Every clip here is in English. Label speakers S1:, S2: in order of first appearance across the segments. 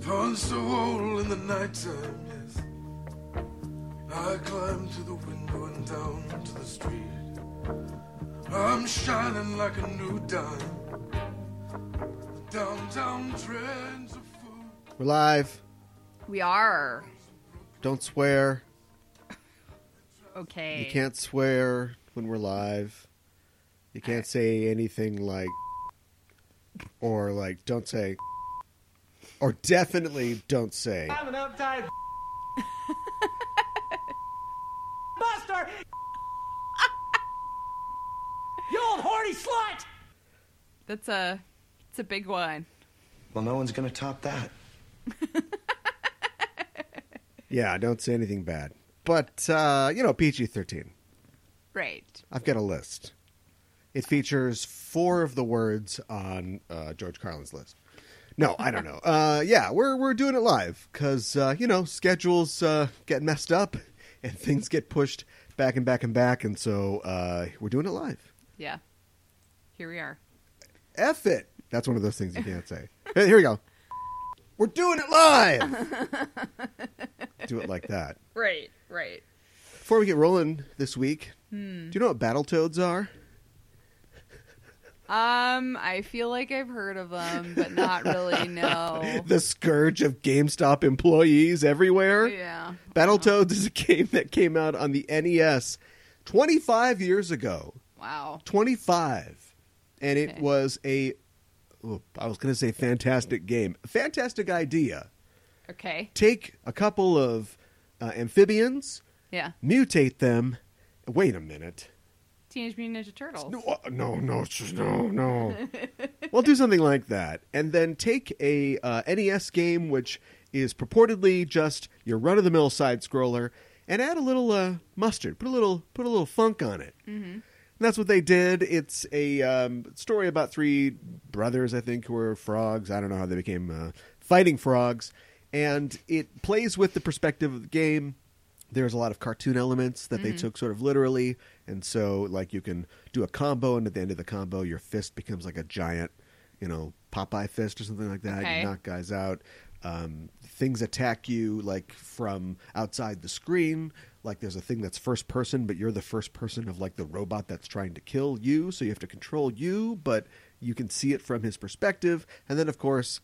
S1: grown so old in the nighttime, yes. I climb to the window and down to the street. I'm shining like a new dime. Downtown trends are full.
S2: We're live.
S3: We are
S2: Don't swear.
S3: okay.
S2: You can't swear when we're live. You can't say anything like or like don't say or definitely don't say.
S4: I'm an uptight buster. you old horny slut.
S3: That's a it's a big one.
S5: Well, no one's going to top that.
S2: Yeah, don't say anything bad. But uh, you know, PG-13.
S3: Right.
S2: I've got a list. It features four of the words on uh, George Carlin's list. No, I don't know. Uh, yeah, we're we're doing it live because uh, you know schedules uh, get messed up and things get pushed back and back and back, and so uh, we're doing it live.
S3: Yeah. Here we are.
S2: F it. That's one of those things you can't say. Hey, Here we go. We're doing it live. Do it like that.
S3: Right, right.
S2: Before we get rolling this week, do you know what Battletoads are?
S3: Um, I feel like I've heard of them, but not really no.
S2: the scourge of GameStop employees everywhere.
S3: yeah.
S2: Battletoads is a game that came out on the NES 25 years ago.
S3: Wow.
S2: 25. And it
S3: Okay.
S2: was a oh, I was going to say fantastic game. Fantastic idea.
S3: Okay.
S2: Take a couple of uh, amphibians,
S3: Yeah.
S2: mutate them. Wait a minute.
S3: Teenage Mutant Ninja Turtles.
S2: No, uh, no, no, it's just- no, no. well, do something like that, and then take a uh, NES game, which is purportedly just your run-of-the-mill side scroller, and add a little uh, mustard, put a little, put a little funk on it. Mm-hmm. And that's what they did. It's a um, story about three brothers, I think, who were frogs. I don't know how they became uh, fighting frogs, and it plays with the perspective of the game there's a lot of cartoon elements that they took sort of literally and so like you can do a combo and at the end of the combo your fist becomes like a giant you know popeye fist or something like that
S3: Okay.
S2: you knock guys out um, things attack you like from outside the screen like there's a thing that's first person but you're the first person of like the robot that's trying to kill you so you have to control you but you can see it from his perspective and then of course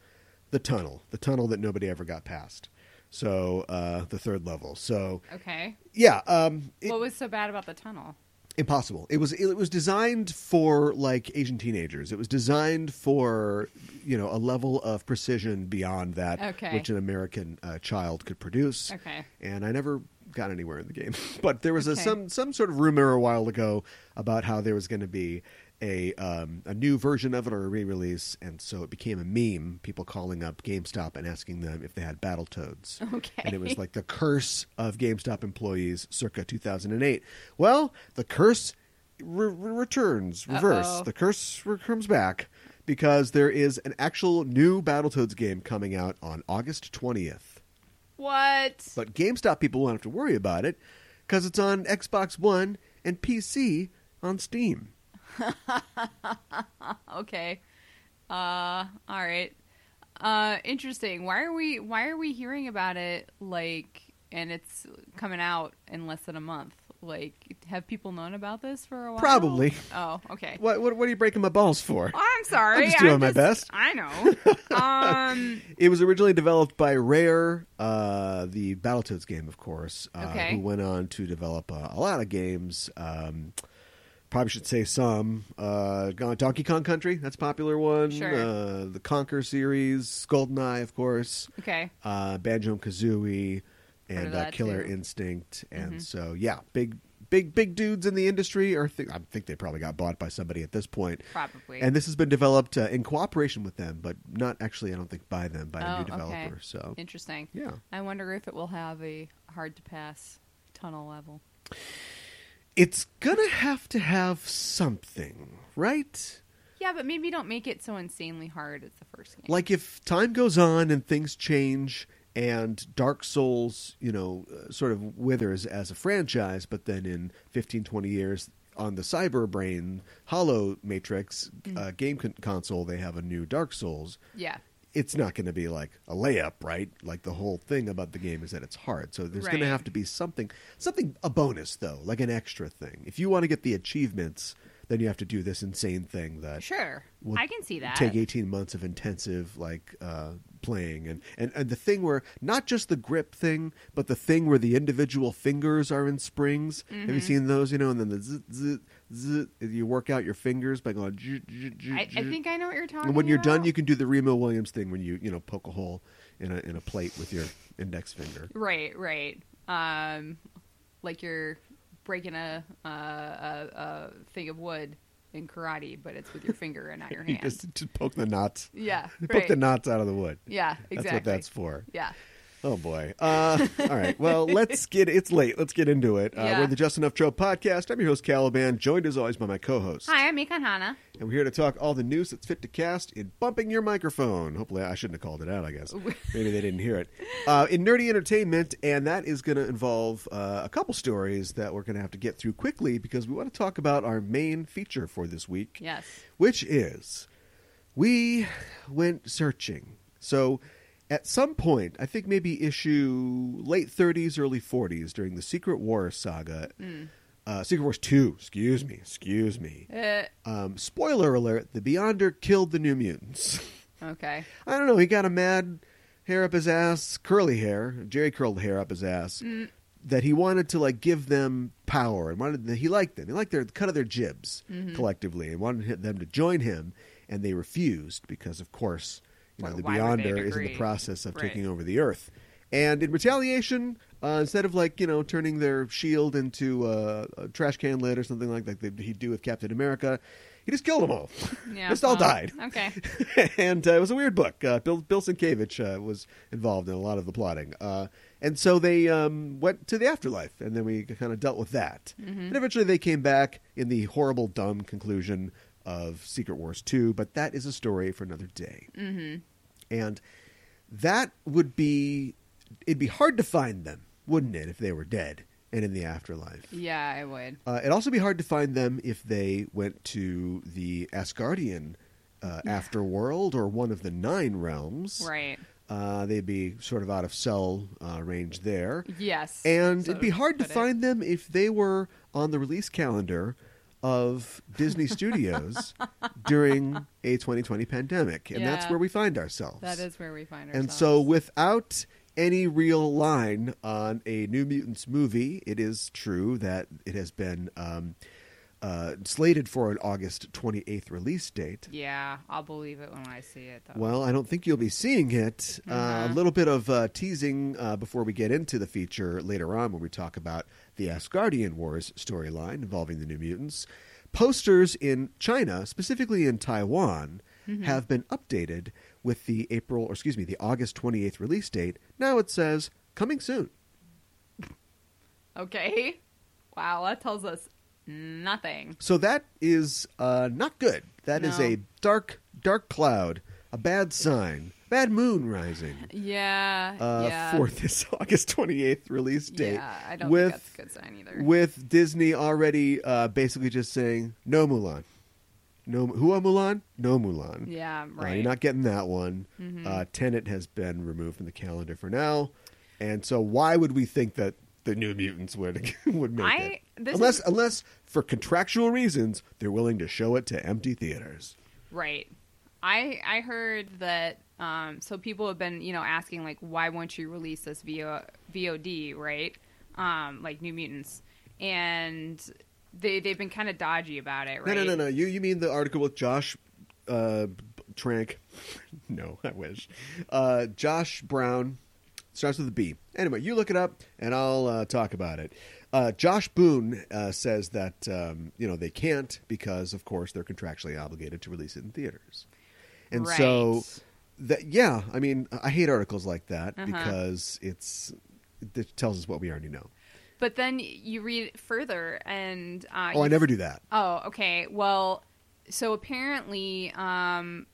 S2: the tunnel the tunnel that nobody ever got past so uh, the third level so
S3: Okay.
S2: yeah, um, it-
S3: what was so bad about the tunnel?
S2: impossible. It was it was designed for like Asian teenagers. It was designed for you know a level of precision beyond that
S3: Okay.
S2: which an American uh, child could produce.
S3: Okay.
S2: and I never got anywhere in the game, but there was a,
S3: Okay.
S2: some some sort of rumor a while ago about how there was going to be. A, um, a new version of it or a re-release, and so it became a meme. People calling up GameStop and asking them if they had Battletoads.
S3: Okay.
S2: And it was like the curse of GameStop employees circa 2008. Well, the curse re- re- returns, reverse.
S3: Uh-oh.
S2: The curse re- comes back because there is an actual new Battletoads game coming out on August 20th.
S3: What?
S2: But GameStop people won't have to worry about it because it's on Xbox One and PC on Steam.
S3: Okay. Uh all right. Uh interesting. Why are we why are we hearing about it like and it's coming out in less than a month? Like have people known about this for a while?
S2: Probably.
S3: Oh, okay. Oh,
S2: What, what, what are you breaking my balls for?
S3: I'm sorry.
S2: I'm just doing my best.
S3: I know. um
S2: It was originally developed by Rare, uh, the Battletoads game, of course, uh,
S3: Okay.
S2: who went on to develop uh, a lot of games. Um, probably should say some. Uh, Gon- Donkey Kong Country, that's a popular one.
S3: Sure.
S2: Uh, the Conquer series, GoldenEye, of course,
S3: okay.
S2: uh, Banjo Kazooie,
S3: Heard
S2: and
S3: of
S2: uh,
S3: that,
S2: Killer
S3: too. Mm-hmm.
S2: Instinct. And so, yeah, big, big, big dudes in the industry. Or th- I think they probably got bought by somebody at this point.
S3: Probably.
S2: And this has been developed uh, in cooperation with them, but not actually, I don't think, by them, by a
S3: Oh,
S2: new
S3: okay.
S2: developer. So,
S3: interesting.
S2: yeah.
S3: I wonder if it will have a hard to pass tunnel level.
S2: It's going to have to have something, right?
S3: Yeah, but maybe don't make it so insanely hard as the first game.
S2: Like, if time goes on and things change and Dark Souls, you know, uh, sort of withers as a franchise, but then in 15, 20 years on the cyber
S3: Mm.
S2: brain hollow matrix uh, game con- console they have a new dark souls
S3: yeah.
S2: it's not going to be like a layup, right? Like the whole thing about the game is that it's hard. So there's going to
S3: Right.
S2: have to be something, something a bonus though, like an extra thing. If you want to get the achievements, then you have to do this insane thing that
S3: Sure,
S2: will
S3: I can see that.
S2: take 18 months of intensive like uh, playing and, and and the thing where not just the grip thing but the thing where the individual fingers are in springs
S3: Mm-hmm.
S2: have you seen those you know and then the zzz, zzz, zzz, you work out your fingers by going zzz, zzz, zzz,
S3: I, I
S2: zzz.
S3: think I know what you're talking.
S2: and when you're done
S3: about.
S2: you can do the Remo Williams thing when you you know poke a hole in a in a plate with your index finger
S3: Right, right. Um, like you're breaking a, a, a, a thing of wood in karate, but it's with your finger and not your
S2: you
S3: hand.
S2: just, just poke the knots
S3: yeah,
S2: poke
S3: right.
S2: the knots out of the wood
S3: Yeah, exactly.
S2: that's what that's for
S3: Yeah.
S2: Oh boy. Uh, all right. Well, let's get. It's late. Let's get into it. Uh,
S3: Yeah.
S2: We're the Just Enough Trope podcast. I'm your host Caliban, joined as always by my co-host.
S3: Hi, I'm Mikan Hana.
S2: And we're here to talk all the news that's fit to cast in bumping your microphone. Hopefully, I shouldn't have called it out. I guess maybe they didn't hear it. Uh, in nerdy entertainment, and that is going to involve uh, a couple stories that we're going to have to get through quickly because we want to talk about our main feature for this week
S3: Yes.
S2: which is we went searching. So at some point, I think maybe issue late 30s, early 40s during the Secret Wars saga, uh, Secret Wars 2, excuse me, excuse me.
S3: Uh,
S2: Um, spoiler alert, the Beyonder killed the New Mutants.
S3: okay.
S2: I don't know, he got a mad hair up his ass, curly hair, Jerry curled hair up his ass.
S3: Mm.
S2: That he wanted to like give them power and wanted he liked them. He liked their the cut of their jibs
S3: Mm-hmm.
S2: collectively and wanted hi- them to join him, and they refused because, of course, you know
S3: Why-
S2: the
S3: why would they
S2: Beyonder is in the
S3: agree?
S2: process of
S3: Right.
S2: taking over the Earth. And in retaliation, uh, instead of like you know turning their shield into a, a trash can lid or something like that, they, he'd do with Captain America, he just killed them all.
S3: Yeah.
S2: just all
S3: well,
S2: died
S3: Okay.
S2: and uh, it was a weird book. Uh, Bill Bill Sienkiewicz uh, was involved in a lot of the plotting, uh, and so they um, went to the afterlife, and then we kind of dealt with that. And eventually, they came back in the horrible, dumb conclusion of Secret Wars two. But that is a story for another day. Mm-hmm. And that would be it'd be hard to find them, wouldn't it, if they were dead and in the afterlife?
S3: Yeah, I would.
S2: Uh, it'd also be hard to find them if they went to the Asgardian uh, afterworld or one of the nine realms.
S3: Right.
S2: Uh, they'd be sort of out of cell uh, range there.
S3: Yes.
S2: And
S3: so
S2: it'd be hard to
S3: put it.
S2: find them if they were on the release calendar of Disney Studios during a 2020 pandemic. And that's
S3: Yeah.
S2: where we find ourselves.
S3: That is where we find ourselves.
S2: And so, without any real line on a New Mutants movie, it is true that it has been um, uh, slated for an August 28th release date.
S3: Yeah, I'll believe it when I see it. Though.
S2: Well, I don't think you'll be seeing it. Uh, a little bit of uh, teasing uh, before we get into the feature later on when we talk about the Asgardian Wars storyline involving the New Mutants. Posters in China, specifically in Taiwan, have been updated with the April, or excuse me, the August 28th release date. Now it says coming soon.
S3: okay. Wow, that tells us nothing.
S2: So that is uh, not good. That is
S3: No.
S2: a dark, dark cloud, a bad sign, bad moon rising.
S3: Yeah.
S2: uh,
S3: yeah.
S2: for this August 28th release date.
S3: Yeah, I don't
S2: with,
S3: think that's a good sign either.
S2: With Disney already uh, basically just saying, no Mulan. No, who on Mulan? No Mulan. Uh,
S3: yeah, right. Mm-hmm.
S2: you're not getting that one. Uh, Tenet has been removed from the calendar for now. And so why would we think that the New Mutants would would make
S3: I-
S2: it?
S3: this
S2: Unless,
S3: is-
S2: unless for contractual reasons, they're willing to show it to empty theaters.
S3: Right. I I heard that um so people have been, you know, asking like why won't you release this VO, VOD, right? Um like New Mutants. And they they've been kind of dodgy about it, right?
S2: No, no, no, no. You you mean the article with Josh uh, B- Trank? no, I wish. Uh, Josh Brown starts with a B. Anyway, you look it up, and I'll uh, talk about it. Uh, Josh Boone uh, says that um, you know they can't because, of course, they're contractually obligated to release it in theaters, and so
S3: Right. Uh-huh.
S2: that yeah, I mean, I hate articles like that because it's it tells us what we already know.
S3: But then you read further and uh
S2: Oh, I
S3: you-
S2: never do that.
S3: Oh, okay. Well, so apparently, um,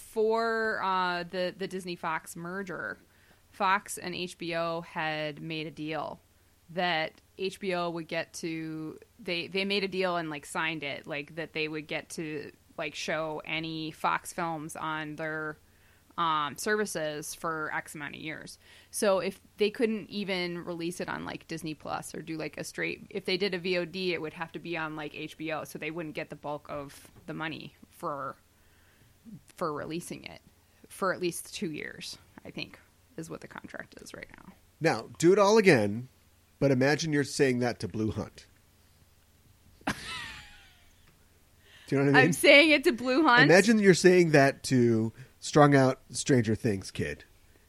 S3: before uh, the the Disney Fox merger, Fox and HBO had made a deal that HBO would get to they they made a deal and like signed it like that they would get to like show any Fox films on their um, services for X amount of years. So if they couldn't even release it on like Disney Plus or do like a straight, if they did a VOD, it would have to be on like HBO, so they wouldn't get the bulk of the money for for releasing it for at least two years. I think is what the contract is right now.
S2: Now, do it all again, but imagine you're saying that to Blue Hunt. do you know what I mean?
S3: I'm saying it to Blue Hunt.
S2: Imagine you're saying that to strung out Stranger Things kid.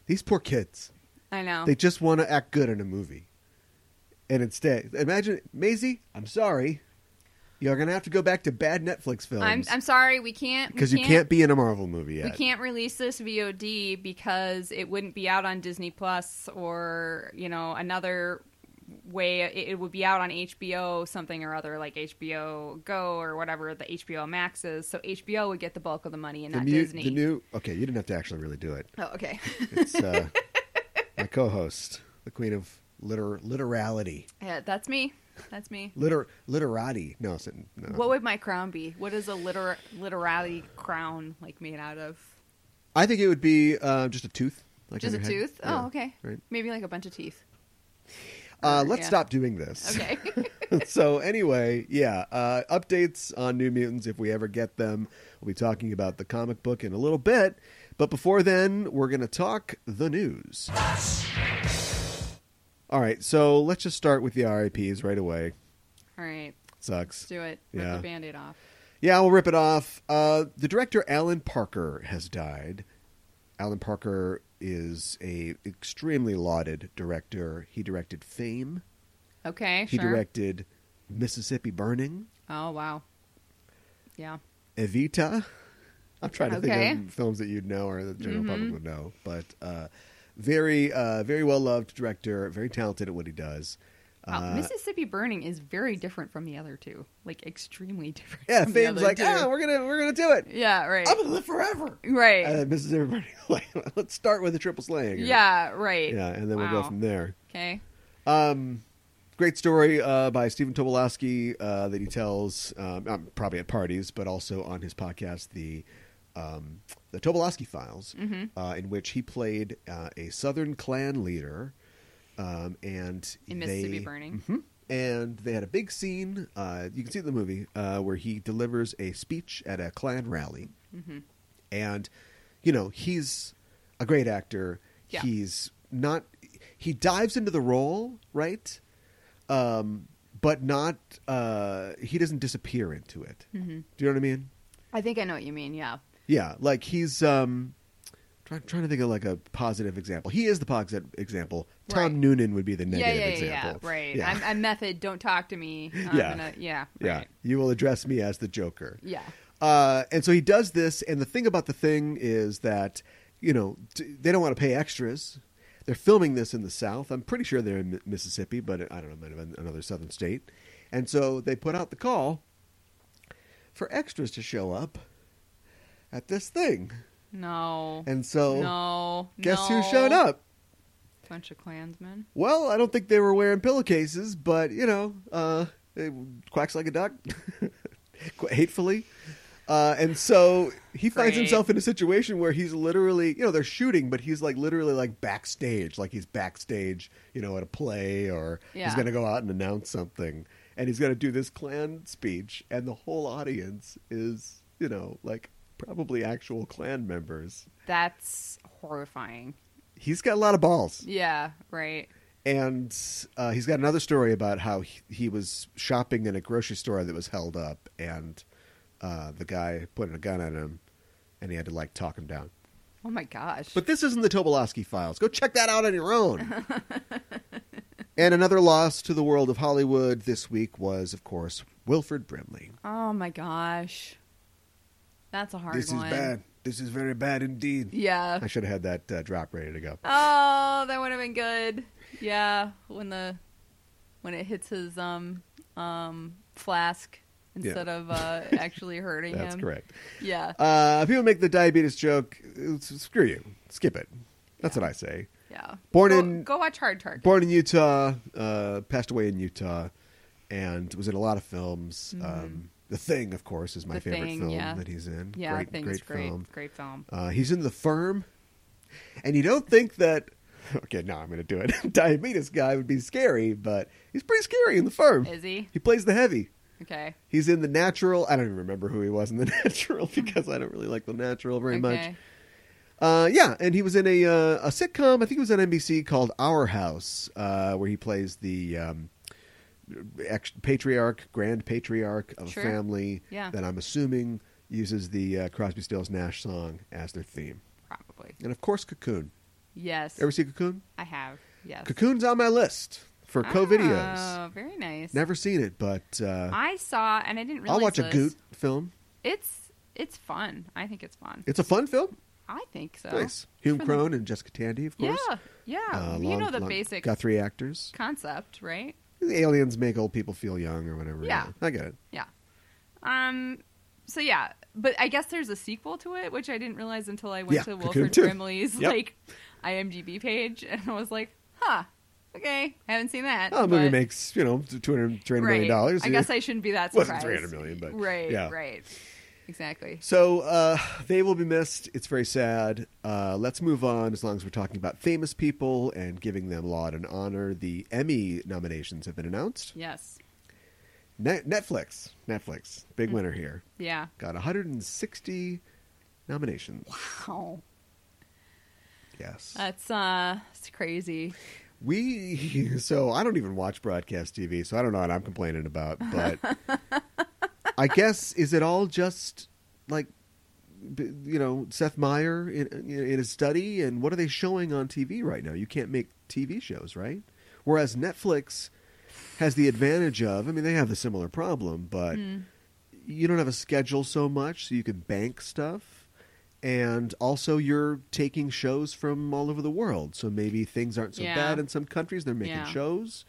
S2: These poor kids.
S3: I know.
S2: They just want to act good in a movie. And instead, imagine, Maisie, I'm sorry. You're going to have to go back to bad Netflix films.
S3: I'm, I'm sorry, we can't
S2: because you can't be in a Marvel movie yet.
S3: we can't release this VOD because it wouldn't be out on Disney Plus or you know another way it, it would be out on HBO something or other like HBO Go or whatever the HBO Max is. So HBO would get the bulk of the money and
S2: the,
S3: not
S2: mu-
S3: Disney.
S2: the new. Okay, you didn't have to actually really do it.
S3: oh, okay.
S2: It's uh, my co-host, the queen of liter literality,
S3: yeah, that's me. That's me.
S2: liter literati. No, it's- no.
S3: What would my crown be? What is a liter- literally crown like made out of?
S2: I think it would be uh, just a tooth, like
S3: Just
S2: on
S3: a
S2: your head.
S3: tooth?
S2: Yeah,
S3: oh, okay.
S2: Right.
S3: Maybe like a bunch of teeth.
S2: Uh,
S3: Or-
S2: let's
S3: yeah.
S2: stop doing this.
S3: Okay.
S2: so anyway, yeah, uh, updates on New Mutants if we ever get them. We'll be talking about the comic book in a little bit, but before then, we're going to talk the news. All right, so let's just start with the RIPS right away.
S3: All right. Let's
S2: Sucks.
S3: do it. Rip
S2: Yeah.
S3: the band aid off.
S2: Yeah, we'll rip it off. Uh, the director Alan Parker has died. Alan Parker is a extremely lauded director. He directed Fame.
S3: Okay.
S2: He
S3: sure.
S2: directed Mississippi Burning.
S3: Oh wow. Yeah.
S2: Evita. I'm trying to
S3: Okay. Mm-hmm.
S2: think of films that you'd know or the general public would know, but uh, very, uh, very well loved director, very talented at what he does.
S3: Wow, Oh,
S2: Uh,
S3: Mississippi Burning is very different from the other two. Like extremely different.
S2: Yeah,
S3: from the
S2: Fame's
S3: other
S2: like,
S3: two.
S2: ah, we're gonna, we're gonna do it.
S3: yeah, right.
S2: I'm gonna live forever.
S3: right.
S2: And then Mrs. Everybody, like, let's start with the triple slaying.
S3: yeah, right.
S2: yeah, and then we'll go
S3: Wow.
S2: from there.
S3: Okay.
S2: Great story uh, by Stephen Tobolowsky uh, that he tells um, um, probably at parties, but also on his podcast, the um, the Tobolowsky Files,
S3: Mm-hmm.
S2: uh, in which he played uh, a Southern Klan leader, um, and
S3: In Mississippi
S2: they- Mm-hmm.
S3: Burning.
S2: And they had a big scene. Uh, you can see it in the movie uh, where he delivers a speech at a Klan rally, and you know he's a great actor.
S3: Yeah.
S2: He's not. He dives into the role, right? Um, but not uh he doesn't disappear into it
S3: Mm-hmm.
S2: do you know what i mean
S3: I think I know what you mean. Yeah.
S2: yeah like he's um try, trying to think of like a positive example he is the positive example
S3: Right.
S2: tom noonan would be the
S3: Yeah,
S2: negative
S3: yeah, yeah, yeah.
S2: example
S3: Right.
S2: yeah
S3: I'm, I'm method. Don't talk to me. I'm
S2: Yeah.
S3: Gonna, yeah.
S2: yeah
S3: Right.
S2: you will address me as the joker
S3: Yeah.
S2: uh and so he does this and the thing about the thing is that you know t- they don't want to pay extras they're filming this in the south i'm pretty sure they're in Mi- mississippi but i don't know might have been another southern state and so they put out the call for extras to show up at this thing.
S3: No.
S2: And so,
S3: no.
S2: guess
S3: no.
S2: who showed up?
S3: Bunch of Klansmen.
S2: Well, I don't think they were wearing pillowcases, but you know, uh, it quacks like a duck, Qu- hatefully. Uh, and so he finds
S3: Great.
S2: himself in a situation where he's literally, you know, they're shooting, but he's like literally like backstage, like he's backstage, you know, at a play or he's
S3: Yeah.
S2: going to go out and announce something and he's going to do this Klan speech. And the whole audience is, you know, like probably actual Klan members.
S3: That's horrifying.
S2: He's got a lot of balls.
S3: Yeah. Right.
S2: and uh, he's got another story about how he, he was shopping in a grocery store that was held up, and uh, the guy put a gun on him, and he had to like talk him down.
S3: Oh my gosh.
S2: But this isn't the Tobolowsky files. Go check that out on your own. and another loss to the world of Hollywood this week was, of course, Wilfred Brimley.
S3: oh my gosh. That's a hard
S2: this
S3: one.
S2: is bad. This is very bad indeed.
S3: Yeah.
S2: I should have had that uh, drop ready to go.
S3: Oh, that would have been good. Yeah, when the when it hits his um um flask instead of uh actually hurting
S2: That's
S3: him.
S2: correct.
S3: Yeah.
S2: Uh, people make the diabetes joke. uh, Screw you. Skip it. That's what I say.
S3: yeah.
S2: born
S3: go,
S2: in-
S3: Go watch Hard Target.
S2: born in Utah, uh, passed away in Utah, and was in a lot of films. Um, the Thing, of course, is my
S3: Mm-hmm. The
S2: favorite
S3: Thing,
S2: film
S3: yeah.
S2: that he's in.
S3: yeah,
S2: great,
S3: thing's
S2: great,
S3: great.
S2: film.
S3: Great film.
S2: Uh, he's in The Firm. And you don't think that. Okay, now I'm going to do it. Diabetes guy would be scary, but he's pretty scary in the firm.
S3: Is he?
S2: He plays the heavy.
S3: Okay.
S2: He's in the natural. I don't even remember who he was in the natural because I don't really like the natural very much.
S3: okay.
S2: Uh, yeah, and he was in a uh, a sitcom. I think it was on NBC called Our House, uh, where he plays the um, ex- patriarch, grand patriarch of
S3: Sure.
S2: a family.
S3: Yeah.
S2: That I'm assuming uses the uh, Crosby, Stills, Nash song as their theme,
S3: Probably.
S2: and of course Cocoon.
S3: Yes.
S2: Ever see Cocoon?
S3: I have. Yes.
S2: Cocoon's on my list for
S3: Ah,
S2: co-videos.
S3: Very nice.
S2: Never seen it, but uh,
S3: I saw, and I didn't realize.
S2: I'll watch a
S3: this.
S2: Goot film.
S3: It's it's fun. I think it's fun.
S2: It's a fun film.
S3: I think so.
S2: Nice. Hume
S3: For the-
S2: Crone and Jessica Tandy, of
S3: Yeah,
S2: course.
S3: yeah.
S2: Uh,
S3: you
S2: long-
S3: know the
S2: long-
S3: basic
S2: Got three actors.
S3: concept, right?
S2: The aliens make old people feel young or whatever.
S3: Yeah.
S2: I get it.
S3: Yeah. Um. So yeah, but I guess there's a sequel to it, which I didn't realize until I went
S2: Yeah,
S3: to
S2: Cocoon
S3: Wilford
S2: 2.
S3: Brimley's
S2: Yep.
S3: like IMDb page, and I was like, huh, okay, haven't seen that.
S2: Oh, the movie
S3: but-
S2: makes you know two hundred three hundred
S3: right.
S2: million dollars.
S3: I guess I shouldn't be that surprised.
S2: wasn't three hundred million, but
S3: Right.
S2: yeah.
S3: Right. Exactly.
S2: So uh, they will be missed. It's very sad. Uh, let's move on. As long as we're talking about famous people and giving them laud and honor, the Emmy nominations have been announced.
S3: Yes.
S2: Net- Netflix, Netflix,
S3: Mm.
S2: big winner here.
S3: Yeah.
S2: Got one hundred and sixty nominations.
S3: Oh,
S2: Yes.
S3: that's uh, it's crazy.
S2: We so I don't even watch broadcast TV, so I don't know what I'm complaining about. But I guess is it all just like b- you know Seth Meyer in, in his study, and what are they showing on TV right now? You can't make TV shows, right? Whereas Netflix has the advantage of, I mean, they have a similar problem, but you don't have a schedule so much, so you can bank stuff. And also, you're taking shows from all over the world, so maybe things aren't so
S3: Yeah.
S2: bad in some countries. They're making
S3: Yeah.
S2: shows,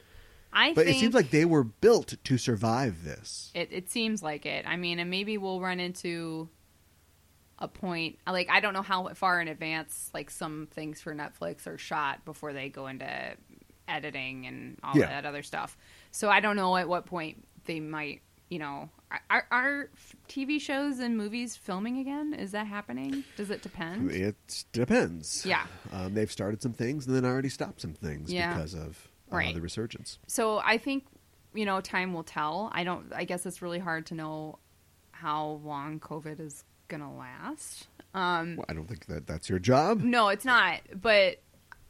S3: I
S2: but
S3: think
S2: it seems like they were built to survive this.
S3: It, it seems like it. I mean, and maybe we'll run into a point. Like, I don't know how far in advance, like, some things for Netflix are shot before they go into editing and all
S2: Yeah.
S3: that other stuff. So I don't know at what point they might, you know. Are, are TV shows and movies filming again? Is that happening? Does it depend?
S2: It depends.
S3: Yeah.
S2: um, they've started some things and then already stopped some things
S3: Yeah.
S2: because of uh,
S3: Right.
S2: the resurgence.
S3: so I think you know time will tell. I don't. I guess it's really hard to know how long COVID is gonna last. Um,
S2: Well, I don't think that that's your job.
S3: No, it's not. But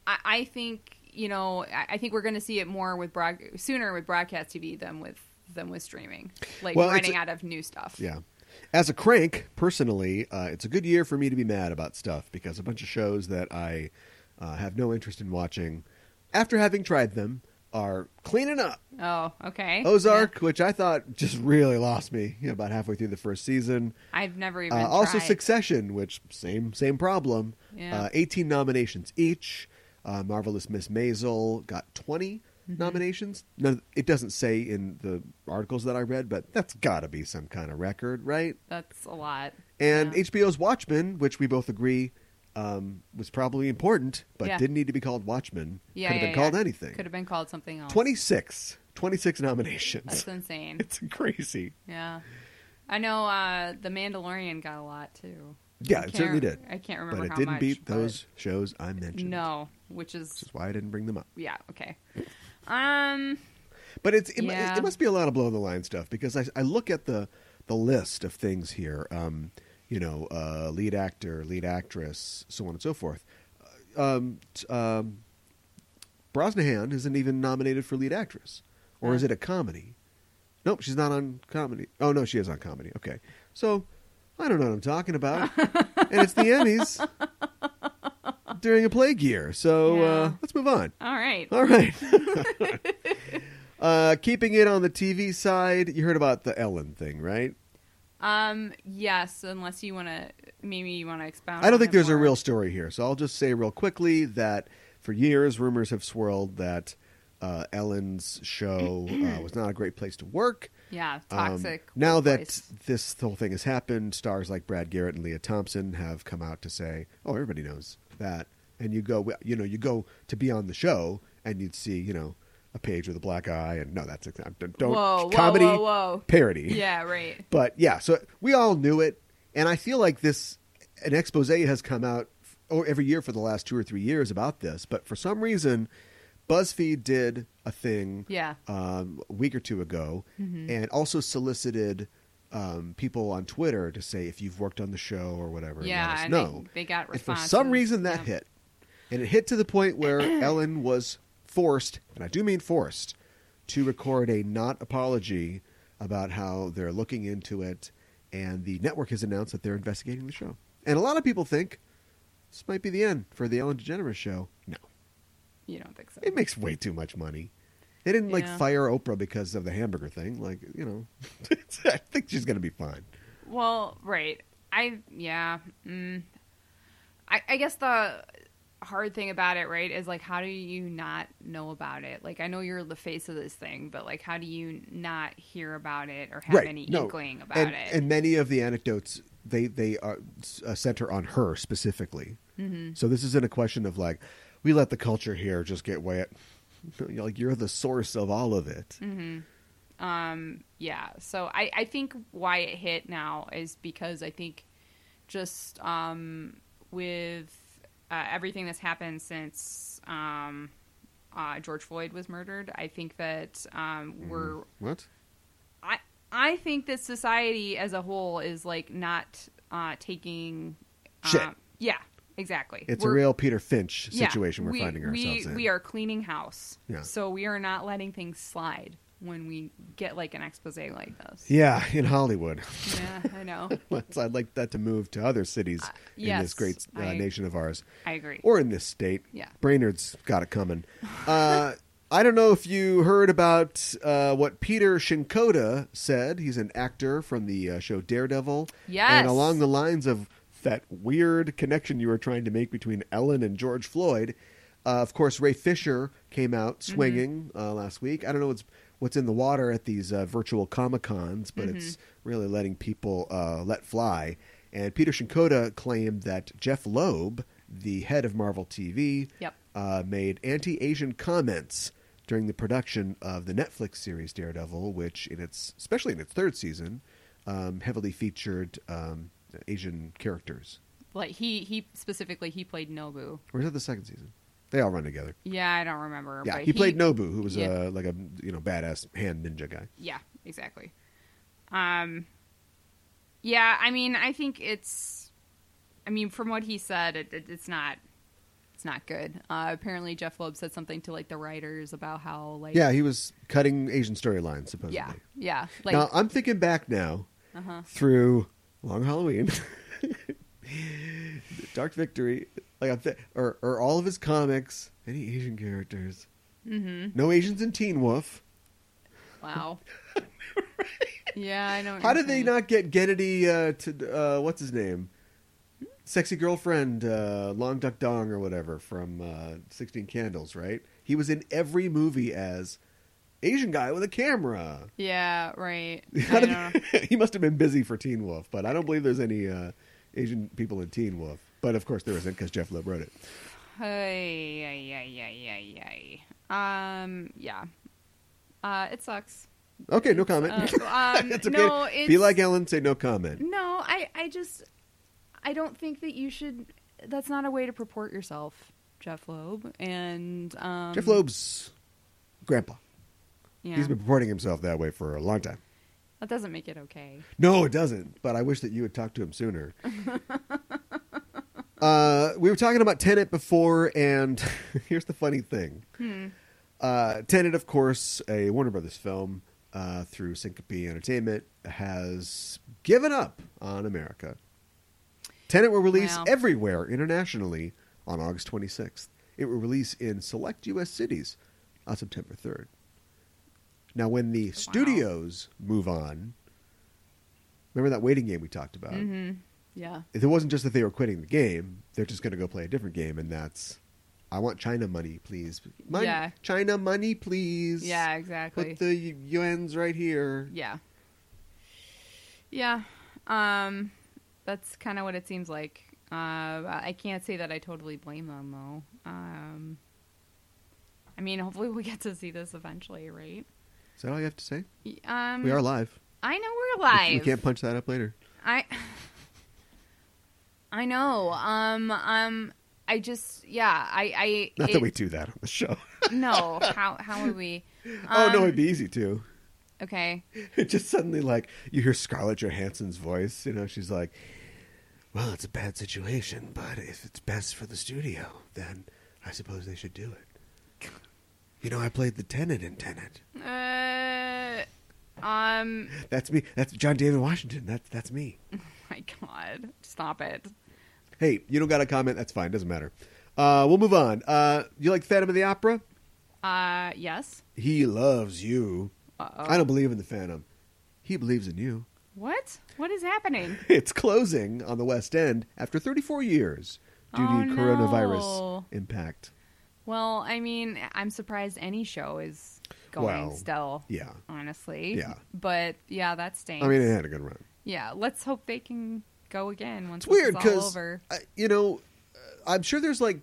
S3: I, I think you know. I, I think we're going to see it more with broad sooner with broadcast TV than with than with streaming. Like
S2: Well, it's
S3: running
S2: a-
S3: out of new stuff.
S2: Yeah. As a crank, personally, uh, it's a good year for me to be mad about stuff because a bunch of shows that I uh, have no interest in watching, after having tried them, are cleaning up.
S3: Oh, okay.
S2: Ozark, which I thought just really lost me you know, about halfway through the first season.
S3: Yeah. I've never even
S2: Uh, also,
S3: tried.
S2: Succession, which same same problem.
S3: Yeah.
S2: Uh, Eighteen nominations each. Uh, Marvelous Miss Maisel got 20
S3: Mm-hmm.
S2: nominations. None, it doesn't say in the articles that I read, but that's got to be some kind of record, right?
S3: That's a lot.
S2: And
S3: Yeah.
S2: HBO's Watchmen, which we both agree um, was probably important, but
S3: Yeah.
S2: didn't need to be called Watchmen.
S3: Yeah,
S2: Could have
S3: yeah,
S2: been called
S3: yeah.
S2: anything.
S3: Could have been called something else.
S2: 26. 26 nominations.
S3: That's insane.
S2: It's crazy.
S3: Yeah. I know uh, the Mandalorian got a lot too.
S2: Yeah,
S3: I
S2: it certainly
S3: can't-
S2: did.
S3: I can't remember
S2: But it
S3: how
S2: didn't
S3: much,
S2: beat
S3: but-
S2: those shows I mentioned.
S3: No, which is
S2: Which is why I didn't bring them up.
S3: yeah okay. Um,
S2: But it's it, mu-
S3: Yeah.
S2: it must be a lot of below the line stuff because I, I look at the the list of things here. Um, you know, uh, lead actor, lead actress, so on and so forth. Uh, Um, t- um, Brosnahan isn't even nominated for lead actress, or is
S3: Huh.
S2: it a comedy? Nope, she's not on comedy. Oh no, she is on comedy. Okay, so I don't know what I'm talking about, and it's the Emmys during a plague year. So uh,
S3: Yeah.
S2: let's move on.
S3: all right.
S2: All right. uh, keeping it on the TV side, you heard about the Ellen thing, right?
S3: Um. Yes, unless you want to, maybe you want to expound.
S2: I don't
S3: on
S2: think
S3: it
S2: there's a
S3: more.
S2: real story here, so I'll just say real quickly that for years rumors have swirled that uh, Ellen's show uh, was not a great place to work.
S3: Yeah,
S2: Um,
S3: toxic.
S2: now
S3: workplace.
S2: that this whole thing has happened, stars like Brad Garrett and Leah Thompson have come out to say, "Oh, everybody knows that." And you go, you know, you go to be on the show, and you'd see, you know, a page with a black eye, and no, that's don't, don't
S3: Whoa, whoa,
S2: comedy
S3: whoa, whoa.
S2: parody.
S3: Yeah. Right.
S2: But yeah, so we all knew it, and I feel like this an expose has come out f- or every year for the last two or three years about this, but for some reason, BuzzFeed did a thing
S3: Yeah.
S2: um, a week or two ago,
S3: Mm-hmm.
S2: and also solicited um, people on Twitter to say if you've worked on the show or whatever.
S3: yeah,
S2: let us
S3: and
S2: know.
S3: They, they got
S2: And for
S3: responses.
S2: some reason, that
S3: Yeah.
S2: hit, and it hit to the point where Ellen was forced, and I do mean forced, to record a not apology about how they're looking into it, and the network has announced that they're investigating the show. And a lot of people think this might be the end for the Ellen DeGeneres show. No,
S3: You don't think so?
S2: it makes way too much money. They didn't like
S3: Yeah.
S2: fire Oprah because of the hamburger thing. Like you know, I think she's gonna be fine.
S3: Well, right. I yeah. Mm. I I guess the hard thing about it, right, is like how do you not know about it? Like I know you're the face of this thing, but like how do you not hear about it or have
S2: right.
S3: any
S2: no.
S3: inkling about
S2: and,
S3: it?
S2: And many of the anecdotes they they are, uh, center on her specifically.
S3: Mm-hmm.
S2: So this isn't a question of like we let the culture here just get wet. You're like you're the source of all of it.
S3: Mm. yeah. So I I think why it hit now is because I think just um with uh, everything that's happened since um uh, George Floyd was murdered, I think that um
S2: Mm-hmm.
S3: we're
S2: What?
S3: I I think that society as a whole is like not uh, taking uh,
S2: Shit.
S3: Yeah, exactly.
S2: It's a
S3: We're-
S2: real Peter Finch
S3: yeah,
S2: situation we're
S3: we-
S2: finding ourselves
S3: we,
S2: in.
S3: We are cleaning house,
S2: Yeah.
S3: so we are not letting things slide when we get like an expose like this.
S2: Yeah, in Hollywood.
S3: Yeah, I know.
S2: I'd like that to move to other cities in this
S3: yes,
S2: great uh,
S3: I-
S2: nation of ours.
S3: I agree.
S2: or in this state.
S3: Yeah.
S2: Brainerd's got it coming. Uh, I don't know if you heard about uh, what Peter Shinkoda said. He's an actor from the uh, show Daredevil.
S3: Yes.
S2: And along the lines of that weird connection you were trying to make between Ellen and George Floyd, uh, of course, Ray Fisher came out swinging uh, last week. I don't know what's what's in the water at these uh, virtual comic cons, but it's really letting people uh, let fly. And Peter Shinkoda claimed that Jeff Loeb, the head of Marvel TV,
S3: Yep.
S2: uh, made anti-Asian comments during the production of the Netflix series Daredevil, which in its especially in its third season, um, heavily featured um, Asian characters.
S3: like he he specifically he played Nobu.
S2: Or is that the second season? They all run together.
S3: Yeah, I don't remember.
S2: Yeah,
S3: but
S2: he, played Nobu, who was
S3: Yeah.
S2: uh, like a you know badass hand ninja guy.
S3: Yeah, exactly. Um, yeah, I mean, I think it's, I mean, from what he said, it, it, it's not, it's not good. Uh, apparently, Jeff Loeb said something to like the writers about how like,
S2: Yeah, he was cutting Asian storylines supposedly.
S3: yeah, yeah, like, uh-huh,
S2: now I'm thinking back now through Long Halloween, Dark Victory, like I'm th- or or all of his comics, any Asian characters, mm-hmm. no Asians in Teen Wolf.
S3: wow. Yeah, I know. what
S2: How
S3: you're
S2: did they
S3: saying.
S2: not get Gennady uh, to uh, what's his name, sexy girlfriend, uh, Long Duck Dong or whatever from uh, Sixteen Candles? Right, he was in every movie as Asian guy with a camera.
S3: Yeah, right.
S2: How
S3: I
S2: did-
S3: don't know.
S2: he must have been busy for Teen Wolf, but I don't believe there's any uh, Asian people in Teen Wolf. But of course there isn't because Jeff Loeb wrote it.
S3: Ay, ay, ay, ay, ay, ay. Um, yeah. Uh, it sucks.
S2: Okay, no comment.
S3: Uh, um,
S2: It's okay.
S3: No,
S2: to-
S3: it's,
S2: Be like Ellen, say no comment.
S3: No, I, I just, I don't think that you should. That's not a way to purport yourself, Jeff Loeb. And um,
S2: Jeff Loeb's grandpa.
S3: yeah,
S2: He's been purporting himself that way for a long time.
S3: that doesn't make it okay.
S2: No, it doesn't. But I wish that you had talked to him sooner. uh, we were talking about Tenet before, and here's the funny thing. Uh, Tenet, of course, a Warner Brothers film uh, through Syncope Entertainment, has given up on America. Tenet will release
S3: Wow.
S2: everywhere internationally on August 26th. It will release in select U.S. cities on September 3rd. Now, when the studios move on, remember that waiting game we talked about?
S3: Mm-hmm. Yeah,
S2: It wasn't just that they were quitting the game; they're just going to go play a different game, and that's, I want China money, please. Mon-
S3: Yeah.
S2: China money, please.
S3: yeah, exactly.
S2: Put the yuan's right here.
S3: yeah, yeah. Um, that's kind of what it seems like. Uh, I can't say that I totally blame them though. Um, I mean, hopefully we'll get to see this eventually, right?
S2: Is that all you have to say?
S3: Y- Um,
S2: We are live.
S3: I know we're
S2: We-
S3: live.
S2: We, can't punch that up later.
S3: I I know. Um um I just yeah I I
S2: Not
S3: it-
S2: that we do that on the show.
S3: no how how would we
S2: oh no,
S3: Um,
S2: it'd be easy to.
S3: okay
S2: It just suddenly like you hear Scarlett Johansson's voice. You know, she's like, "Well, it's a bad situation, but if it's best for the studio, then I suppose they should do it." You know, I played the tenant in Tenant.
S3: uh um
S2: That's me. That's John David Washington. That's that's me.
S3: my god stop it
S2: Hey, you don't got a comment? That's fine. Doesn't matter. Uh, we'll move on. Uh, you like Phantom of the Opera?
S3: uh yes
S2: He loves you.
S3: Uh-oh.
S2: I don't believe in the Phantom. He believes in you.
S3: what what is happening
S2: It's closing on the West End after 34 years due
S3: Oh,
S2: to coronavirus
S3: no.
S2: impact.
S3: well I mean I'm surprised any show is going
S2: Well,
S3: still
S2: Yeah.
S3: honestly
S2: Yeah.
S3: but yeah that stinks
S2: I mean, it had a good run.
S3: yeah let's hope they can go again once
S2: It's weird
S3: this is all
S2: because,
S3: over
S2: you know, uh, I'm sure there's like,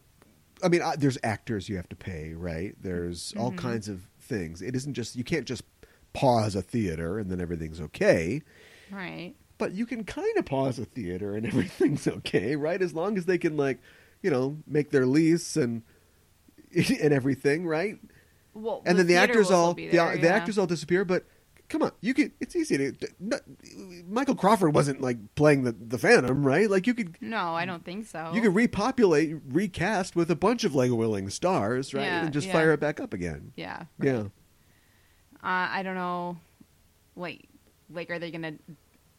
S2: I mean, I, there's actors you have to pay, right? There's all
S3: Mm-hmm.
S2: kinds of things. It isn't just, you can't just pause a theater and then everything's okay.
S3: right
S2: But you can kind of pause a theater and everything's okay, right? As long as they can, like, you know, make their lease and and everything, right?
S3: well
S2: and then the
S3: theater
S2: actors
S3: will still
S2: all
S3: be
S2: the,
S3: there,
S2: the
S3: yeah.
S2: actors all disappear but come on you could it's easy to no, michael crawford wasn't like playing the, the phantom right like you could
S3: no I don't think so
S2: you could repopulate recast with a bunch of leg willing stars right
S3: Yeah,
S2: and just
S3: yeah.
S2: fire it back up again
S3: yeah
S2: yeah
S3: Uh, I don't know. Like, like, are they gonna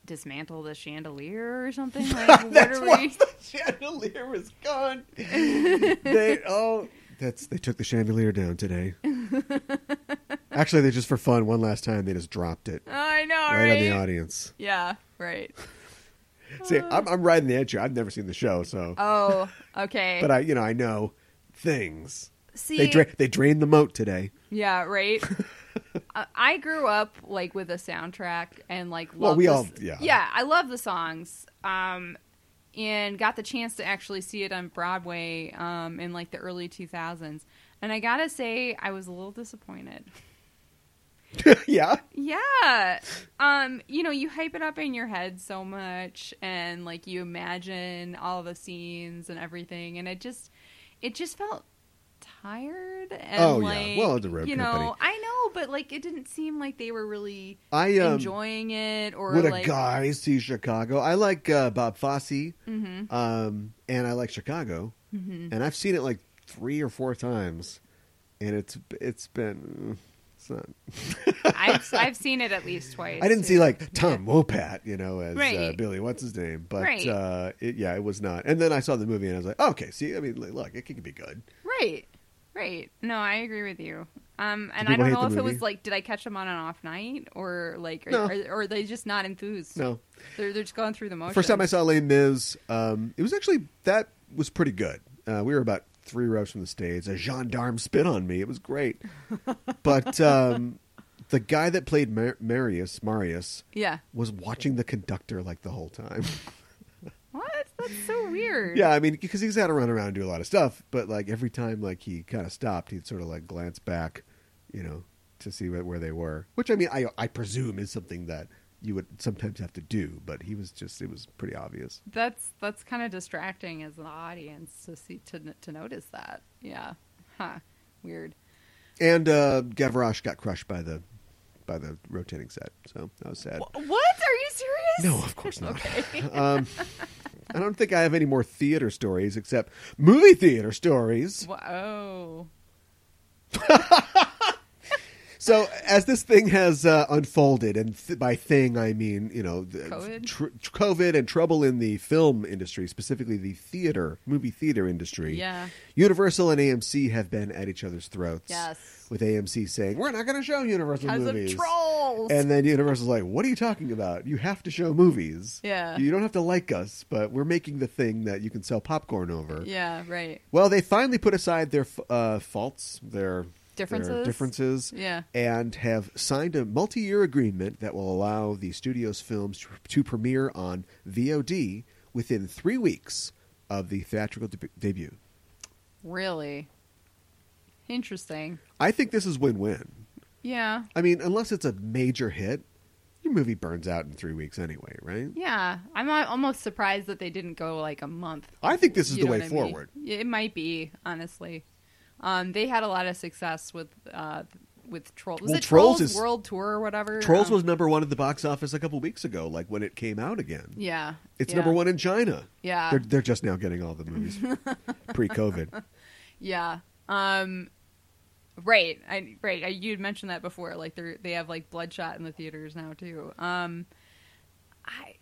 S3: dismantle the chandelier or something? Like, what
S2: That's
S3: are
S2: why
S3: we?
S2: the chandelier is gone they oh that's they took the chandelier down today actually they just for fun one last time they just dropped it
S3: I know,
S2: right
S3: right?
S2: on the audience
S3: Yeah, right.
S2: see I'm, I'm riding the edge here i've never seen the show so
S3: Oh, okay.
S2: but I, you know, I know things.
S3: see,
S2: They dra- they drained the moat today.
S3: yeah, right. I- I grew up like with a soundtrack and like
S2: Well,
S3: loved
S2: we
S3: the
S2: all-
S3: s-
S2: yeah.
S3: yeah I love the songs um and got the chance to actually see it on Broadway um in like the early 2000s and I gotta say I was a little disappointed
S2: yeah,
S3: Yeah. Um, you know, you hype it up in your head so much and like you imagine all the scenes and everything and it just it just felt tired and
S2: Oh, yeah.
S3: like
S2: Well, it's a road
S3: you
S2: company.
S3: know, I know, but like it didn't seem like they were really
S2: I um,
S3: enjoying it or
S2: would
S3: like
S2: a guy see Chicago? I like uh, Bob Fosse,
S3: hmm
S2: um, and I like Chicago,
S3: hmm
S2: and I've seen it like three or four times, and it's it's been it's not.
S3: I've I've seen it at least twice.
S2: I didn't
S3: too.
S2: see like Tom Wopat, you know, as uh,
S3: Right.
S2: Billy. What's his name? But
S3: Right.
S2: uh, it, yeah, it was not. And then I saw the movie, and I was like, okay, see, I mean, like, look, it could be good.
S3: Right. Right. No, I agree with you. Um, and
S2: Do
S3: I
S2: people
S3: don't
S2: hate
S3: know
S2: the
S3: if it was
S2: movie?
S3: like, did I catch them on an off night, or like, are,
S2: No.
S3: are, are they just not enthused?
S2: No,
S3: they're, they're just going through the motions.
S2: First time I saw Les Mis, um, it was actually that was pretty good. Uh, we were about three rows from the stage. A gendarme spit on me. It was great, but um, the guy that played Mar- Marius Marius
S3: yeah.
S2: was watching the conductor like the whole time.
S3: What? That's so weird.
S2: yeah, I mean because he's had to run around and do a lot of stuff, but like every time like he kind of stopped, he'd sort of like glance back, you know, to see where, where they were. Which I mean, I I presume is something that you would sometimes have to do, but he was just it was pretty obvious.
S3: That's that's kind of distracting as an audience to see to n- to notice that. Yeah. Huh. Weird.
S2: And uh, Gavroche got crushed by the by the rotating set, so that was sad.
S3: Wh- What? Are you serious?
S2: No, of course not. um, I don't think I have any more theater stories except movie theater stories.
S3: Wha- Oh.
S2: So as this thing has uh, unfolded, and th- by thing I mean you know the,
S3: COVID?
S2: tr- tr- COVID and trouble in the film industry, specifically the theater movie theater industry.
S3: Yeah.
S2: Universal and AMC have been at each other's throats.
S3: Yes.
S2: With AMC saying we're not going to show Universal
S3: Because of
S2: movies.
S3: trolls.
S2: And then Universal's like, "What are you talking about? You have to show movies.
S3: Yeah.
S2: you don't have to like us, but we're making the thing that you can sell popcorn over."
S3: yeah. Right.
S2: Well, they finally put aside their uh, faults, their their
S3: Differences?
S2: differences,
S3: Yeah.
S2: and have signed a multi-year agreement that will allow the studio's films to, to premiere on VOD within three weeks of the theatrical deb debut.
S3: Really. Interesting.
S2: I think this is win-win.
S3: Yeah.
S2: I mean, unless it's a major hit, you movie burns out in three weeks anyway, right?
S3: Yeah, I'm al- almost surprised that they didn't go like a month.
S2: I think this is
S3: You
S2: the
S3: know
S2: way
S3: what I mean?
S2: forward.
S3: Yeah, It might be honestly. Um, they had a lot of success with uh, with trolls. Was
S2: Well,
S3: it
S2: Trolls
S3: Trolls,
S2: is-
S3: World Tour or whatever?
S2: Trolls
S3: Um,
S2: was number one at the box office a couple weeks ago, like when it came out again.
S3: Yeah,
S2: It's
S3: yeah,
S2: number one in China.
S3: Yeah.
S2: They're, they're just now getting all the movies pre COVID.
S3: Yeah. Um, right. I, right. I, you'd mentioned that before. Like they are they have like Bloodshot in the theaters now too. Um, I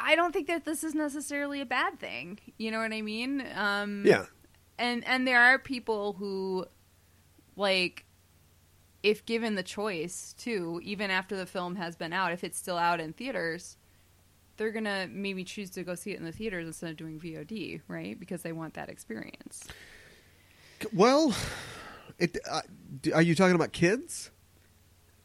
S3: I don't think that this is necessarily a bad thing. You know what I mean? Um,
S2: Yeah.
S3: and and there are people who like if given the choice too even after the film has been out if it's still out in theaters they're gonna maybe choose to go see it in the theaters instead of doing vod right because they want that experience
S2: Well, it, uh, d- are you talking about kids?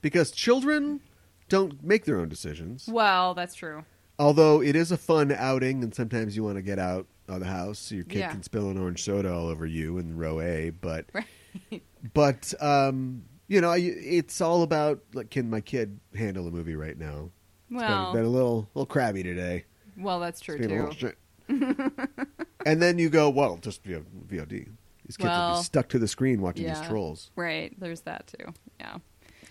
S2: Because children don't make their own decisions.
S3: well that's true
S2: Although it is a fun outing, and sometimes you want to get out of the house so your kid
S3: Yeah.
S2: can spill an orange soda all over you in row A. But
S3: right
S2: but um, you know, I- it's all about like, can my kid handle the movie right now? It's been-
S3: well
S2: been, a little little crabby today.
S3: well that's true
S2: It's been a
S3: too
S2: little shit. and then you go, well, just you know, VOD. These kids will
S3: Well,
S2: be stuck to the screen watching
S3: yeah.
S2: these trolls.
S3: right there's that too yeah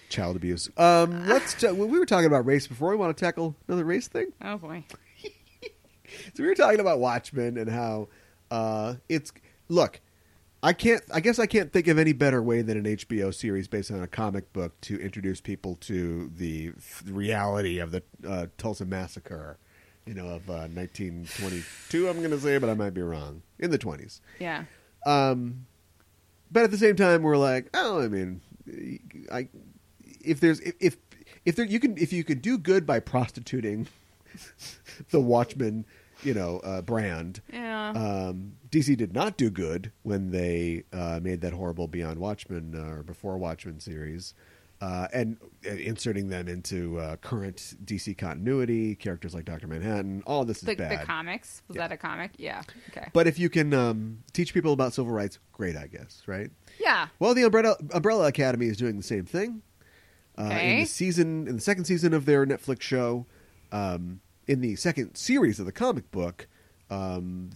S2: child abuse. Um, let's. ta- well, we were talking about race before. We want to tackle another race thing.
S3: oh boy
S2: So we were talking about Watchmen and how uh, it's. Look, I can't. I guess I can't think of any better way than an HBO series based on a comic book to introduce people to the f- reality of the uh, Tulsa massacre. You know, of uh, 1922. I'm going to say, but I might be wrong. In the 20s.
S3: yeah
S2: but at the same time, we're like, oh, I mean, I if there's if if, if there you can if you could do good by prostituting the Watchmen, you know, uh, brand.
S3: yeah
S2: Um, DC did not do good when they uh, made that horrible Beyond Watchmen uh, or Before Watchmen series, uh, and uh, inserting them into uh, current DC continuity, characters like Doctor Manhattan. All this is
S3: the,
S2: bad.
S3: the comics was
S2: Yeah.
S3: that a comic yeah okay
S2: but if you can um, teach people about civil rights, great, I guess, right?
S3: yeah
S2: Well, the Umbrella, Umbrella Academy is doing the same thing. Uh, In
S3: Okay.
S2: the season, in the second season of their Netflix show, um, in the second series of the comic book, um,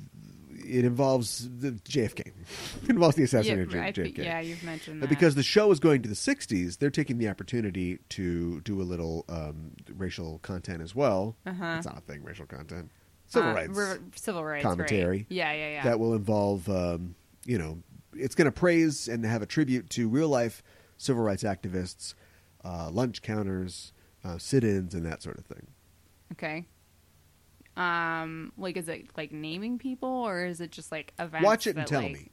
S2: it involves the JFK. it involves the
S3: yeah,
S2: assassination
S3: I
S2: of J- JFK.
S3: think- yeah you've mentioned
S2: But
S3: that
S2: Because the show is going to the 60s, they're taking the opportunity to do a little um, racial content as well.
S3: Uh-huh.
S2: It's not a thing, racial content. Civil
S3: Uh,
S2: rights
S3: re- civil rights
S2: commentary
S3: Right. Yeah, yeah, yeah.
S2: that will involve, um, you know, it's going to praise and have a tribute to real life civil rights activists, uh, lunch counters, uh, sit ins, and that sort of thing.
S3: okay. Um, like, is it like naming people, or is it just like events?
S2: Watch it and
S3: that,
S2: tell
S3: like-
S2: me.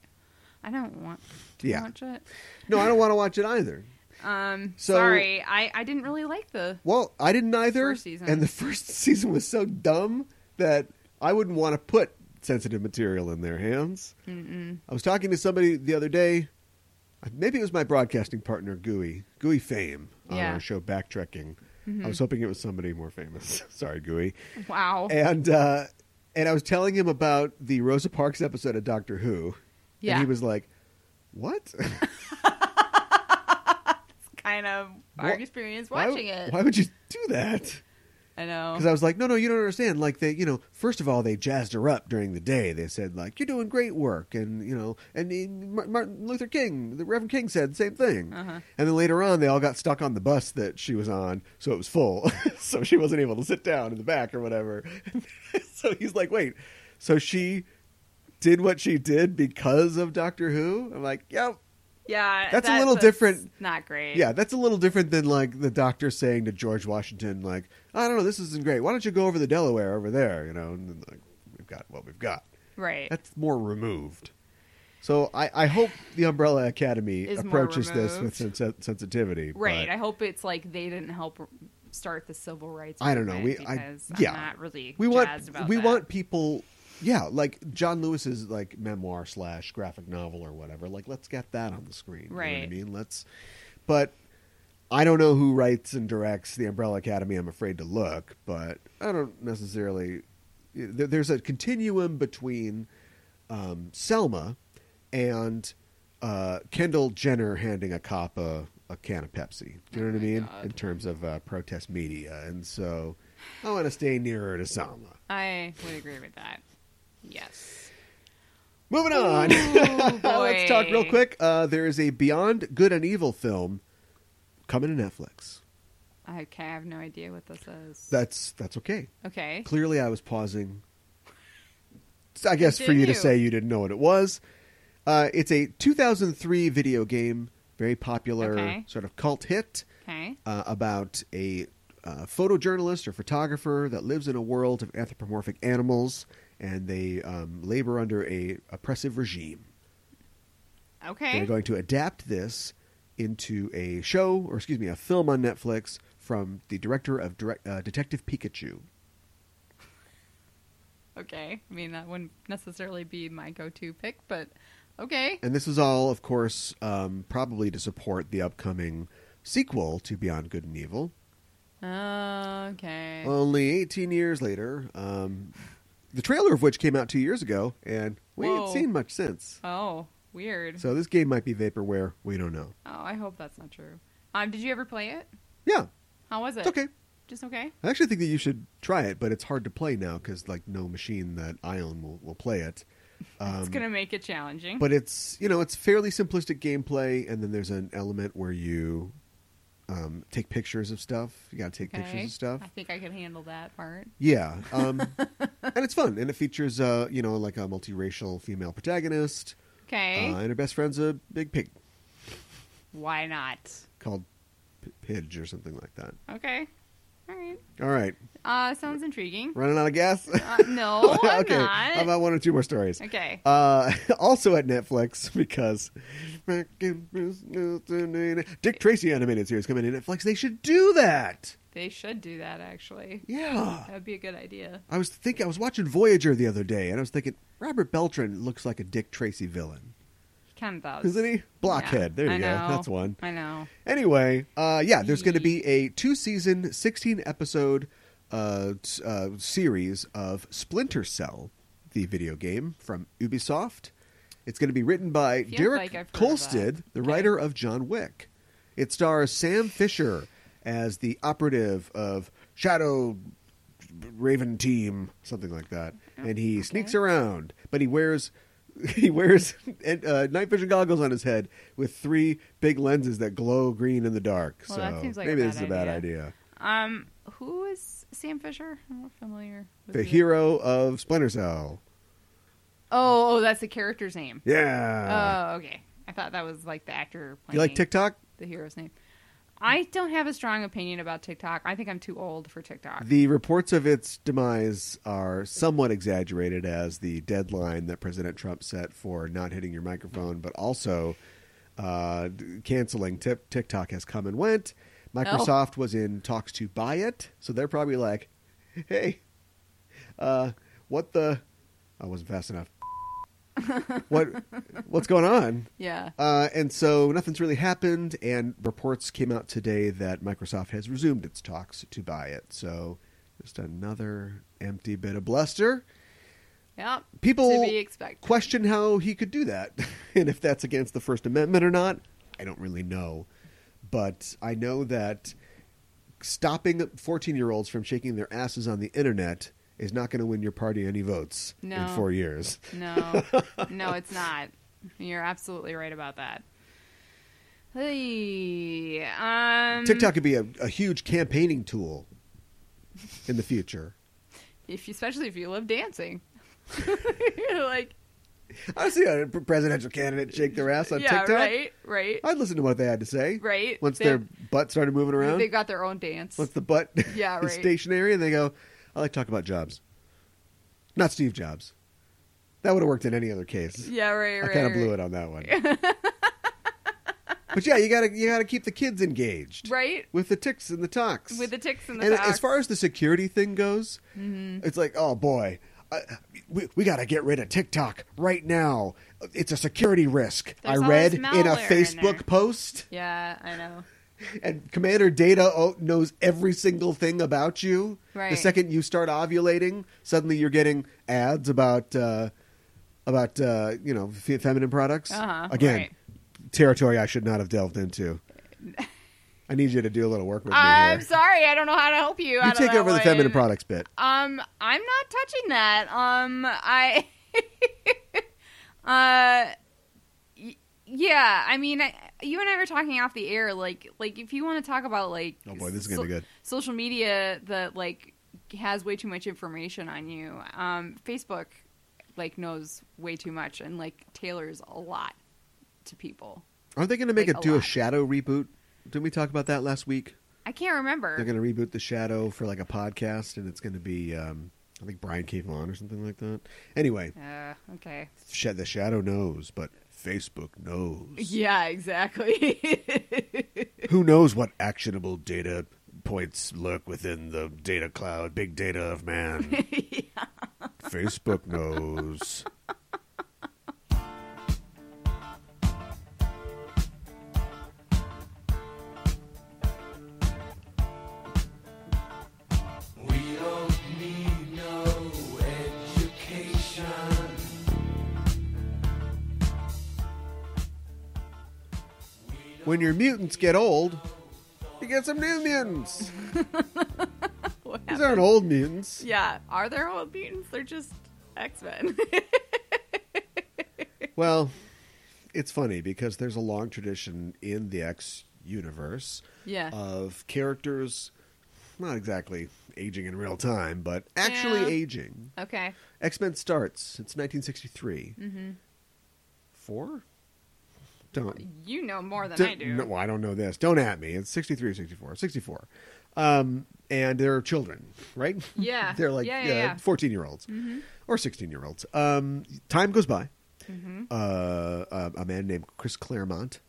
S3: I don't want. to
S2: Yeah.
S3: Watch it.
S2: No, I don't want to watch it either.
S3: Um,
S2: So-
S3: sorry, I I didn't really like the.
S2: Well, I didn't either.
S3: First season.
S2: And the first season was so dumb that I wouldn't want to put sensitive material in their hands. Mm-mm. I was talking to somebody the other day. uh, Maybe it was my broadcasting partner, Gooey, Gooey Fame, on
S3: Yeah. Mm-hmm.
S2: our show Backtracking. I was hoping it was somebody more famous. Sorry, Gooey.
S3: Wow.
S2: And uh, and I was telling him about the Rosa Parks episode of Doctor Who.
S3: Yeah.
S2: And he was like, "What?
S3: kind of our
S2: Wha-
S3: experience
S2: Why-
S3: watching it.
S2: Why would you do that?"
S3: I know.
S2: Because I was like, no, no, you don't understand. Like they, you know, first of all, they jazzed her up during the day. They said like, you're doing great work, and you know, and uh, Mar- Martin Luther King, the Reverend King said the same thing.
S3: Uh-huh.
S2: And then later on, they all got stuck on the bus that she was on, so it was full, so she wasn't able to sit down in the back or whatever. so he's like, wait, so she did what she did because of Doctor Who? I'm like, yep.
S3: yeah,
S2: That's a
S3: that-
S2: little different-
S3: Not great.
S2: Yeah, that's a little different than like the doctor saying to George Washington, like, I don't know, this isn't great. Why don't you go over the Delaware over there? You know, and then, like we've got what we've got.
S3: Right.
S2: That's more removed. So I, I hope the Umbrella Academy
S3: Is more
S2: approaches this with
S3: removed.
S2: sen- sensitivity.
S3: right.
S2: but
S3: I hope it's like they didn't help start the civil rights.
S2: I don't know.
S3: movement
S2: We I
S3: because I'm
S2: yeah.
S3: not really
S2: we want
S3: jazzed about
S2: we
S3: that.
S2: want people. Yeah, like John Lewis's like memoir slash graphic novel or whatever. Like, let's get that on the screen. You know what I
S3: Right.
S2: mean, let's. But I don't know who writes and directs the Umbrella Academy. I'm afraid to look, but I don't necessarily. there- There's a continuum between um, Selma and uh, Kendall Jenner handing a cop a, a can of Pepsi. Do you know
S3: Oh
S2: what I
S3: my
S2: mean?
S3: God.
S2: In terms of uh, protest media, and so I want to stay nearer to Selma.
S3: I would agree with that. Yes.
S2: Moving on. Uh,
S3: Ooh,
S2: Let's talk real
S3: boy.
S2: quick. Uh, there is a Beyond Good and Evil film coming to Netflix.
S3: I ca- I have no idea what this is.
S2: That's that's okay.
S3: okay.
S2: Clearly, I was pausing. I guess for
S3: Didn't
S2: you to
S3: you?
S2: say you didn't know what it was. Uh, it's a 2003 video game, very popular,
S3: Okay.
S2: sort of cult hit
S3: Okay.
S2: uh, about a uh, photojournalist or photographer that lives in a world of anthropomorphic animals, and they um, labor under a oppressive regime.
S3: Okay.
S2: They're going to adapt this into a show, or excuse me, a film on Netflix from the director of direct, uh, Detective Pikachu.
S3: Okay. I mean, that wouldn't necessarily be my go-to pick, but okay.
S2: And this is all, of course, um, probably to support the upcoming sequel to Beyond Good and Evil.
S3: Okay.
S2: Only 18 years later, um, the trailer of which came out two years ago, and we ain't
S3: Whoa.
S2: seen much since.
S3: oh, weird.
S2: So this game might be vaporware. We don't know.
S3: oh, I hope that's not true. Um, did you ever play it?
S2: Yeah,
S3: How was it?
S2: it's okay.
S3: Just okay.
S2: I actually think that you should try it, but it's hard to play now because like no machine that I own will, will play it. Um,
S3: it's gonna make it challenging.
S2: but it's you know it's fairly simplistic gameplay and then there's an element where you um, take pictures of stuff you gotta take
S3: Okay.
S2: pictures of stuff
S3: I think I can handle that part.
S2: yeah um, and it's fun and it features uh, you know like a multiracial female protagonist
S3: Okay.
S2: uh, and her best friend's a big pig
S3: Why not?
S2: called P- pidge or something like that
S3: Okay. All right.
S2: all right
S3: Uh, sounds intriguing.
S2: running out of gas
S3: Uh, no, I'm
S2: okay
S3: not.
S2: how about one or two more stories
S3: okay.
S2: Uh, also at Netflix because Dick Tracy animated series coming to Netflix. They should do that.
S3: they should do that actually.
S2: Yeah.
S3: That would be a good idea.
S2: I was thinking I was watching Voyager the other day, and I was thinking Robert Beltran looks like a Dick Tracy villain,
S3: He kind of does.
S2: isn't he? Blockhead.
S3: Yeah,
S2: there you
S3: I
S2: go.
S3: know.
S2: That's one.
S3: I know.
S2: Anyway, uh, yeah, there's going to
S3: Ye-
S2: be a two season, sixteen episode uh, t- uh, series of Splinter Cell, the video game from Ubisoft. It's going to be written by
S3: Feels
S2: Derek
S3: like I've heard of
S2: Kolstad,
S3: that.
S2: the
S3: Okay.
S2: writer of John Wick. It stars Sam Fisher as the operative of Shadow Raven Team, something like that,
S3: Oh,
S2: and he sneaks around, but he wears. He wears uh, night vision goggles on his head with three big lenses that glow green in the dark.
S3: Well,
S2: so
S3: that seems like a
S2: maybe
S3: bad
S2: this is a bad
S3: idea.
S2: idea.
S3: Um, who is Sam Fisher? I'm not familiar. with
S2: The
S3: who-
S2: hero of Splinter Cell.
S3: Oh, oh, that's the character's name.
S2: Yeah.
S3: oh, okay. I thought that was like the actor. Playing
S2: you like TikTok?
S3: The hero's name. I don't have a strong opinion about TikTok. I think I'm too old for TikTok.
S2: The reports of its demise are somewhat exaggerated as the deadline that President Trump set for not hitting your microphone, but also uh, d- canceling tip- TikTok has come and went. Microsoft was in talks to buy it, so they're probably like, hey, uh, what the? I wasn't fast enough. what what's going on?
S3: yeah.
S2: Uh, and so nothing's really happened, and reports came out today that Microsoft has resumed its talks to buy it. So just another empty bit of bluster.
S3: Yeah.
S2: People
S3: to be expected.
S2: question how he could do that and if that's against the First Amendment or not. I don't really know. But I know that stopping 14 year olds from shaking their asses on the internet is not going to win your party any votes in
S3: No.
S2: four years.
S3: No, no, it's not. You're absolutely right about that. Hey, um,
S2: TikTok could be a, a huge campaigning tool in the future.
S3: If you, especially if you love dancing, You're like
S2: I see a p- presidential candidate shake their ass on
S3: yeah,
S2: TikTok.
S3: right, right,
S2: I'd listen to what they had to say.
S3: right.
S2: Once
S3: They-
S2: their butt started moving around,
S3: they got their own dance.
S2: once the butt
S3: Yeah,
S2: is
S3: right.
S2: stationary, and they go, "I like to talk about jobs, not Steve Jobs." That would have worked in any other case.
S3: yeah, right,
S2: I
S3: right.
S2: kind of blew it on that one. but yeah, you gotta you gotta keep the kids engaged,
S3: Right
S2: With the ticks and the talks.
S3: with the ticks and the Mm-hmm.
S2: And
S3: socks.
S2: as far as the security thing goes, it's like, oh boy, I, we, we got to get rid of TikTok right now. It's a security risk.
S3: There's
S2: I
S3: all
S2: read
S3: this
S2: in
S3: malware
S2: a
S3: in
S2: Facebook
S3: there.
S2: post,
S3: yeah, I know.
S2: and Commander Data o- knows every single thing about you. The
S3: Right.
S2: second you start ovulating, suddenly you're getting ads about uh, about uh, you know f- feminine products.
S3: Uh-huh,
S2: Again,
S3: right.
S2: territory I should not have delved into. I need you to do a little work with me
S3: I'm
S2: here.
S3: sorry, I don't know how to help you.
S2: You
S3: out of
S2: take
S3: that
S2: over the
S3: one.
S2: feminine products bit.
S3: Um, I'm not touching that. Um, I, uh, y- yeah. I mean, I, you and I were talking off the air. Like, like if you want to talk about like,
S2: Oh boy, this is gonna be good.
S3: Social media that like has way too much information on you. Um, Facebook like knows way too much and like tailors a lot to people.
S2: Aren't they going to make
S3: Like,
S2: it
S3: a
S2: do a
S3: lot.
S2: shadow reboot? Didn't we talk about that last week?
S3: I can't remember.
S2: They're going to reboot the shadow for like a podcast, and it's going to be um, I think Brian Cavelan or something like that. Anyway,
S3: uh, okay.
S2: sh- the shadow knows, but Facebook knows.
S3: Yeah, exactly.
S2: Who knows what actionable data points lurk within the data cloud, big data of man? Facebook knows.
S1: We don't need no education.
S2: When your mutants get old, you get some new mutants.
S3: What
S2: These aren't old mutants.
S3: Yeah. Are there old mutants? They're just X Men.
S2: Well, it's funny because there's a long tradition in the X universe
S3: yeah.
S2: of characters not exactly aging in real time, but actually
S3: Yeah.
S2: aging.
S3: okay.
S2: X Men starts. It's 1963. Mm-hmm. Four? Don't.
S3: You know more than I
S2: don't-
S3: do.
S2: No, well, I don't know this. Don't at me. It's 63 or 64. 64. Um, and they're children, right?
S3: Yeah.
S2: they're like
S3: yeah, yeah, yeah. Mm-hmm.
S2: 14 year olds or 16 year olds. Um, time goes by.
S3: Mm-hmm.
S2: Uh, a, a man named Chris Claremont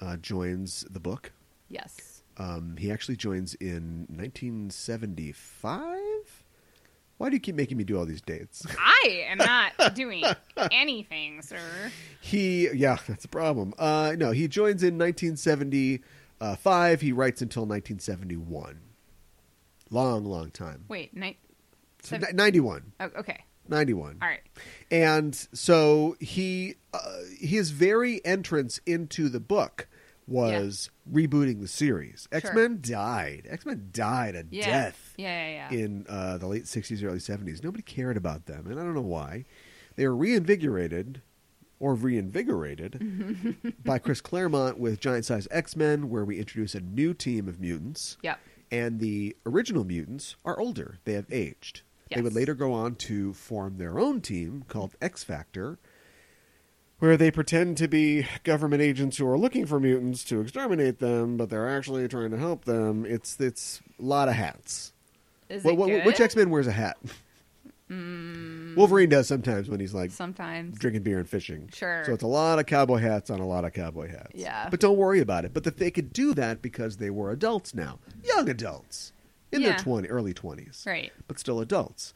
S2: uh, joins the book.
S3: yes.
S2: Um, he actually joins in 1975. Why do you keep making me do all these dates?
S3: I am not doing anything, sir.
S2: He, yeah, that's a problem. Uh, no, he joins in 1975. He writes until 1971. Long, long time.
S3: Wait, night.
S2: So,
S3: seven-
S2: ni- 91.
S3: oh, okay.
S2: 91.
S3: All right.
S2: And so he, uh, his very entrance into the book was rebooting the series. X Men died. X Men died a
S3: Yeah.
S2: death
S3: Yeah, yeah, yeah.
S2: in uh, the late 60s, early 70s. Nobody cared about them, and I don't know why. They were reinvigorated or reinvigorated by Chris Claremont with Giant Size X Men, where we introduce a new team of mutants.
S3: Yep.
S2: And the original mutants are older, they have aged. They would
S3: Yes.
S2: later go on to form their own team called X Factor. Where they pretend to be government agents who are looking for mutants to exterminate them, but they're actually trying to help them. It's it's a lot of hats.
S3: Is
S2: Wh-
S3: it
S2: wh-
S3: good? Mm.
S2: Which X Men wears a hat? Wolverine does sometimes when he's like
S3: Sometimes.
S2: drinking beer and fishing.
S3: Sure.
S2: So it's a lot of cowboy hats on a lot of cowboy hats.
S3: Yeah.
S2: But don't worry about it. But that they could do that because they were adults now, young adults in their
S3: Yeah.
S2: 20, early twenties,
S3: Right.
S2: But still adults.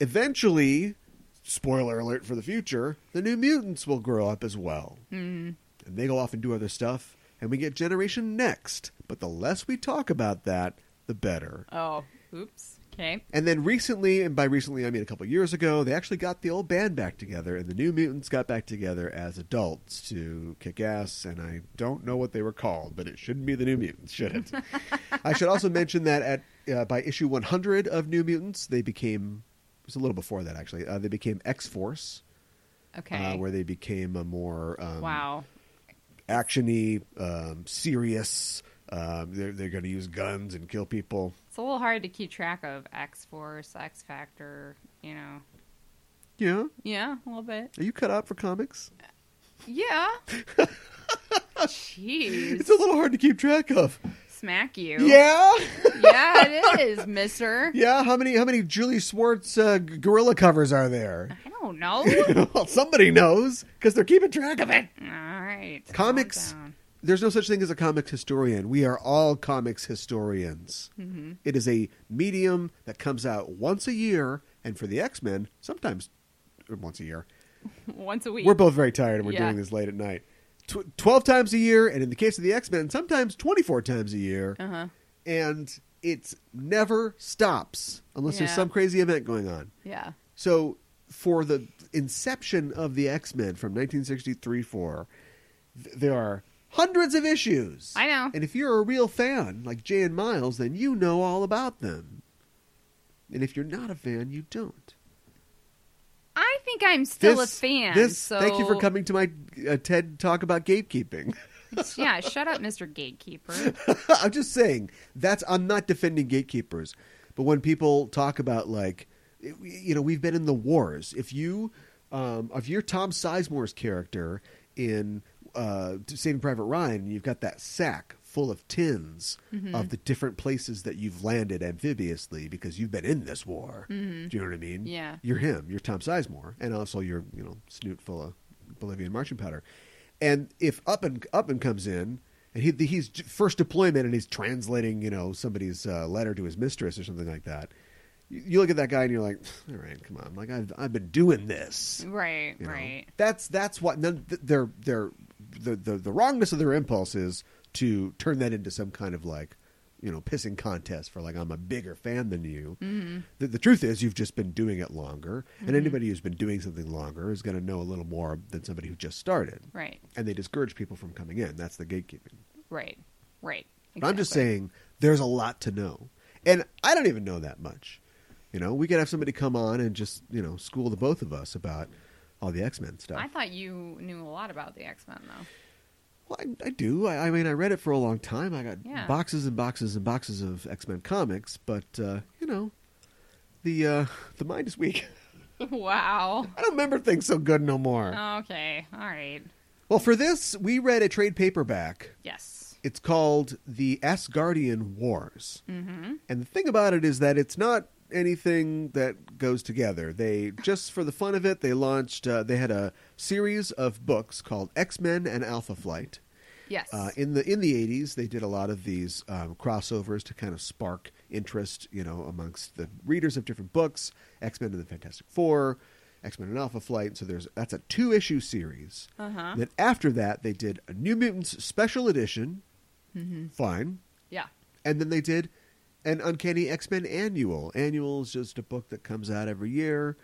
S2: Eventually, spoiler alert for the future: the New Mutants will grow up as well, mm.
S3: Mm-hmm.
S2: and they go off and do other stuff. And we get Generation Next. But the less we talk about that, the better.
S3: Oh, oops. Okay.
S2: And then recently, and by recently I mean a couple years ago, they actually got the old band back together, and the New Mutants got back together as adults to kick ass. And I don't know what they were called, but it shouldn't be the New Mutants, should it? I should also mention that at uh, by issue 100 of New Mutants, they became it was a little before that actually. Uh, they became X Force,
S3: Okay.
S2: uh, where they became a more um,
S3: wow.
S2: actiony, um, serious. Um, they're they're going to use guns and kill people.
S3: It's a little hard to keep track of X Force, X Factor. You know.
S2: Yeah,
S3: Yeah, a little bit.
S2: are you cut out for comics?
S3: Yeah. Jeez.
S2: It's a little hard to keep track of.
S3: Smack you.
S2: Yeah,
S3: Yeah, it is, mister.
S2: yeah. How many how many Julie Swartz uh, g- gorilla covers are there?
S3: I don't know.
S2: well, somebody knows because they're keeping track of it.
S3: All right. calm
S2: Comics.
S3: down.
S2: There's no such thing as a comics historian. We are all comics historians.
S3: Mm-hmm.
S2: It is a medium that comes out once a year, and for the X Men, sometimes uh, once a year.
S3: Once a week.
S2: We're both very tired, and we're
S3: Yeah.
S2: doing this late at night. Tw- Twelve times a year, and in the case of the X Men, sometimes twenty-four times a year.
S3: Uh-huh.
S2: and it never stops unless there's
S3: Yeah.
S2: some crazy event going on.
S3: Yeah.
S2: So for the inception of the X Men from 1963 4, th- there are hundreds of issues.
S3: I know.
S2: And if you're a real fan like Jay and Miles, then you know all about them. And if you're not a fan, you don't.
S3: I think I'm still
S2: This-
S3: a fan.
S2: This,
S3: so
S2: thank you for coming to my uh, TED talk about gatekeeping.
S3: yeah, shut up, Mr. Gatekeeper.
S2: I'm just saying that's I'm not defending gatekeepers, but when people talk about like, you know, we've been in the wars. If you, um, if you're Tom Sizemore's character in uh, Saving Private Ryan, and you've got that sack full of tins of the different places that you've landed amphibiously because you've been in this war. Do you know what I mean?
S3: Yeah.
S2: You're him. You're Tom Sizemore, and also you're you know snoot full of Bolivian marching powder. And if up and up and comes in, and he he's j- first deployment, and he's translating you know somebody's uh, letter to his mistress or something like that. You, you look at that guy and you're like, all right, come on, like I've I've been doing this.
S3: Right,
S2: you know?
S3: right.
S2: That's that's what none, th- their their the, the the wrongness of their impulse is to turn that into some kind of like you know pissing contest for like I'm a bigger fan than you.
S3: Mm-hmm.
S2: The, the truth is you've just been doing it longer, and anybody who's been doing something longer is going to know a little more than somebody who just started.
S3: Right,
S2: And they discourage people from coming in. That's the gatekeeping.
S3: right, right.
S2: But I'm just
S3: Exactly.
S2: saying there's a lot to know. And I don't even know that much. You know, we could have somebody come on and just, you know, school the both of us about all the X Men stuff.
S3: I thought you knew a lot about the X Men, though.
S2: Well, I, I do. I, I mean, I read it for a long time. I got
S3: Yeah.
S2: boxes and boxes and boxes of X Men comics, but uh, you know, the uh, the mind is weak.
S3: wow.
S2: I don't remember things so good no more.
S3: Oh. Okay. All right.
S2: Well, for this, we read a trade paperback.
S3: Yes.
S2: It's called The Asgardian Wars, mm-hmm. and the thing about it is that it's not anything that goes together. They just for the fun of it, they launched. Uh, they had a series of books called X Men and Alpha Flight.
S3: Yes.
S2: Uh, in the in the eighties, they did a lot of these um, crossovers to kind of spark interest, you know, amongst the readers of different books. X Men and the Fantastic Four, X Men and Alpha Flight. So there's that's a two issue series.
S3: Uh-huh.
S2: Then after that, they did a New Mutants special edition. Fine,
S3: yeah.
S2: and then they did an Uncanny X Men annual. Annual is just a book that comes out every year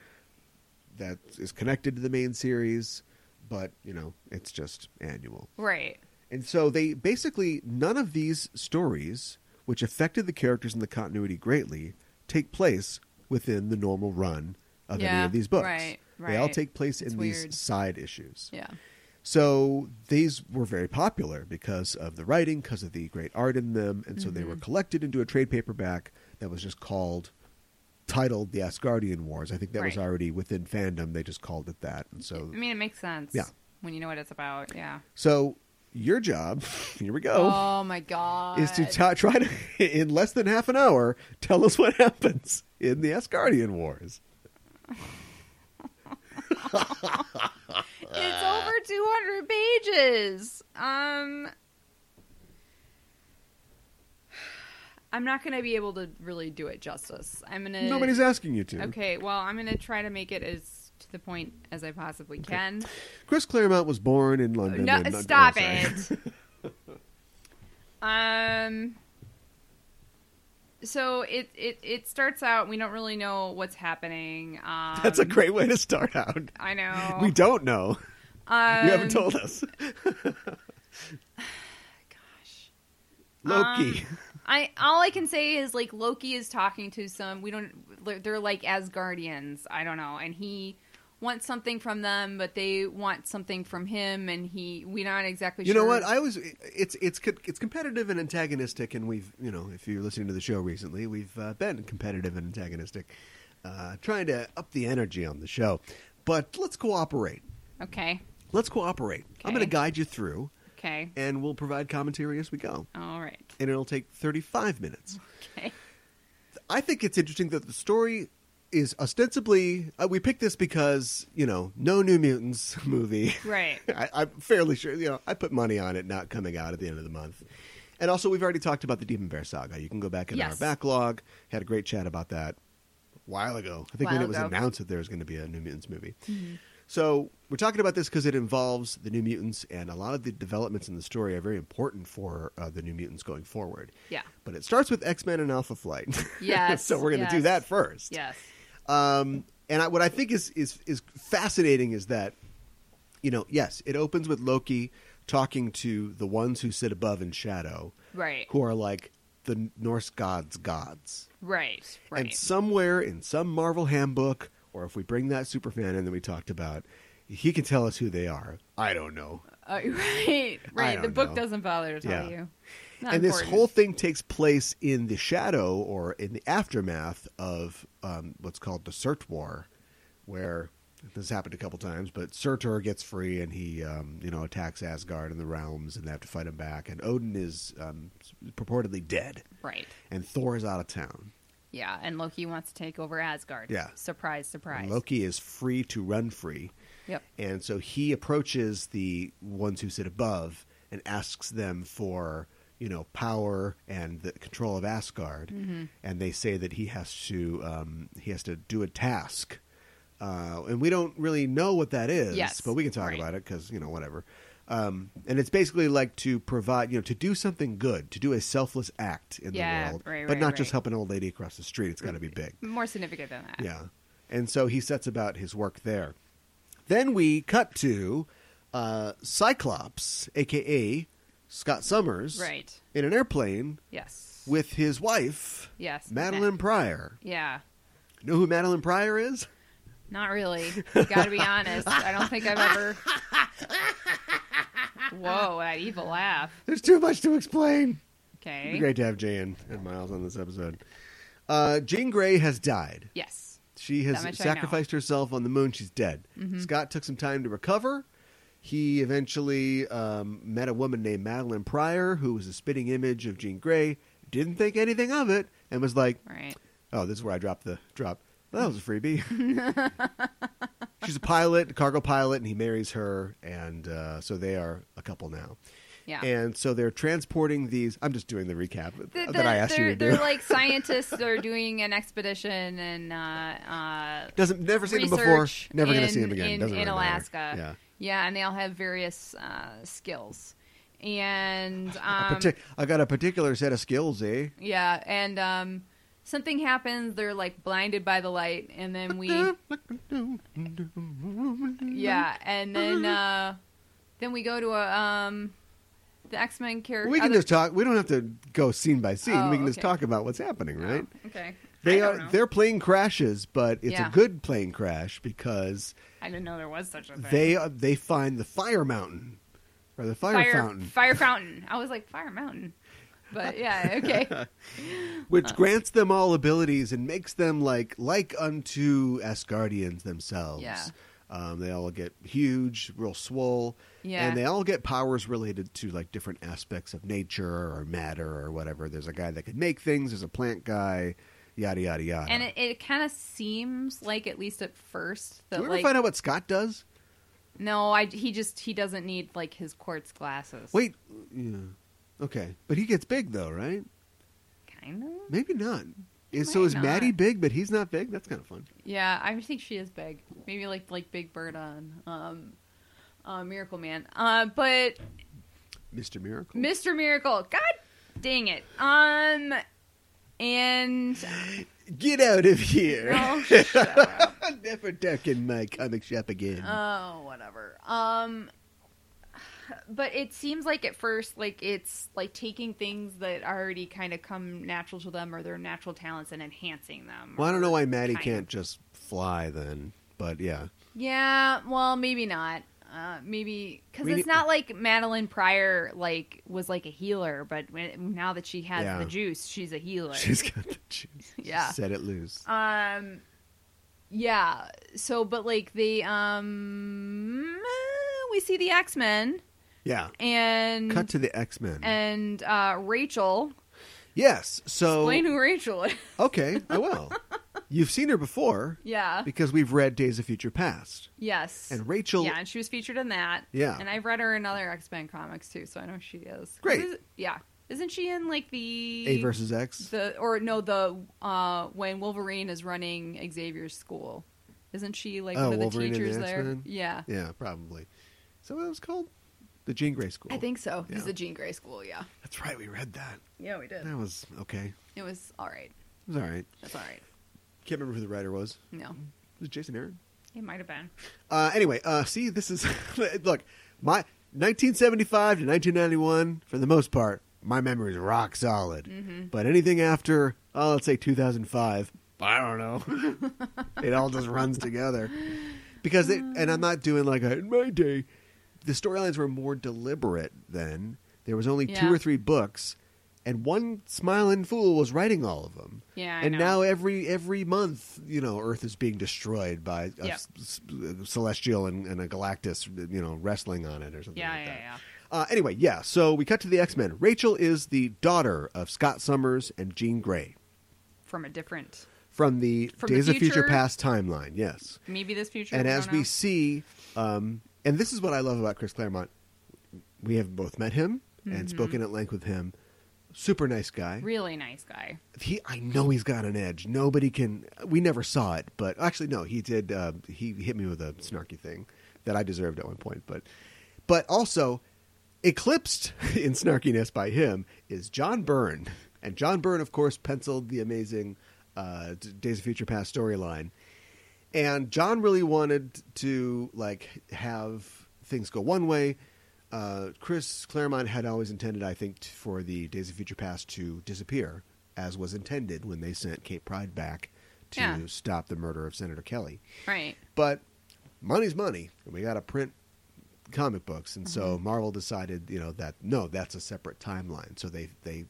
S2: that is connected to the main series, but you know, it's just annual.
S3: Right.
S2: And so they basically none of these stories, which affected the characters in the continuity greatly, take place within the normal run of any
S3: Yeah,
S2: of these books.
S3: right,
S2: They all
S3: right.
S2: take place
S3: It's
S2: in
S3: weird.
S2: these side issues.
S3: Yeah.
S2: So these were very popular because of the writing, because of the great art in them, and so they
S3: Mm-hmm.
S2: were collected into a trade paperback that was just called titled The Asgardian Wars. I think that was
S3: Right.
S2: already within fandom, they just called it that. And so
S3: I mean, it makes sense.
S2: Yeah.
S3: When you know what it's about. Yeah.
S2: so your job, here we go.
S3: Oh my god.
S2: is to t- try to, in less than half an hour, tell us what happens in the Asgardian Wars.
S3: It's over 200 pages. Um I'm not going to be able to really do it justice. I'm going to
S2: Nobody's asking you to.
S3: Eh. Okay, well, I'm going to try to make it as to the point as I possibly can.
S2: Chris Claremont was born in London.
S3: No,
S2: in-
S3: stop
S2: oh, sorry.
S3: it. um. So it, it it starts out. We don't really know what's happening. Um,
S2: That's a great way to start out.
S3: I know.
S2: We don't know.
S3: Um,
S2: you haven't told us.
S3: gosh.
S2: Loki.
S3: um, I all I can say is like Loki is talking to some. We don't. They're like Asgardians. I don't know, and he wants something from them, but they want something from him, and he. We're not exactly.
S2: you
S3: sure.
S2: know what? I always it's it's co- it's competitive and antagonistic, and we've you know if you're listening to the show recently, we've uh, been competitive and antagonistic, uh, trying to up the energy on the show. But let's cooperate.
S3: okay.
S2: Let's cooperate. I'm going
S3: Okay.
S2: to guide you through,
S3: Okay.
S2: and we'll provide commentary as we go.
S3: All right.
S2: And it'll take 35 minutes.
S3: Okay.
S2: I think it's interesting that the story is ostensibly uh, we picked this because you know no New Mutants movie.
S3: Right.
S2: I, I'm fairly sure. You know, I put money on it not coming out at the end of the month. And also, we've already talked about the Demon Bear saga. You can go back in our
S3: Yes.
S2: backlog. Had a great chat about that a while ago. I think when
S3: While
S2: it was
S3: ago. Mm-hmm.
S2: announced that there was going to be a New Mutants movie. So we're talking about this because it involves the New Mutants, and a lot of the developments in the story are very important for uh, the New Mutants going forward.
S3: Yeah.
S2: But it starts with X Men and Alpha Flight.
S3: Yes,
S2: so we're going to do
S3: yes.
S2: that first.
S3: Yes.
S2: Um, and I, what I think is, is is fascinating is that, you know, yes, it opens with Loki talking to the ones who sit above in shadow,
S3: Right.
S2: who are like the Norse gods' gods.
S3: Right. Right.
S2: And somewhere in some Marvel handbook, or if we bring that superfan in that we talked about, he can tell us who they are. I don't know.
S3: Uh, right. Right. The
S2: don't
S3: book
S2: know.
S3: doesn't bother to
S2: Yeah.
S3: tell you. Not
S2: and this
S3: important.
S2: whole thing takes place in the shadow or in the aftermath of um, what's called the Surt War, where this happened a couple times. But Surtur gets free and he, um, you know, attacks Asgard and the realms, and they have to fight him back. And Odin is um, purportedly dead,
S3: Right.
S2: and Thor is out of town.
S3: Yeah, and Loki wants to take over Asgard.
S2: Yeah.
S3: Surprise,
S2: And
S3: surprise.
S2: Loki is free to run free,
S3: Yep.
S2: and so he approaches the ones who sit above and asks them for you know power and the control of Asgard,
S3: Mm-hmm.
S2: and they say that he has to um, he has to do a task, uh, and we don't really know what that is,
S3: Yes,
S2: but we can talk
S3: right.
S2: about it because you know whatever. Um, and it's basically like to provide, you know, to do something good, to do a selfless act in
S3: Yeah,
S2: the world,
S3: right,
S2: but
S3: right,
S2: not just
S3: right.
S2: help an old lady across the street. It's got to be big.
S3: More significant than that.
S2: Yeah. And so he sets about his work there. Then we cut to uh, Cyclops, aka Scott Summers,
S3: Right.
S2: in an airplane
S3: Yes.
S2: with his wife,
S3: yes.
S2: Madeline
S3: Ma-
S2: Pryor.
S3: yeah.
S2: You know who Madeline Pryor is?
S3: Not really. Got to be honest. I don't think I've ever. Whoa! That evil laugh.
S2: There's too much to explain. It'd
S3: Okay.
S2: be great to have Jay and, and Miles on this episode. Uh, Jean Grey has died.
S3: Yes.
S2: She
S3: That
S2: has
S3: much I Mm-hmm.
S2: sacrificed herself on the moon. She's dead. Scott took some time to recover. He eventually um, met a woman named Madeline Pryor, who was a spitting image of Jean Grey. Didn't think anything of it, and was like,
S3: Right.
S2: "Oh, this is where I dropped the drop. Well, that was a freebie." She's a pilot, a cargo pilot, and he marries her, and uh, so they are a couple now.
S3: Yeah.
S2: And so they're transporting these. I'm just doing the recap
S3: The-
S2: that I
S3: the-
S2: asked
S3: they're,
S2: you to do.
S3: they're like scientists. They're doing an expedition and uh, uh,
S2: Doesn't never seen him before.
S3: research
S2: Never
S3: in,
S2: gonna see him again.
S3: in,
S2: Doesn't
S3: in
S2: really matter.
S3: Alaska.
S2: Yeah.
S3: Yeah, and they all have various uh, skills. And
S2: A
S3: um,
S2: partic- I got a particular set of skills, eh?
S3: yeah, and um, something happens. They're like blinded by the light, and then we yeah, and then uh, then we go to a um, the X Men character.
S2: We can just talk. We don't have to go scene by scene.
S3: Oh,
S2: we can just
S3: okay.
S2: talk about what's happening, right?
S3: okay.
S2: They
S3: I
S2: are
S3: don't know.
S2: their plane crashes, but it's
S3: Yeah.
S2: a good plane crash because
S3: I didn't know there was such a thing.
S2: they are, they find the fire mountain or the fire,
S3: fire
S2: fountain,
S3: Fire fountain. I was like fire mountain, but yeah, okay.
S2: which grants them all abilities and makes them like like unto Asgardians themselves.
S3: Yeah.
S2: Um, they all get huge, real swole,
S3: Yeah.
S2: and they all get powers related to like different aspects of nature or matter or whatever. There's a guy that can make things. There's a plant guy, yada yada yada.
S3: And it, it kind of seems like, at least at first, that
S2: Do we ever
S3: like
S2: find out what Scott does?
S3: no, I he just he doesn't need like his quartz glasses.
S2: Wait, yeah, okay, but he gets big though, right?
S3: kind of.
S2: Maybe not.
S3: He
S2: Is- so
S3: might
S2: is Maddie
S3: not.
S2: big, but he's not big? That's kind of fun.
S3: Yeah, I think she is big. Maybe like like Big Bird on um, uh, Miracle Man. Uh, but
S2: Mister Miracle.
S3: Mr. Miracle, God dang it. Um, and
S2: Get out of here!
S3: oh, shut up.
S2: I'm never ducking my comic shop again.
S3: Oh, whatever. Um, but it seems like at first, like it's like taking things that already kind of come natural to them or their natural talents and enhancing them.
S2: well, I don't know why Maddie
S3: kind of.
S2: can't just fly then, but yeah.
S3: Yeah, well, maybe not. Uh, maybe because
S2: We
S3: it's
S2: need-
S3: not like Madeline Pryor like was like a healer, but when, now that she has
S2: Yeah.
S3: the juice, she's a healer.
S2: She's got the juice.
S3: Yeah.
S2: Set it loose.
S3: Um, yeah. So, but like the um, we see the X Men
S2: yeah.
S3: and
S2: Cut to the X Men.
S3: and uh, Rachel.
S2: yes. So
S3: Explain who Rachel is.
S2: okay, I will. You've seen her before
S3: yeah.
S2: because we've read Days of Future Past,
S3: Yes.
S2: and Rachel.
S3: yeah, and she was featured in that.
S2: Yeah.
S3: And I've read her in other X Men comics too, so I know she is.
S2: Great.
S3: Is- yeah. Isn't she in like the
S2: A versus X.
S3: the or no the uh when Wolverine is running Xavier's school? Isn't she like
S2: Oh,
S3: one of
S2: Wolverine
S3: the
S2: and the
S3: teachers there?
S2: X-Men?
S3: Yeah.
S2: yeah, probably. Is that what it was called? The Jean Grey School.
S3: I think so. He's
S2: Yeah.
S3: the Jean Grey school, yeah.
S2: That's right. We read that.
S3: Yeah, we did.
S2: That was okay.
S3: It was all right.
S2: It was all right.
S3: That's all right.
S2: Can't remember who the writer was.
S3: No.
S2: Was it Jason Aaron?
S3: It might have been.
S2: Uh, anyway, uh, see, this is look my 1975 to 1991, for the most part, my memory is rock solid. But anything after, oh, let's say 2005, I don't know. it all just runs together. Because, it, and I'm not doing like a, in my day, the storylines were more deliberate then. There was only two
S3: Yeah.
S2: or three books, and one smiling fool was writing all of them.
S3: Yeah, I
S2: and
S3: know.
S2: now every every month, you know, Earth is being destroyed by a
S3: Yep.
S2: s- s- uh, celestial and, and a Galactus, you know, wrestling on it or something.
S3: Yeah,
S2: like
S3: yeah,
S2: that.
S3: yeah.
S2: Uh, anyway, yeah. So we cut to the X Men. Rachel is the daughter of Scott Summers and Jean Grey
S3: from a different,
S2: from the
S3: From the
S2: Days of Future
S3: future?
S2: Past timeline. Yes,
S3: maybe this future.
S2: and
S3: we
S2: as
S3: don't know.
S2: we see, um, and this is what I love about Chris Claremont. We have both met him
S3: Mm-hmm.
S2: and spoken at length with him. Super nice guy.
S3: really nice guy.
S2: he I know he's got an edge. Nobody can. We never saw it, but actually, no, he did. Uh, he hit me with a snarky thing that I deserved at one point, but but also eclipsed in snarkiness by him is John Byrne, and John Byrne, of course, penciled the amazing uh, D- Days of Future Past storyline, and John really wanted to like have things go one way. Uh, Chris Claremont had always intended, I think, t- for the Days of Future Past to disappear, as was intended when they sent Kate Pride back to
S3: Yeah.
S2: stop the murder of Senator Kelly.
S3: Right.
S2: But money's money, and we got to print comic books, and
S3: Mm-hmm.
S2: so Marvel decided, you know, that no, that's a separate timeline. So they they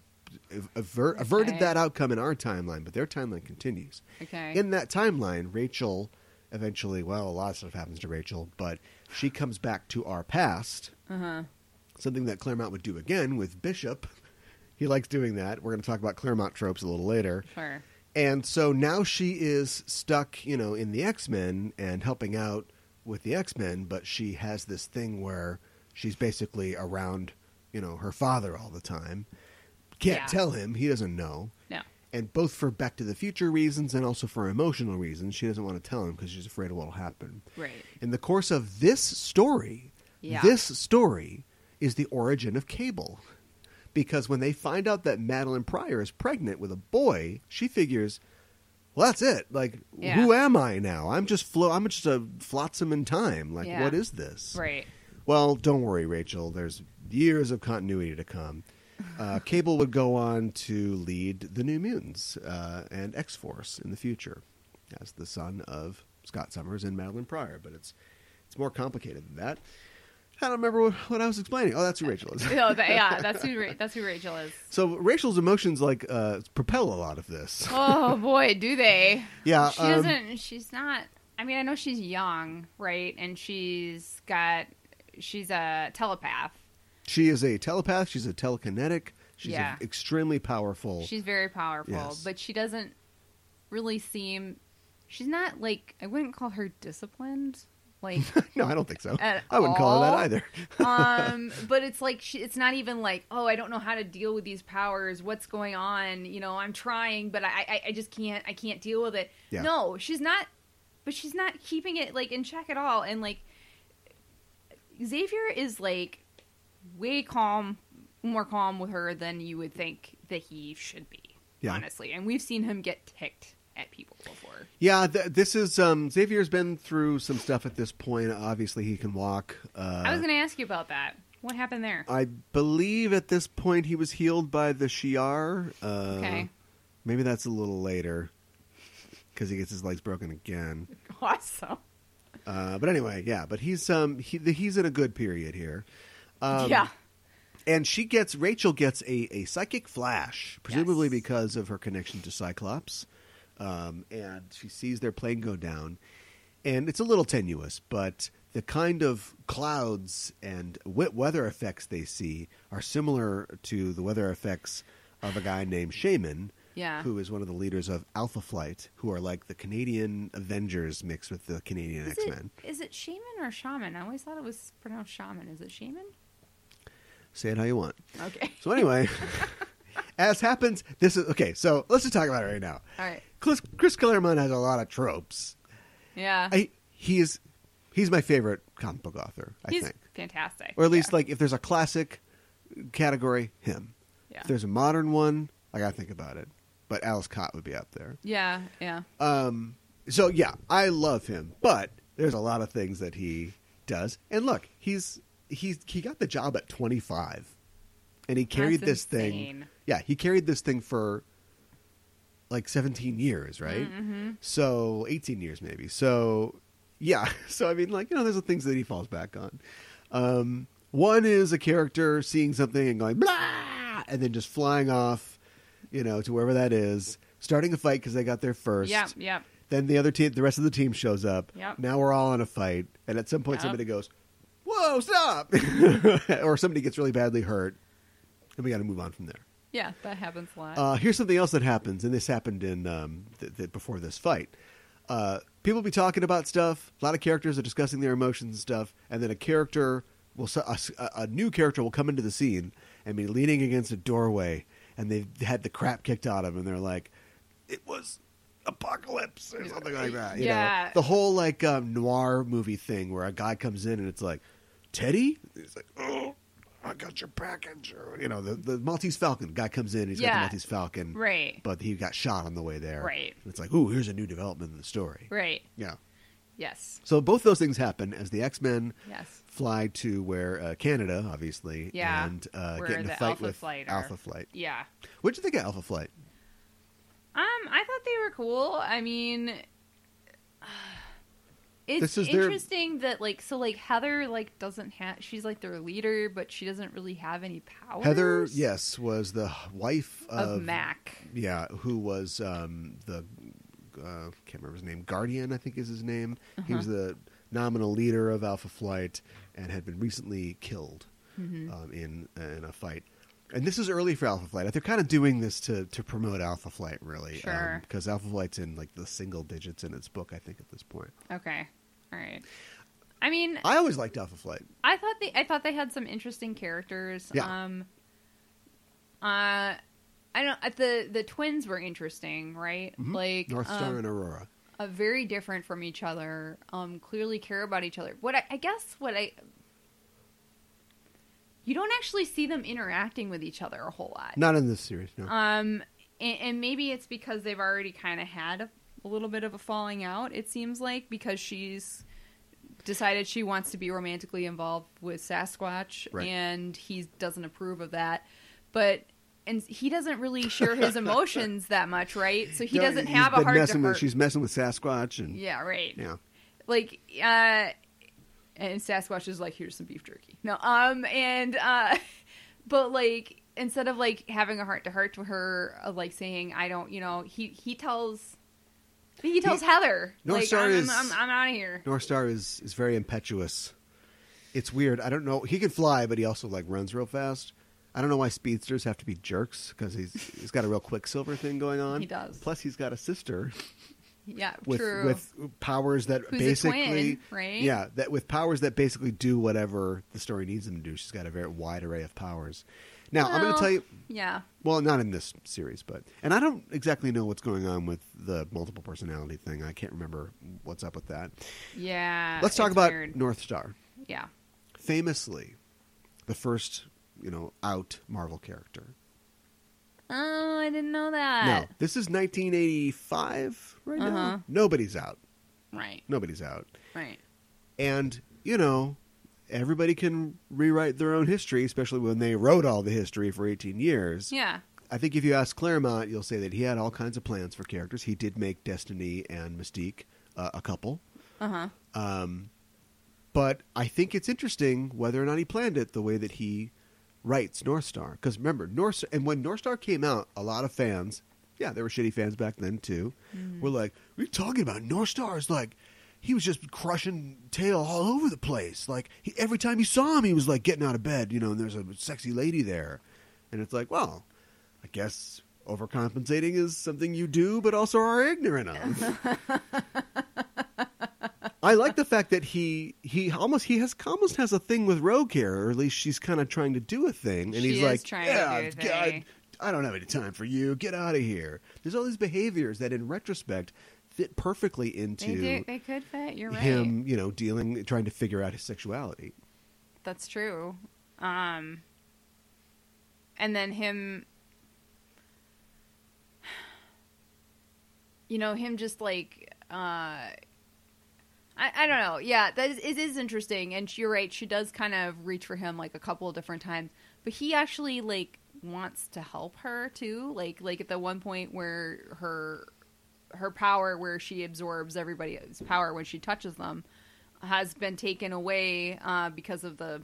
S2: aver- averted
S3: Okay.
S2: that outcome in our timeline, but their timeline continues.
S3: Okay.
S2: In that timeline, Rachel eventually, well, a lot of stuff happens to Rachel, but she comes back to our past.
S3: Uh-huh.
S2: Something that Claremont would do again with Bishop. He likes doing that. We're going to talk about Claremont tropes a little later.
S3: Sure.
S2: And so now she is stuck, you know, in the X Men and helping out with the X Men, but she has this thing where she's basically around, you know, her father all the time. Can't
S3: Yeah.
S2: tell him, he doesn't know.
S3: No.
S2: And both for Back to the Future reasons and also for emotional reasons, she doesn't want to tell him because she's afraid of what will happen.
S3: Right.
S2: In the course of this story,
S3: Yeah.
S2: this story is the origin of Cable. Because when they find out that Madeline Pryor is pregnant with a boy, she figures, well, that's it. Like,
S3: Yeah.
S2: who am I now? I'm just flo- I'm just a flotsam in time. Like,
S3: Yeah.
S2: what is this?
S3: Right.
S2: Well, don't worry, Rachel. There's years of continuity to come. Uh, Cable would go on to lead the New Mutants uh, and X Force in the future as the son of Scott Summers and Madeline Pryor. But it's it's more complicated than that. I don't remember what, what I was explaining. Oh, that's who Rachel is.
S3: No, that, yeah, that's who Ra- that's who Rachel is.
S2: so Rachel's emotions like uh, propel a lot of this.
S3: Oh boy, do they?
S2: Yeah,
S3: She
S2: um,
S3: doesn't. She's not. I mean, I know she's young, right? And she's got. She's a telepath.
S2: She is a telepath. She's a telekinetic. She's a-
S3: Yeah.
S2: extremely powerful.
S3: She's very powerful,
S2: Yes.
S3: but she doesn't really seem. She's not like I wouldn't call her disciplined. Like,
S2: no, I don't think so.
S3: At
S2: I wouldn't call her that
S3: all?
S2: either.
S3: um, but it's like she, it's not even like oh I don't know how to deal with these powers. What's going on? You know, I'm trying, but I I, I just can't I can't deal with it.
S2: Yeah.
S3: No, she's not. But she's not keeping it like in check at all, and like Xavier is like way calm, more calm with her than you would think that he should be.
S2: Yeah.
S3: Honestly, and we've seen him get ticked at people before.
S2: Yeah, th- this is um, Xavier's been through some stuff at this point. Obviously, he can walk. Uh,
S3: I was going to ask you about that. What happened there?
S2: I believe at this point he was healed by the Shi'ar. Uh,
S3: okay,
S2: Maybe that's a little later because he gets his legs broken again.
S3: awesome.
S2: Uh, but anyway, yeah. But he's um he he's in a good period here. Um,
S3: yeah,
S2: and she gets Rachel gets a, a psychic flash, presumably
S3: Yes.
S2: because of her connection to Cyclops, um, and she sees their plane go down, and it's a little tenuous, but the kind of clouds and wet weather effects they see are similar to the weather effects of a guy named Shaman,
S3: Yeah.
S2: who is one of the leaders of Alpha Flight, who are like the Canadian Avengers mixed with the Canadian
S3: Is
S2: X Men.
S3: It, is it shaman or shaman? I always thought it was pronounced shaman. Is it shaman?
S2: Say it how you want.
S3: Okay.
S2: So anyway, as happens, this is okay. So let's just talk about it right now.
S3: All right.
S2: Chris, Chris Claremont has a lot of tropes.
S3: Yeah.
S2: I, he is he's my favorite comic book author. I
S3: He's
S2: think,
S3: fantastic.
S2: or at least
S3: Yeah.
S2: like if there's a classic category, him.
S3: Yeah.
S2: If there's a modern one, I gotta think about it. But Alice Cott would be up there.
S3: Yeah. Yeah.
S2: Um, So yeah, I love him, but there's a lot of things that he does. And look, he's he he got the job at 25, and he carried this
S3: That's
S2: thing.
S3: insane.
S2: Yeah, he carried this thing for like 17 years, right?
S3: Mm, mm-hmm.
S2: So 18 years maybe. So yeah, so I mean, like you know, there's the things that he falls back on. Um, one is a character seeing something and going blah, and then just flying off, you know, to wherever that is, starting a fight because they got there first.
S3: Yep, yep.
S2: Then the other team, the rest of the team shows up.
S3: Yep.
S2: Now we're all in a fight, and at some point
S3: Yep.
S2: somebody goes, "Whoa, stop!" or somebody gets really badly hurt, and we got to move on from there.
S3: Yeah, that happens a lot.
S2: Uh, here's something else that happens, and this happened in um, th- th- before this fight. Uh, people be talking about stuff. A lot of characters are discussing their emotions and stuff, and then a character will s- a s- a- a new character will come into the scene and be leaning against a doorway, and they've had the crap kicked out of them, and they're like, "It was." Apocalypse or something like that. You
S3: Yeah.
S2: know? The whole like um, noir movie thing where a guy comes in and it's like, Teddy? He's like, Oh, I got your package. Or, you know, the, the Maltese Falcon guy comes in, he's got the
S3: Yeah.
S2: Maltese Falcon.
S3: Right.
S2: But he got shot on the way there.
S3: Right.
S2: And it's like, ooh, here's a new development in the story.
S3: right.
S2: Yeah.
S3: Yes.
S2: So both those things happen as the X Men
S3: Yes.
S2: fly to where uh, Canada, obviously,
S3: Yeah.
S2: and uh,
S3: Where
S2: get in a
S3: the
S2: fight
S3: Alpha
S2: with
S3: Flight are.
S2: Alpha Flight.
S3: Yeah.
S2: What'd you think of Alpha Flight?
S3: Um, I thought they were cool. I mean, it's
S2: This is their-
S3: interesting that like so like Heather like doesn't have she's like their leader, but she doesn't really have any powers.
S2: Heather, yes, was the wife
S3: of,
S2: of,
S3: Mac.
S2: Yeah, who was um, the uh, can't remember his name. Guardian, I think, is his name. He was
S3: Uh-huh.
S2: the nominal leader of Alpha Flight and had been recently killed
S3: Mm-hmm.
S2: um, in in a fight. And this is early for Alpha Flight. They're kind of doing this to, to promote Alpha Flight, really,
S3: Sure.
S2: because Alpha Flight's in like the single digits in its book, I think, at this point.
S3: Okay, all right. I mean,
S2: I always liked Alpha Flight.
S3: I thought they I thought they had some interesting characters.
S2: Yeah.
S3: Um uh I don't uh, the the twins were interesting, right? Like
S2: Mm-hmm. North Star
S3: um,
S2: and Aurora.
S3: uh, very different from each other. Um clearly care about each other. What I, I guess what I you don't actually see them interacting with each other a whole lot.
S2: Not in this series, no.
S3: Um, and, and maybe it's because they've already kind of had a, a little bit of a falling out. It seems like because she's decided she wants to be romantically involved with Sasquatch,
S2: Right.
S3: and he doesn't approve of that. But and he doesn't really share his emotions that much, right? So he
S2: Yeah,
S3: doesn't
S2: he's
S3: have a
S2: been
S3: heart to
S2: messing with-
S3: heart.
S2: She's messing with Sasquatch, and
S3: Yeah, right.
S2: yeah.
S3: Like, uh, and Sasquatch is like, here's some beef jerky. No, um, and uh, but like instead of like having a heart to heart to her, of like saying I don't, you know, he he tells. He tells Heather,
S2: No,
S3: like,
S2: sorry,
S3: I'm, I'm,
S2: it's-
S3: I'm, I'm out of here.
S2: North Star is is very impetuous. It's weird. I don't know. He can fly, but he also like runs real fast. I don't know why speedsters have to be jerks because he's he's got a real quicksilver thing going on.
S3: He does.
S2: Plus, he's got a sister
S3: Yeah,
S2: with
S3: true.
S2: with powers that
S3: Who's a
S2: basically
S3: twin, right?
S2: yeah that with powers that basically do whatever the story needs them to do. She's got a very wide array of powers. Now I'm going
S3: Well,
S2: to tell you.
S3: Yeah,
S2: Well, not in this series, but and I don't exactly know what's going on with the multiple personality thing. I can't remember what's up with that.
S3: yeah.
S2: Let's talk
S3: it's
S2: about
S3: weird.
S2: North Star.
S3: yeah,
S2: Famously, the first, you know, out Marvel character.
S3: oh, I didn't know
S2: No,
S3: that.
S2: this is 1985 right
S3: Uh-huh.
S2: now. Nobody's out.
S3: Right,
S2: Nobody's out.
S3: right.
S2: And, you know, everybody can rewrite their own history, especially when they wrote all the history for 18 years.
S3: Yeah,
S2: I think if you ask Claremont, you'll say that he had all kinds of plans for characters. He did make Destiny and Mystique uh, a couple.
S3: uh huh.
S2: Um, but I think it's interesting whether or not he planned it the way that he writes North Star. Because remember, North Star, and when North Star came out, a lot of fans, yeah, there were shitty fans back then too, were like, "What are you talking about? North Star is like." He was just crushing tail all over the place. Like he, every time you saw him, he was like getting out of bed, you know. And there's a sexy lady there, and it's like, well, I guess overcompensating is something you do, but also are ignorant of. I like the fact that he he almost he has almost has a thing with Rogue here, or at least she's kind of trying to do a thing, and
S3: She
S2: he's
S3: is
S2: like,
S3: trying to
S2: "Yeah,
S3: do a
S2: God,
S3: thing."
S2: I don't have any time for you. Get out of here." There's all these behaviors that, in retrospect, fit perfectly
S3: They do.
S2: into
S3: They could fit. You're right.
S2: him, you know, dealing, trying to figure out his sexuality.
S3: That's true. Um, and then him, you know, him just like, uh, I, I don't know. Yeah, that is, it is interesting, and you're right. She does kind of reach for him like a couple of different times, but he actually like wants to help her too. Like like at the one point where her her power, where she absorbs everybody's power when she touches them, has been taken away uh, because of the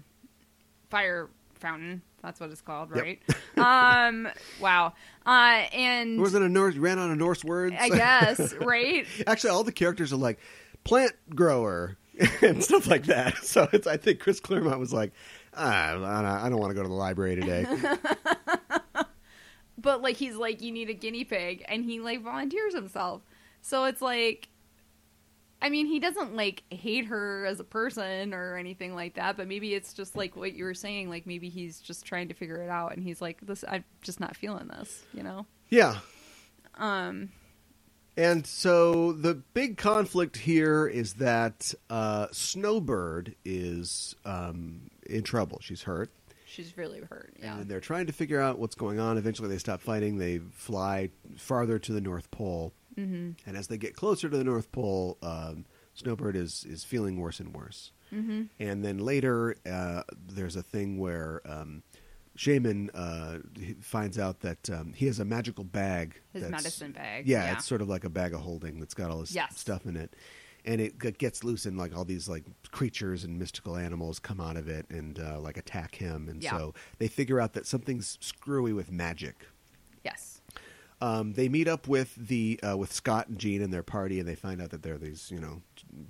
S3: fire fountain. That's what it's called, right? um, wow. Uh, and
S2: Was it a Norse? Ran out of Norse words.
S3: I guess right.
S2: Actually, all the characters are like plant grower and stuff like that. So it's, I think Chris Claremont was like, ah, I don't- I don't want to go to the library today.
S3: but like he's like you need a guinea pig and he like volunteers himself so it's like i mean he doesn't like hate her as a person or anything like that but maybe it's just like what you were saying like maybe he's just trying to figure it out and he's like this i'm just not feeling this you know
S2: yeah.
S3: um
S2: And so the big conflict here is that uh, Snowbird is um, in trouble. She's hurt.
S3: she's really hurt yeah
S2: And they're trying to figure out what's going on. Eventually, they stop fighting. They fly farther to the North Pole. Mm-hmm. And as they get closer to the North Pole, um, Snowbird is, is feeling worse and worse. Mm-hmm. And then later, uh, there's a thing where um, Shaman uh, he finds out that um, he has a magical bag.
S3: His
S2: that's-
S3: medicine bag,
S2: Yeah,
S3: yeah.
S2: it's sort of like a bag of holding that's got all this
S3: Yes.
S2: stuff in it. And it g- gets loose, and like all these like creatures and mystical animals come out of it and uh, like attack him. And
S3: Yeah.
S2: so they figure out that something's screwy with magic.
S3: yes
S2: Um, they meet up with the uh, with Scott and Jean and their party, and they find out that they're these you know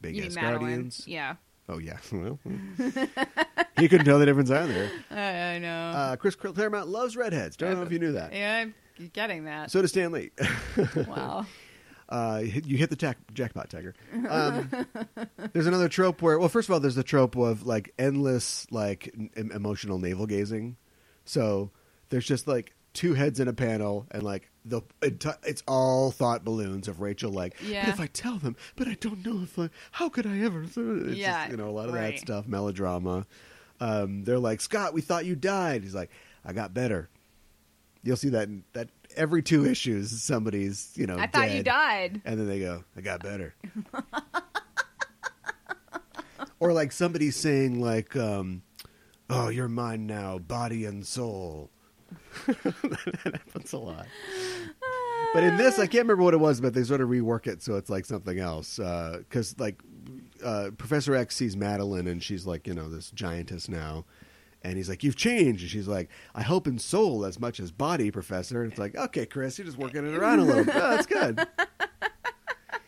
S2: big
S3: you
S2: ass
S3: mean madeline
S2: guardians.
S3: yeah
S2: Oh yeah, well, you couldn't tell the difference either.
S3: i know
S2: Uh, Chris Claremont loves redheads. Don't know if you knew that.
S3: yeah i'm getting that
S2: So does Stan Lee.
S3: wow
S2: uh, you hit- you hit the tac- jackpot, Tiger. Um, there's another trope where, well, first of all, there's the trope of like endless like n- em- emotional navel gazing. So there's just like two heads in a panel, and like the enti- it's all thought balloons of Rachel like,
S3: Yeah.
S2: but if I tell them, but I don't know if I, how could I ever? It's just,
S3: Yeah,
S2: you know, a lot of
S3: right.
S2: that stuff, melodrama. Um, they're like, Scott, we thought you died. He's like, I got better. You'll see that in, that every two issues, somebody's you know.
S3: i thought you
S2: dead.
S3: died
S2: And then they go, I got better. or like somebody saying like, um, oh, you're mine now, body and soul. that happens a lot. But in this, I can't remember what it was, but they sort of rework it so it's like something else. Because like uh, Professor X sees Madeline and she's like, you know, this giantess now. And he's like, "You've changed," and she's like, "I hope in soul as much as body, Professor." And it's like, "Okay, Chris, you're just working it around a little. bit. Oh, that's good."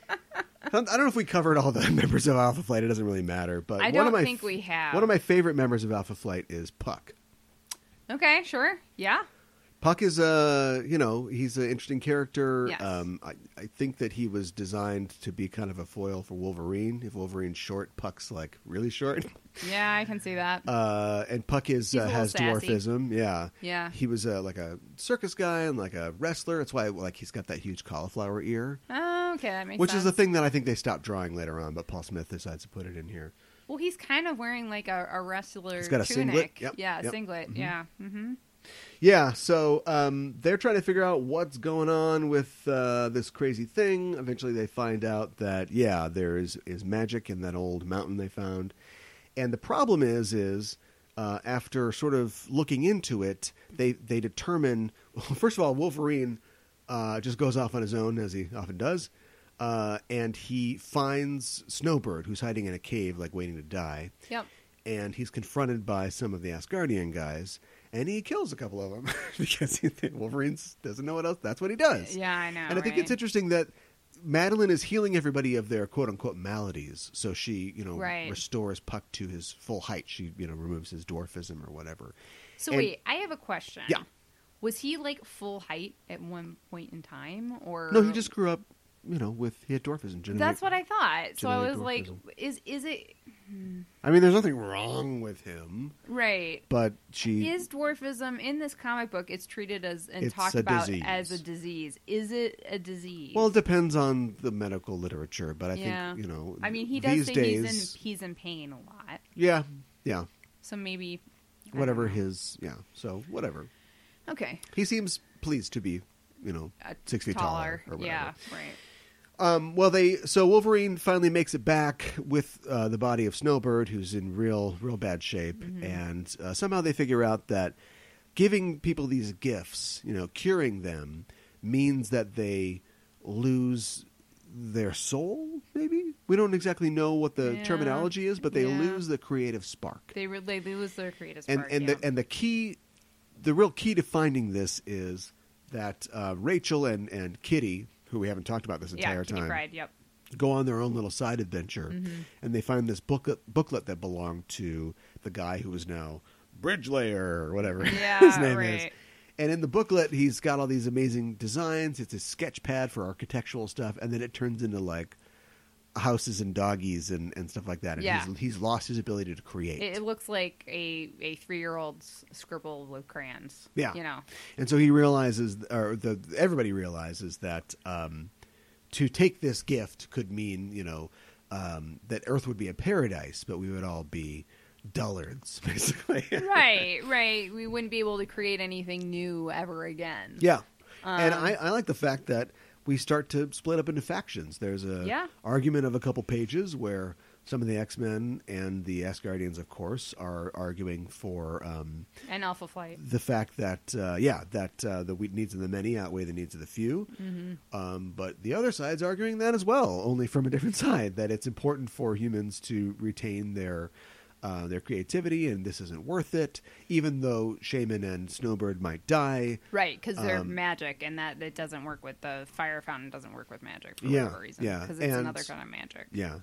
S2: I don't I don't know if we covered all the members of Alpha Flight. It doesn't really matter, but one
S3: I
S2: of
S3: don't
S2: my
S3: think we have.
S2: One of my favorite members of Alpha Flight is Puck.
S3: okay sure yeah
S2: Puck is a you know he's an interesting character.
S3: Yes.
S2: Um, I, I think that he was designed to be kind of a foil for Wolverine. If Wolverine's short, Puck's like really short.
S3: yeah i can see that
S2: Uh, and Puck is
S3: He's a
S2: uh,
S3: little
S2: has
S3: sassy.
S2: dwarfism. Yeah,
S3: Yeah.
S2: He was uh, like a circus guy and like a wrestler. That's why like he's got that huge cauliflower ear,
S3: oh, okay that makes
S2: which
S3: sense.
S2: is the thing that I think they stopped drawing later on. But Paul Smith decides to put it in here.
S3: Well, he's kind of wearing like a, a wrestler
S2: He's got a
S3: tunic.
S2: singlet. Yep,
S3: Yeah,
S2: yep. Mm-hmm.
S3: singlet. Yeah. hmm
S2: Yeah, so um, they're trying to figure out what's going on with uh, this crazy thing. Eventually, they find out that yeah, there is is magic in that old mountain they found, and the problem is is uh, after sort of looking into it, they they determine first of all Wolverine uh, just goes off on his own as he often does, uh, and he finds Snowbird who's hiding in a cave like waiting to die
S3: Yep.
S2: and he's confronted by some of the Asgardian guys, and he kills a couple of them because he, Wolverine doesn't know what else. That's what he does.
S3: Yeah, I know.
S2: and I think it's
S3: right?
S2: interesting that Madeline is healing everybody of their quote unquote maladies. So she, you know,
S3: Right.
S2: restores Puck to his full height. She, you know, removes his dwarfism or whatever.
S3: So
S2: and-
S3: wait, I have a question.
S2: Yeah.
S3: Was he like full height at one point in time, or
S2: No, he just grew up, you know, with he had dwarfism. Genetic-
S3: That's what I thought. So I
S2: genetic
S3: was like,
S2: dwarfism.
S3: is is it
S2: I mean. There's nothing wrong with him,
S3: right?
S2: but she
S3: Is dwarfism in this comic book? It's treated as and
S2: It's
S3: talked
S2: a
S3: about
S2: disease.
S3: as a disease. Is it a disease?
S2: Well, it depends on the medical literature, but I
S3: Yeah.
S2: think you know.
S3: I mean, he
S2: these
S3: does say
S2: days,
S3: he's in he's in pain a lot,
S2: Yeah, yeah.
S3: so maybe I don't
S2: whatever
S3: know.
S2: his yeah. So whatever.
S3: Okay,
S2: He seems pleased to be, you know,
S3: Uh,
S2: six feet taller, or whatever.
S3: Yeah, right.
S2: Um, well, they so Wolverine finally makes it back with uh, the body of Snowbird, who's in real, real bad shape,
S3: Mm-hmm.
S2: and uh, somehow they figure out that giving people these gifts, you know, curing them, means that they lose their soul. Maybe we don't exactly know what the
S3: Yeah.
S2: terminology is, but they
S3: Yeah.
S2: lose the creative spark
S3: They, re- they lose their creative
S2: and
S3: spark.
S2: and
S3: yeah.
S2: the and the key, the real key to finding this is that uh, Rachel and and Kitty, who we haven't talked about this
S3: yeah,
S2: entire
S3: Kitty Mm-hmm.
S2: time,
S3: Pryde, yep.
S2: go on their own little side adventure, and they find this booklet booklet that belonged to the guy who is now Bridge Layer or whatever
S3: Yeah,
S2: his name is.
S3: right.
S2: And in the booklet, he's got all these amazing designs. It's a sketch pad for architectural stuff, and then it turns into like houses and doggies and, and stuff like that. And
S3: Yeah.
S2: he's, he's lost his ability to create.
S3: It, it looks like a, a three year old's scribble with crayons.
S2: Yeah.
S3: You know.
S2: And so he realizes, or the everybody realizes that um, to take this gift could mean, you know, um, that Earth would be a paradise, but we would all be dullards, basically.
S3: right, right. We wouldn't be able to create anything new ever again.
S2: yeah. and I, I like the fact that we start to split up into factions. There's a
S3: Yeah.
S2: argument of a couple pages where some of the X Men and the Asgardians, of course, are arguing for. Um,
S3: And Alpha Flight.
S2: the fact that uh, yeah that uh, the we- needs of the many outweigh the needs of the few um, but the other side's arguing that as well only from a different side that it's important for humans to retain their uh, their creativity and this isn't worth it even though shaman and snowbird might die
S3: Right, because they're
S2: Um,
S3: magic, and that it doesn't work with the fire fountain. Doesn't work with magic for
S2: Yeah,
S3: whatever reason.
S2: yeah,
S3: because it's
S2: and-
S3: another kind of magic.
S2: yeah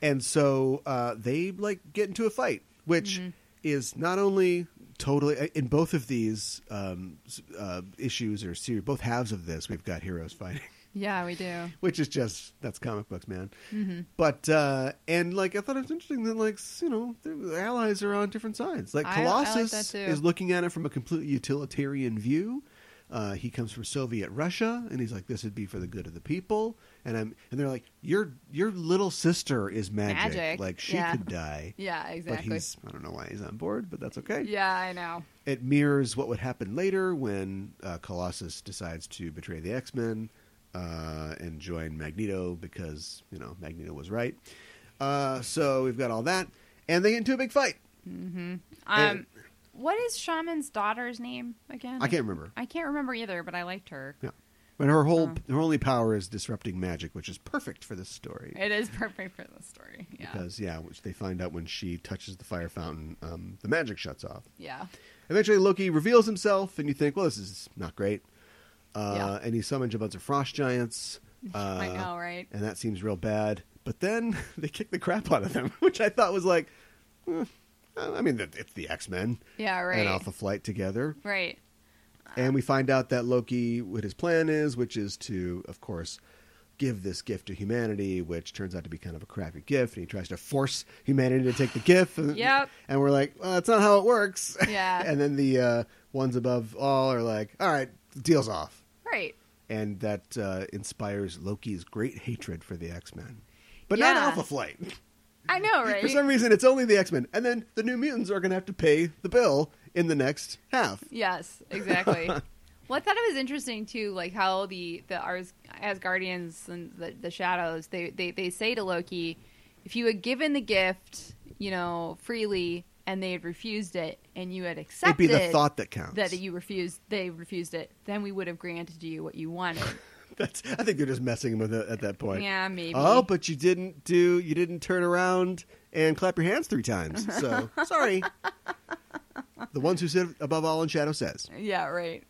S2: and so uh, they like get into a fight which is not only totally uh, in both of these um, s- uh, issues or series both halves of this we've got heroes fighting
S3: Yeah, we do.
S2: which is just that's comic books, man.
S3: Mm-hmm.
S2: But uh, and like I thought it was interesting that like s- you know the allies are on different sides. Like
S3: I- I like
S2: Colossus
S3: that too.
S2: is looking at it from a completely utilitarian view. Uh, he comes from Soviet Russia, and he's like, "This would be for the good of the people." And I'm and they're like, "Your your little sister is magic.
S3: Magic,
S2: Like she
S3: yeah.
S2: could die."
S3: Yeah,
S2: But
S3: exactly.
S2: he's I don't know why he's on board, but that's okay
S3: Yeah, I know.
S2: it mirrors what would happen later when uh, Colossus decides to betray the X Men uh, and join Magneto because you know Magneto was right. Uh, so we've got all that, and they get into a big fight.
S3: Um,
S2: And-
S3: what is Shaman's daughter's name again?
S2: I can't remember.
S3: I Uh-huh. can't remember either, but I liked her.
S2: Yeah, but her whole her only power is disrupting magic, which is perfect for this story
S3: It is perfect for the story. Yeah,
S2: because yeah, which they find out when she touches the fire fountain, um, the magic shuts off.
S3: yeah,
S2: Eventually, Loki reveals himself, and you think, "Well, this is not great." Uh,
S3: Yeah.
S2: And he summons a bunch of frost giants. Uh,
S3: I know, right?
S2: and that seems real bad. But then they kick the crap out of them, which I thought was like, eh, I mean, it- it's the X Men
S3: Yeah, right.
S2: and Alpha Flight together,
S3: Right.
S2: and we find out that Loki, what his plan is, which is to, of course, give this gift to humanity, which turns out to be kind of a crappy gift, and he tries to force humanity to take the gift. And,
S3: Yep.
S2: and we're like, well, that's not how it works.
S3: Yeah.
S2: and then the uh, ones above all are like, all right, deal's off.
S3: Right.
S2: And that uh, inspires Loki's great hatred for the X Men. But not
S3: Yeah.
S2: Alpha Flight.
S3: I know, right?
S2: For some reason, it's only the X Men. And then the New Mutants are going to have to pay the bill in the next half.
S3: Yes, exactly. well, I thought it was interesting too, like how the the Ars- Asgardians and the, the shadows they, they they say to Loki, if you had given the gift, you know, freely, and they had refused it, and you had
S2: It'd
S3: accepted
S2: be the thought that counts.
S3: that you refused, they refused it, then we would have granted you what you wanted.
S2: That's. I think they're just messing with it at that point.
S3: Yeah, maybe.
S2: Oh, but you didn't do. You didn't turn around and clap your hands three times. So sorry. the ones who sit above all in shadow says
S3: yeah, right.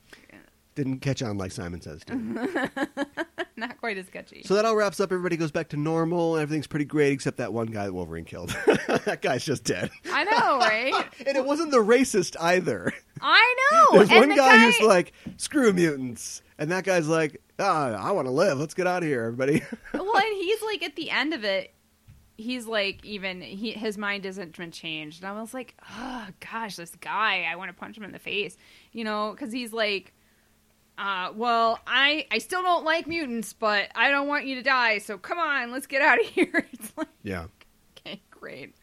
S2: didn't catch on like Simon says did.
S3: Not quite as sketchy.
S2: so that all wraps up. Everybody goes back to normal. Everything's pretty great except that one guy that Wolverine killed. that guy's just dead.
S3: I know, right?
S2: And it wasn't the racist either.
S3: I know.
S2: There's
S3: Oh, and
S2: one
S3: the
S2: guy, who's like, "Screw mutants," and that guy's like, "Ah, I want to live. Let's get out of here, everybody."
S3: well, and he's like at the end of it, he's like even he his mind hasn't been changed, and I was like, oh gosh, this guy, I want to punch him in the face, you know, because he's like, uh, well, I I still don't like mutants, but I don't want you to die, so come on, let's get out of here. It's like,
S2: yeah.
S3: okay, great.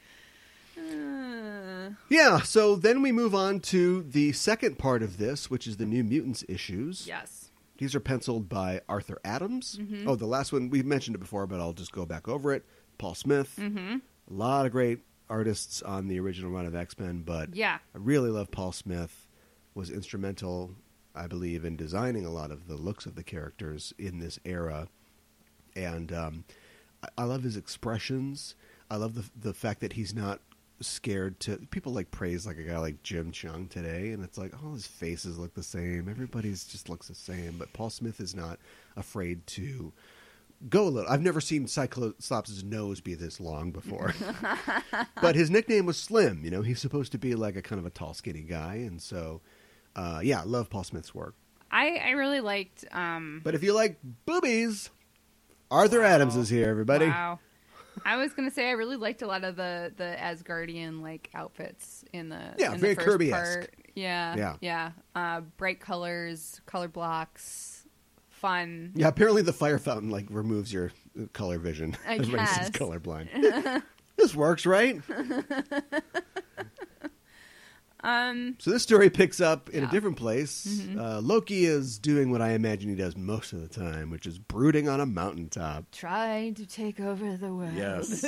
S3: Uh,
S2: Yeah, so then we move on to the second part of this, which is the New Mutants issues.
S3: yes,
S2: These are penciled by Arthur Adams. Oh, the last one we've mentioned it before, but I'll just go back over it. Paul Smith. Mm-hmm. A lot of great artists on the original run of X Men, but
S3: Yeah.
S2: I really love Paul Smith. Was instrumental, I believe, in designing a lot of the looks of the characters in this era, and um, I, I love his expressions. I love the the fact that he's not scared to people like praise like a guy like Jim Chung today, and it's like all his faces look the same. Everybody's just looks the same, but Paul Smith is not afraid to go a little. I've never seen Cyclops' nose be this long before. but his nickname was Slim. You know, he's supposed to be like a kind of a tall, skinny guy, and so uh, yeah, I love Paul Smith's work.
S3: I, I really liked. Um,
S2: But if you like boobies, Arthur Adams is here, everybody.
S3: Wow. I was gonna say I really liked a lot of the the Asgardian like outfits in the
S2: Yeah,
S3: in
S2: very
S3: the first
S2: Kirby-esque.
S3: part. Yeah,
S2: Yeah.
S3: yeah. Uh, bright colors, color blocks, fun.
S2: Yeah, apparently the fire fountain like removes your uh, color vision.
S3: I
S2: It
S3: guess.
S2: Erases colorblind. this works, right? um. So this story picks up in a different place.
S3: Mm-hmm.
S2: Uh, Loki is doing what I imagine he does most of the time, which is brooding on a mountaintop.
S3: Trying to take over the world.
S2: Yes.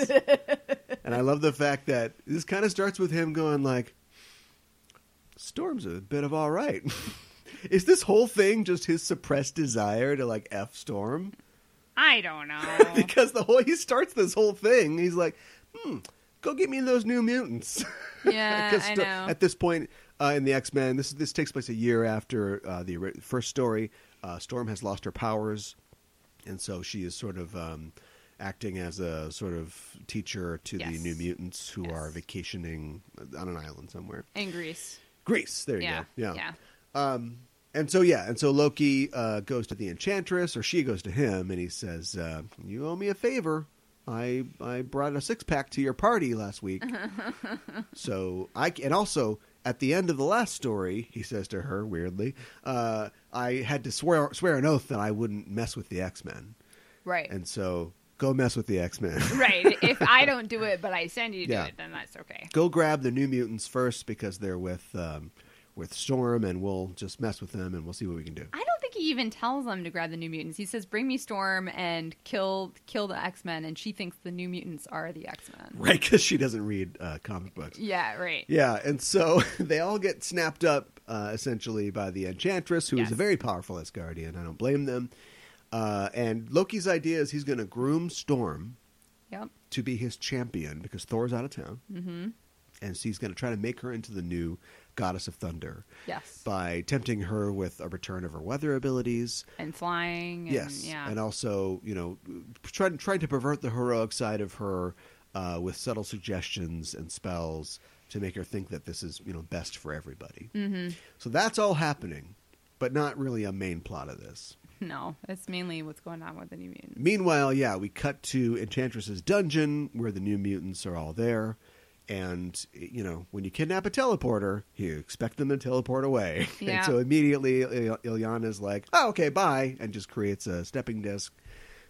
S2: and I love the fact that this kind of starts with him going like, "Storms are a bit of all right." Is this whole thing just his suppressed desire to like f storm?
S3: I don't know.
S2: because the whole he starts this whole thing. He's like, "Hmm, go get me those new mutants."
S3: yeah,
S2: 'Cause
S3: Uh, I
S2: sto-
S3: know.
S2: At this point uh, in the X Men, this this takes place a year after uh, the ori- first story. Uh, Storm has lost her powers, and so she is sort of um, acting as a sort of teacher to the
S3: Yes.
S2: New Mutants who
S3: Yes.
S2: are vacationing on an island somewhere.
S3: In Greece.
S2: Greece. There you
S3: Yeah,
S2: go. Yeah.
S3: yeah.
S2: And so yeah, and so Loki uh, goes to the Enchantress, or she goes to him, and he says, uh, "You owe me a favor. I I brought a six pack to your party last week. so I c- and also at the end of the last story, he says to her weirdly, uh, I had to swear swear an oath that I wouldn't mess with the X Men,
S3: Right.
S2: and so go mess with the X Men."
S3: right. If I don't do it, but I send you to
S2: Yeah.
S3: do it, then that's okay.
S2: go grab the new mutants first because they're with um, with Storm, and we'll just mess with them, and we'll see what we can do.
S3: I don't think he even tells them to grab the New Mutants. He says, "Bring me Storm and kill kill the X Men," and she thinks the New Mutants are the X Men.
S2: Right, because she doesn't read uh, comic books.
S3: Yeah, right.
S2: Yeah, and so they all get snapped up uh, essentially by the Enchantress, who is
S3: Yes.
S2: a very powerful Asgardian. I don't blame them. Uh, and Loki's idea is he's going to groom Storm
S3: Yep.
S2: to be his champion because Thor's out of town, mm-hmm. and so he's going to try to make her into the new goddess of thunder
S3: Yes.
S2: by tempting her with a return of her weather abilities.
S3: and flying. And,
S2: Yes,
S3: Yeah.
S2: and uh, also you know trying trying to pervert the heroic side of her uh, with subtle suggestions and spells to make her think that this is you know best for everybody. Mm-hmm. So that's all happening, but not really a main plot of this.
S3: no, that's mainly what's going on with the New Mutants.
S2: Meanwhile, yeah, we cut to Enchantress's dungeon where the new mutants are all there. And you know, when you kidnap a teleporter, you expect them to teleport away.
S3: Yeah.
S2: And so immediately Il- Ilyana's like, "Oh, okay, bye," and just creates a stepping disc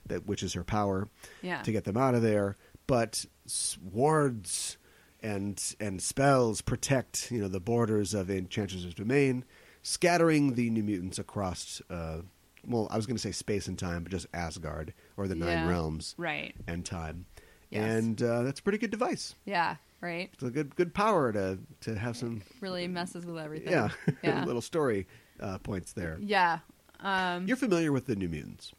S2: that which is her power
S3: Yeah.
S2: to get them out of there. But s- wards and and spells protect you know the borders of Enchantress's domain, scattering the New Mutants across. Uh, well, I was going to say space and time, but just Asgard or the Nine
S3: Yeah.
S2: Realms
S3: Right.
S2: and time.
S3: Yes.
S2: And uh, that's a pretty good device.
S3: Yeah. Right.
S2: It's a good good power to to have some
S3: Really messes with everything.
S2: yeah,
S3: Yeah.
S2: little story uh, points there.
S3: Yeah. Um,
S2: You're familiar with the New Mutants.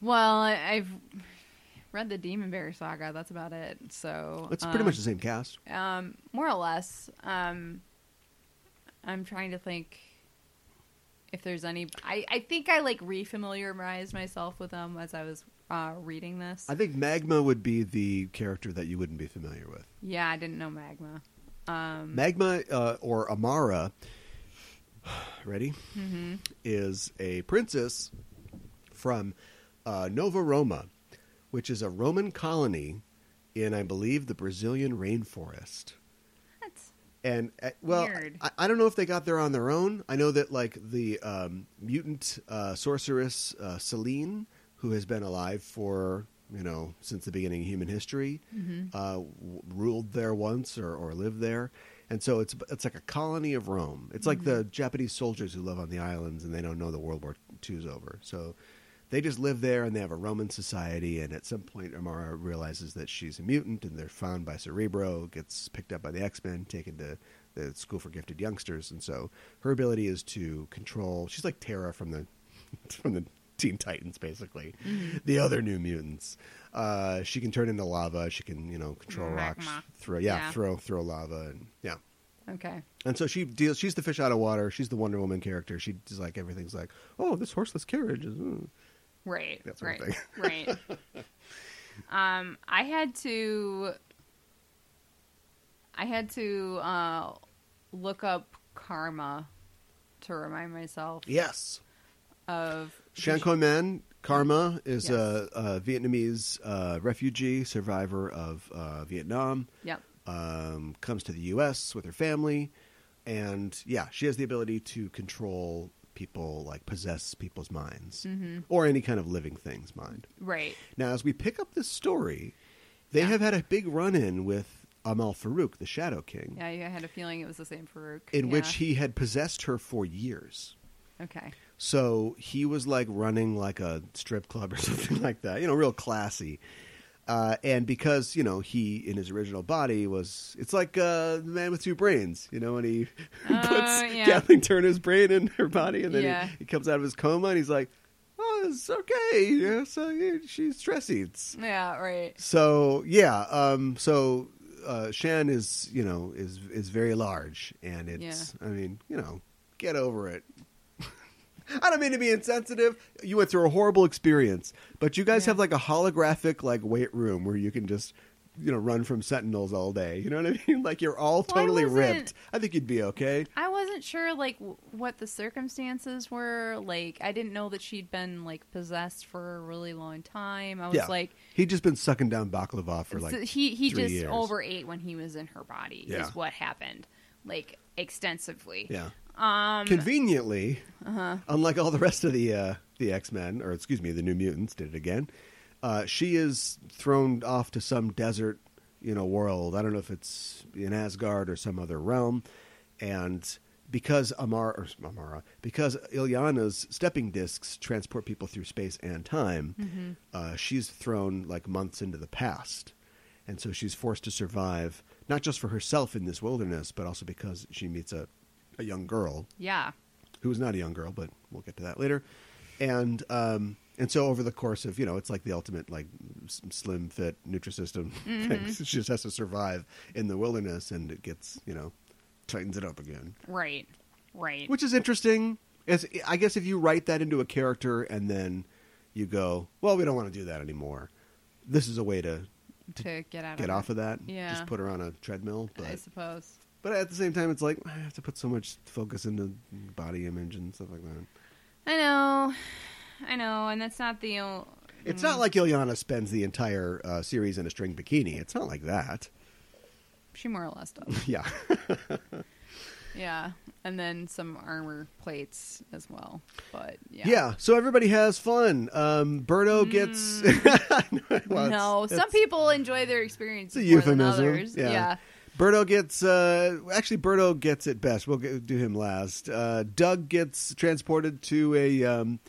S3: well, I, I've read the Demon Bear saga. That's about it. So
S2: It's pretty
S3: um,
S2: much the same cast.
S3: um, more or less. Um, I'm trying to think if there's any. I, I think I like refamiliarized myself with them as I was uh, reading this.
S2: I think Magma would be the character that you wouldn't be familiar with.
S3: yeah, I didn't know magma.
S2: Magma uh, or Amara, ready, is a princess from uh, Nova Roma, which is a Roman colony in, I believe, the Brazilian rainforest.
S3: That's
S2: And uh, well,
S3: Weird.
S2: I, I don't know if they got there on their own. I know that like the um, mutant uh, sorceress uh, Celine, who has been alive for you know since the beginning of human history, uh, w- ruled there once or, or lived there. And so it's it's like a colony of Rome. It's like the Japanese soldiers who live on the islands and they don't know that World War II's over. So they just live there and they have a Roman society. And at some point, Amara realizes that she's a mutant and they're found by Cerebro, gets picked up by the X Men, taken to the School for Gifted Youngsters. And so her ability is to control. She's like Terra from the from the Teen Titans, basically,
S3: Mm-hmm.
S2: the other New Mutants. Uh, she can turn into lava. She can, you know, control rocks.
S3: Magma.
S2: Throw, yeah,
S3: Yeah.
S2: throw, throw lava, and yeah.
S3: Okay.
S2: And so she deals. She's the fish out of water. She's the Wonder Woman character. She's like everything's like, oh, this horseless carriage is. mm."
S3: Right.
S2: That sort
S3: right.
S2: of
S3: right. Um, I had to. I had to uh, look up karma to remind myself
S2: Yes.
S3: of
S2: Shan Khoi Man Karma is
S3: Yes.
S2: a, a Vietnamese uh, refugee survivor of uh, Vietnam.
S3: Yep.
S2: um, comes to the U.S. with her family, and yeah, she has the ability to control people, like possess people's minds
S3: Mm-hmm.
S2: or any kind of living thing's mind.
S3: Right.
S2: Now, as we pick up this story, they have had a big run-in with Amal Farouk, the Shadow King,
S3: Yeah, I had a feeling it was the same for Rook.
S2: in which he had possessed her for years.
S3: Okay.
S2: So he was like running like a strip club or something like that, you know, real classy. Uh, and because you know he in his original body was, it's like uh, the man with two brains, you know, and he
S3: Oh,
S2: puts
S3: yeah.
S2: Kathleen Turner's brain in her body, and then
S3: Yeah.
S2: he, he comes out of his coma and he's like, "Oh, it's okay, yeah, so yeah, she's stress eats."
S3: Yeah. Right.
S2: So yeah, um, so uh, Shan is you know is is very large, and it's I mean you know get over it. I don't mean to be insensitive. You went through a horrible experience, but you guys
S3: Yeah.
S2: have like a holographic like weight room where you can just you know run from sentinels all day. You know what I mean? Like you're all
S3: Well, I
S2: totally
S3: wasn't-
S2: ripped. I think you'd be okay.
S3: I wasn't sure like w- what the circumstances were. Like I didn't know that she'd been like possessed for a really long time. I was
S2: yeah,
S3: like
S2: he'd just been sucking down baklava for like
S3: So he he
S2: three
S3: just
S2: years.
S3: overate when he was in her body
S2: Yeah.
S3: is what happened like extensively
S2: Yeah. Um, Conveniently, unlike all the rest of the uh, the X Men, or excuse me, the New Mutants, did it again. Uh, she is thrown off to some desert, you know, world. I don't know if it's in Asgard or some other realm, and because Amara, or Amara because Ilyana's stepping discs transport people through space and time, uh, she's thrown like months into the past. And so she's forced to survive, not just for herself in this wilderness, but also because she meets a, a young girl
S3: yeah
S2: who is not a young girl, but we'll get to that later. And um, and so over the course of you know, it's like the ultimate like s- slim fit Nutrisystem
S3: Mm-hmm.
S2: things. She just has to survive in the wilderness, and it gets you know tightens it up again,
S3: right right
S2: which is interesting. As I guess if you write that into a character and then you go, well, we don't want to do that anymore. This is a way to
S3: to get out
S2: get
S3: of
S2: off of that.
S3: Yeah.
S2: Just put her on a treadmill.
S3: it, I
S2: But,
S3: suppose
S2: but at the same time, it's like, I have to put so much focus into body image and stuff like that.
S3: I know I know and that's not the o-
S2: It's
S3: Mm.
S2: not like Ilyana spends the entire uh, series in a string bikini. It's not like that.
S3: she more or less does
S2: Yeah.
S3: yeah and then some armor plates as well but yeah
S2: Yeah. so everybody has fun. Um,
S3: Mm.
S2: Birdo gets. Well, it's-
S3: no some
S2: it's-
S3: people enjoy their
S2: It's
S3: experience
S2: a
S3: more than
S2: euphemism.
S3: others
S2: Yeah. Birdo gets. Uh, actually, Birdo gets it best. We'll g do him last. Uh, Doug gets transported to a um,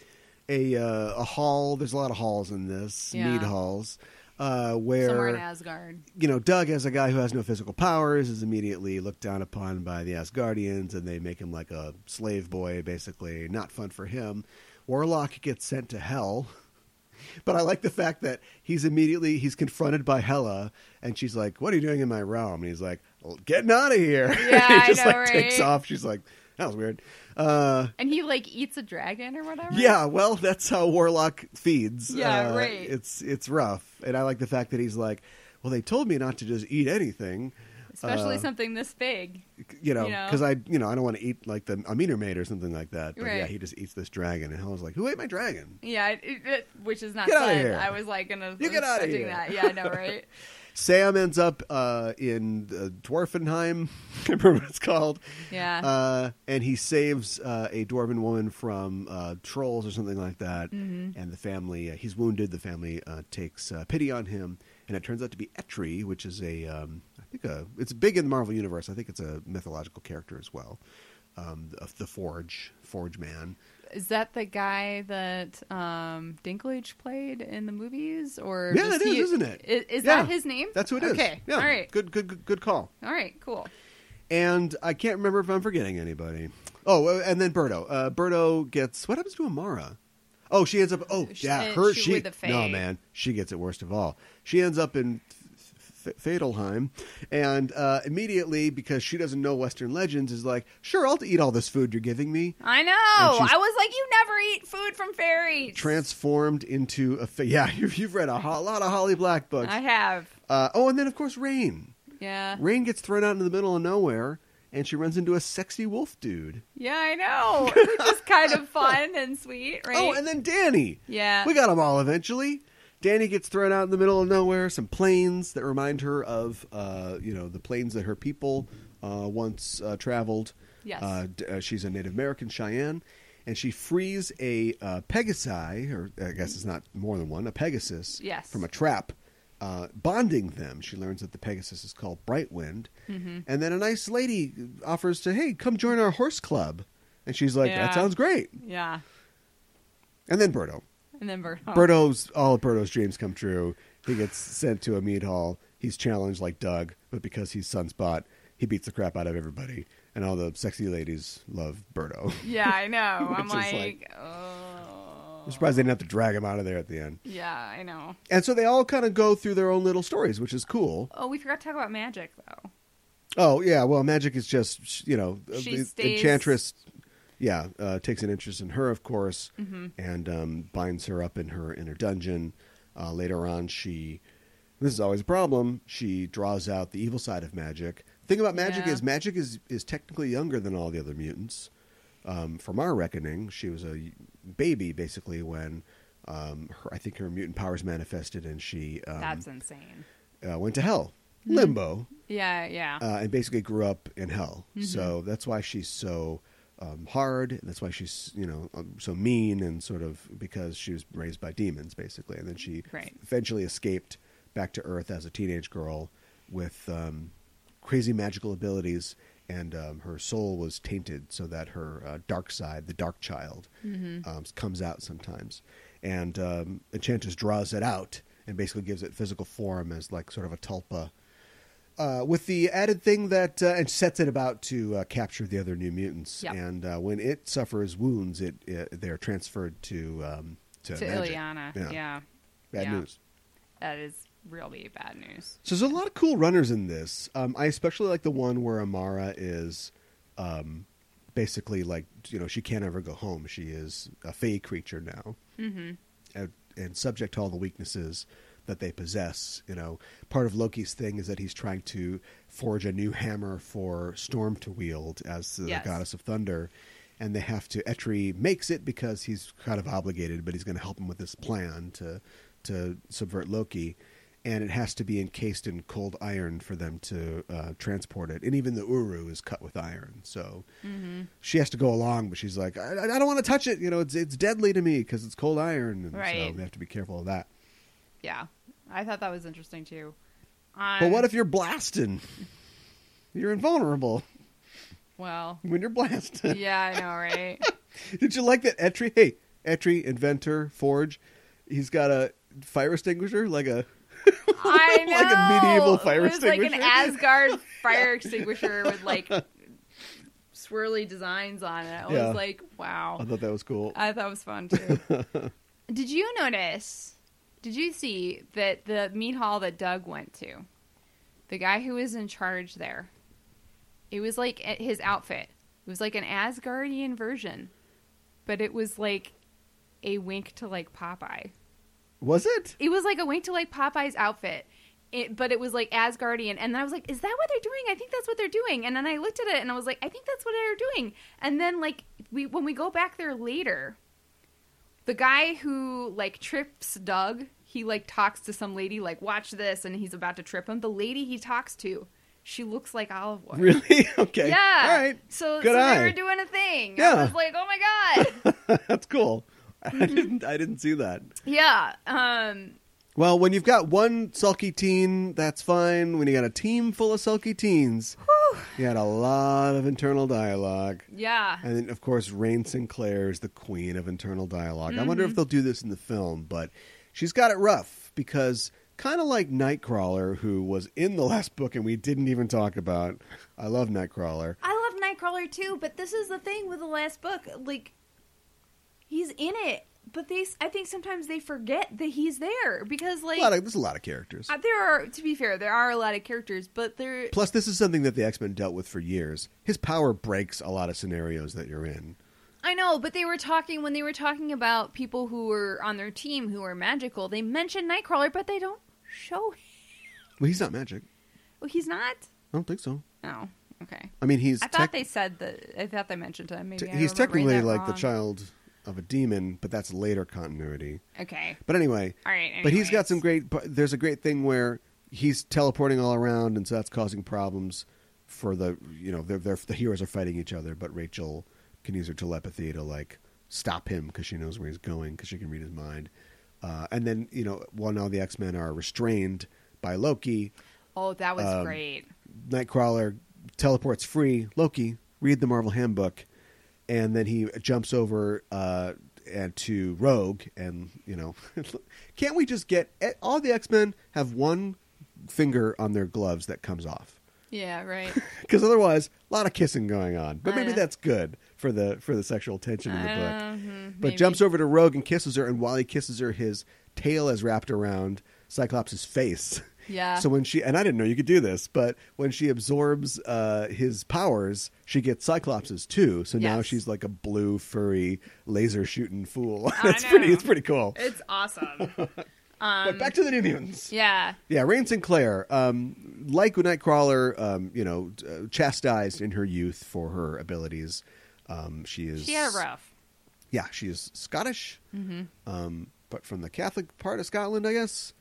S2: a uh, a hall. There's a lot of halls in this.
S3: Yeah.
S2: Need halls. Uh, where
S3: somewhere in Asgard
S2: you know, Doug, as a guy who has no physical powers, is immediately looked down upon by the Asgardians, and they make him like a slave boy, basically. Not fun for him. Warlock gets sent to hell. But I like the fact that he's immediately he's confronted by Hela, and she's like, "What are you doing in my realm?" And he's like, well, "Getting out of here."
S3: Yeah,
S2: he
S3: I
S2: just
S3: know,
S2: like takes
S3: right?
S2: off. She's like, "That was weird." Uh,
S3: and he like eats a dragon or whatever
S2: yeah, well, that's how Warlock feeds.
S3: Yeah,
S2: Uh,
S3: right.
S2: It's it's rough, and I like the fact that he's like, well, they told me not to just eat anything,
S3: especially
S2: uh,
S3: something this big
S2: you know,
S3: You know?
S2: because I you know I don't want to eat like the a meter maid or something like that. But yeah,
S3: Right.
S2: he just eats this dragon, and Hela's like, who ate my dragon?
S3: Yeah, it, it, it- which is not
S2: Get outta
S3: fun.
S2: here.
S3: I was like, gonna
S2: You get outta
S3: expecting
S2: here.
S3: That. Yeah, I know, right?
S2: Sam ends up uh, in uh, Dwarfenheim, I remember what it's called.
S3: Yeah.
S2: Uh, and he saves uh, a dwarven woman from uh, trolls or something like that.
S3: Mm-hmm.
S2: And the family, uh, he's wounded. The family uh, takes uh, pity on him, and it turns out to be Etri, which is a, um, I think a, it's big in the Marvel universe. I think it's a mythological character as well. Um, the, the Forge, Forge Man.
S3: Is that the guy that um, Dinklage played in the movies? Or
S2: Yeah, it
S3: does
S2: is,
S3: he-
S2: isn't it?
S3: Is, is
S2: Yeah.
S3: that his name?
S2: That's who it is.
S3: Okay.
S2: Yeah.
S3: All right.
S2: Good, good, good, good call.
S3: All right. Cool.
S2: And I can't remember if I'm forgetting anybody. Oh, uh, and then Birdo. Uh, Birdo gets what happens to Amara? Oh, she ends up. Oh,
S3: She-
S2: yeah,
S3: uh,
S2: her.
S3: she
S2: She,
S3: with the
S2: no
S3: Fae.
S2: man, she gets it worst of all. She ends up in F- F- Fatalheim, and uh, immediately because she doesn't know Western legends, is like, sure, I'll eat all this food you're giving me.
S3: I know.
S2: And she's-
S3: I was like, you never eat food from fairies.
S2: Transformed into a fa- yeah. You've, you've read a, ho- lot of Holly Black books.
S3: I have.
S2: Uh, oh, and then of course Rain.
S3: Yeah.
S2: Rain gets thrown out into the middle of nowhere, and she runs into a sexy wolf dude.
S3: Yeah, I know. Which is kind of fun and sweet, right?
S2: Oh, and then Danny.
S3: yeah.
S2: We got them all eventually. Danny gets thrown out in the middle of nowhere. Some plains that remind her of, uh, you know, the plains that her people uh, once uh, traveled.
S3: Yes.
S2: Uh, d- uh, she's a Native American Cheyenne, and she frees a uh, Pegasi, or I guess it's not more than one, a Pegasus.
S3: Yes.
S2: From a trap, uh, bonding them. She learns that the Pegasus is called Brightwind,
S3: Mm-hmm.
S2: and then a nice lady offers to, hey, come join our horse club, and she's like, that
S3: Yeah.
S2: sounds great.
S3: yeah.
S2: And then Birdo.
S3: And then Birdo.
S2: Birdo's all of Birdo's dreams come true. He gets sent to a meat hall. He's challenged like Doug, but because he's Sunspot, he beats the crap out of everybody, and all the sexy ladies love Birdo.
S3: Yeah, I know. I'm
S2: Which is
S3: like,
S2: like-
S3: oh.
S2: I'm surprised they didn't have to drag him out of there at the end.
S3: Yeah, I know.
S2: And so they all kind of go through their own little stories, which is cool.
S3: Oh, we forgot to talk about magic, though.
S2: Oh yeah, well, magic is just you know uh,
S3: She
S2: the
S3: stays-
S2: enchantress. Yeah, uh, takes an interest in her, of course,
S3: Mm-hmm.
S2: and um, binds her up in her in her dungeon. Uh, later on, she this is always a problem. She draws out the evil side of magic. Thing about magic
S3: Yeah.
S2: is magic is is technically younger than all the other mutants. Um, from our reckoning, she was a baby basically when um, her, I think her mutant powers manifested, and she um,
S3: That's Hmm. insane.
S2: uh, went to hell, limbo
S3: Yeah, yeah. Mm-hmm.
S2: uh, and basically grew up in hell. So that's why she's so um, hard. And that's why she's you know um, so mean and sort of because she was raised by demons basically, and then she
S3: Right.
S2: eventually escaped back to Earth as a teenage girl with um, crazy magical abilities. And um, her soul was tainted, so that her uh, dark side, the dark child,
S3: Mm-hmm.
S2: um, comes out sometimes. And um, Enchantress draws it out and basically gives it physical form as like sort of a tulpa, uh, with the added thing that uh, and sets it about to uh, capture the other new mutants.
S3: Yep.
S2: And uh, when it suffers wounds, it, it they're transferred to um, to,
S3: to
S2: magic.
S3: Ileana. Yeah.
S2: bad
S3: Yeah.
S2: news.
S3: That is really bad news.
S2: So there's a lot of cool runners in this. Um, I especially like the one where Amara is um, basically like you know she can't ever go home. She is a fae creature now, mm-hmm. and, and subject to all the weaknesses that they possess. You know, part of Loki's thing is that he's trying to forge a new hammer for Storm to wield as the
S3: Yes.
S2: goddess of thunder. And they have to. Etri makes it because he's kind of obligated, but he's going to help him with this plan to to subvert Loki and it has to be encased in cold iron for them to uh, transport it. And even the uru is cut with iron, so she has to go along. But she's like, I, I don't want to touch it. You know, it's it's deadly to me because it's cold iron, and so
S3: Right.
S2: we have to be careful of that.
S3: Yeah. I thought that was interesting, too. Um,
S2: but what if you're blasting? You're invulnerable
S3: Well,
S2: when you're blasting.
S3: yeah, I know, right?
S2: Did you like that Etri? Hey, Etri, inventor, forge. He's got a fire extinguisher, like a
S3: I know.
S2: Like a medieval fire
S3: It was Like
S2: extinguisher.
S3: an Asgard fire extinguisher with like swirly designs on it. I
S2: Yeah.
S3: was like, wow.
S2: I thought that was cool.
S3: I thought it was fun too. did you notice? Did you see that the meat hall that Doug went to, the guy who was in charge there, it was like eh, his outfit. It was like an Asgardian version, but it was like a wink to like Popeye.
S2: Was it?
S3: It was like a wink to like Popeye's outfit. It, but it was like Asgardian, and then I was like, "Is that what they're doing?" I think that's what they're doing. And then I looked at it, and I was like, "I think that's what they're doing." And then like we when we go back there later, the guy who like trips Doug, he like talks to some lady like watch this and he's about to trip him. The lady he talks to, she looks like olive oil.
S2: Really? Okay.
S3: Yeah.
S2: All right.
S3: So,
S2: Good
S3: so
S2: eye.
S3: they were doing a thing. I
S2: Yeah.
S3: was like, oh my god.
S2: That's cool. I didn't. I didn't see that.
S3: yeah. Um.
S2: Well, when you've got one sulky teen, that's fine. When you got a team full of sulky teens, you had a lot of internal dialogue.
S3: Yeah.
S2: And then, of course, Rain Sinclair is the queen of internal dialog I wonder if they'll do this in the film, but she's got it rough because, kind of like Nightcrawler, who was in the last book and we didn't even talk about. I love Nightcrawler.
S6: I love Nightcrawler too, but this is the thing with the last book. Like, he's in it, but they I think sometimes they forget that he's there because like
S2: A lot of, there's a lot of characters.
S3: Uh, There are, to be fair, there are a lot of characters, but there.
S2: Plus, this is something that the X Men dealt with for years. His power breaks a lot of scenarios that you're in.
S3: I know, but they were talking when they were talking about people who were on their team who are magical. They mentioned Nightcrawler, but they don't show him.
S2: Well, he's not magic.
S3: Oh, he's not.
S2: I don't think so.
S3: Oh, okay.
S2: I mean, he's
S3: I thought
S2: tec-
S3: they said that. I thought they mentioned him. Maybe
S2: te-
S3: I
S2: he's
S3: remembered
S2: technically
S3: that
S2: like the
S3: wrong.
S2: child of a demon, but that's later continuity.
S3: Okay.
S2: But anyway,
S3: All right.
S2: but he's got
S3: anyways.
S2: some great. but There's a great thing where he's teleporting all around, and so that's causing problems for the you know they're, they're, the heroes are fighting each other, but Rachel can use her telepathy to like stop him because she knows where he's going because she can read his mind. Uh, and then you know while now the X Men are restrained by Loki,
S3: Oh, that was
S2: Um,
S3: great.
S2: Nightcrawler teleports free. Loki, read the Marvel Handbook, and then he jumps over uh, and to Rogue, and you know, can't we just get all the X Men have one finger on their gloves that comes off?
S3: Yeah. Right.
S2: Because otherwise, a lot of kissing going on. But
S3: I
S2: maybe
S3: know.
S2: that's good for the for the sexual tension in the book.
S3: Mhm,
S2: But
S3: maybe.
S2: jumps over to Rogue and kisses her, and while he kisses her, his tail is wrapped around Cyclops' face.
S3: Yeah.
S2: So when she and I didn't know you could do this, but when she absorbs uh, his powers, she gets Cyclops's too. So now
S3: Yes.
S2: she's like a blue furry laser shooting fool.
S3: I
S2: it's pretty.
S3: know. Um,
S2: It's pretty cool.
S3: It's awesome.
S2: but back to the New Mutants.
S3: yeah.
S2: Yeah, Rain Sinclair, um, like Nightcrawler, um, you know, uh, chastised in her youth for her abilities. Um, she is.
S3: She had it rough.
S2: Yeah, she is Scottish, um, but from the Catholic part of Scotland, I guess.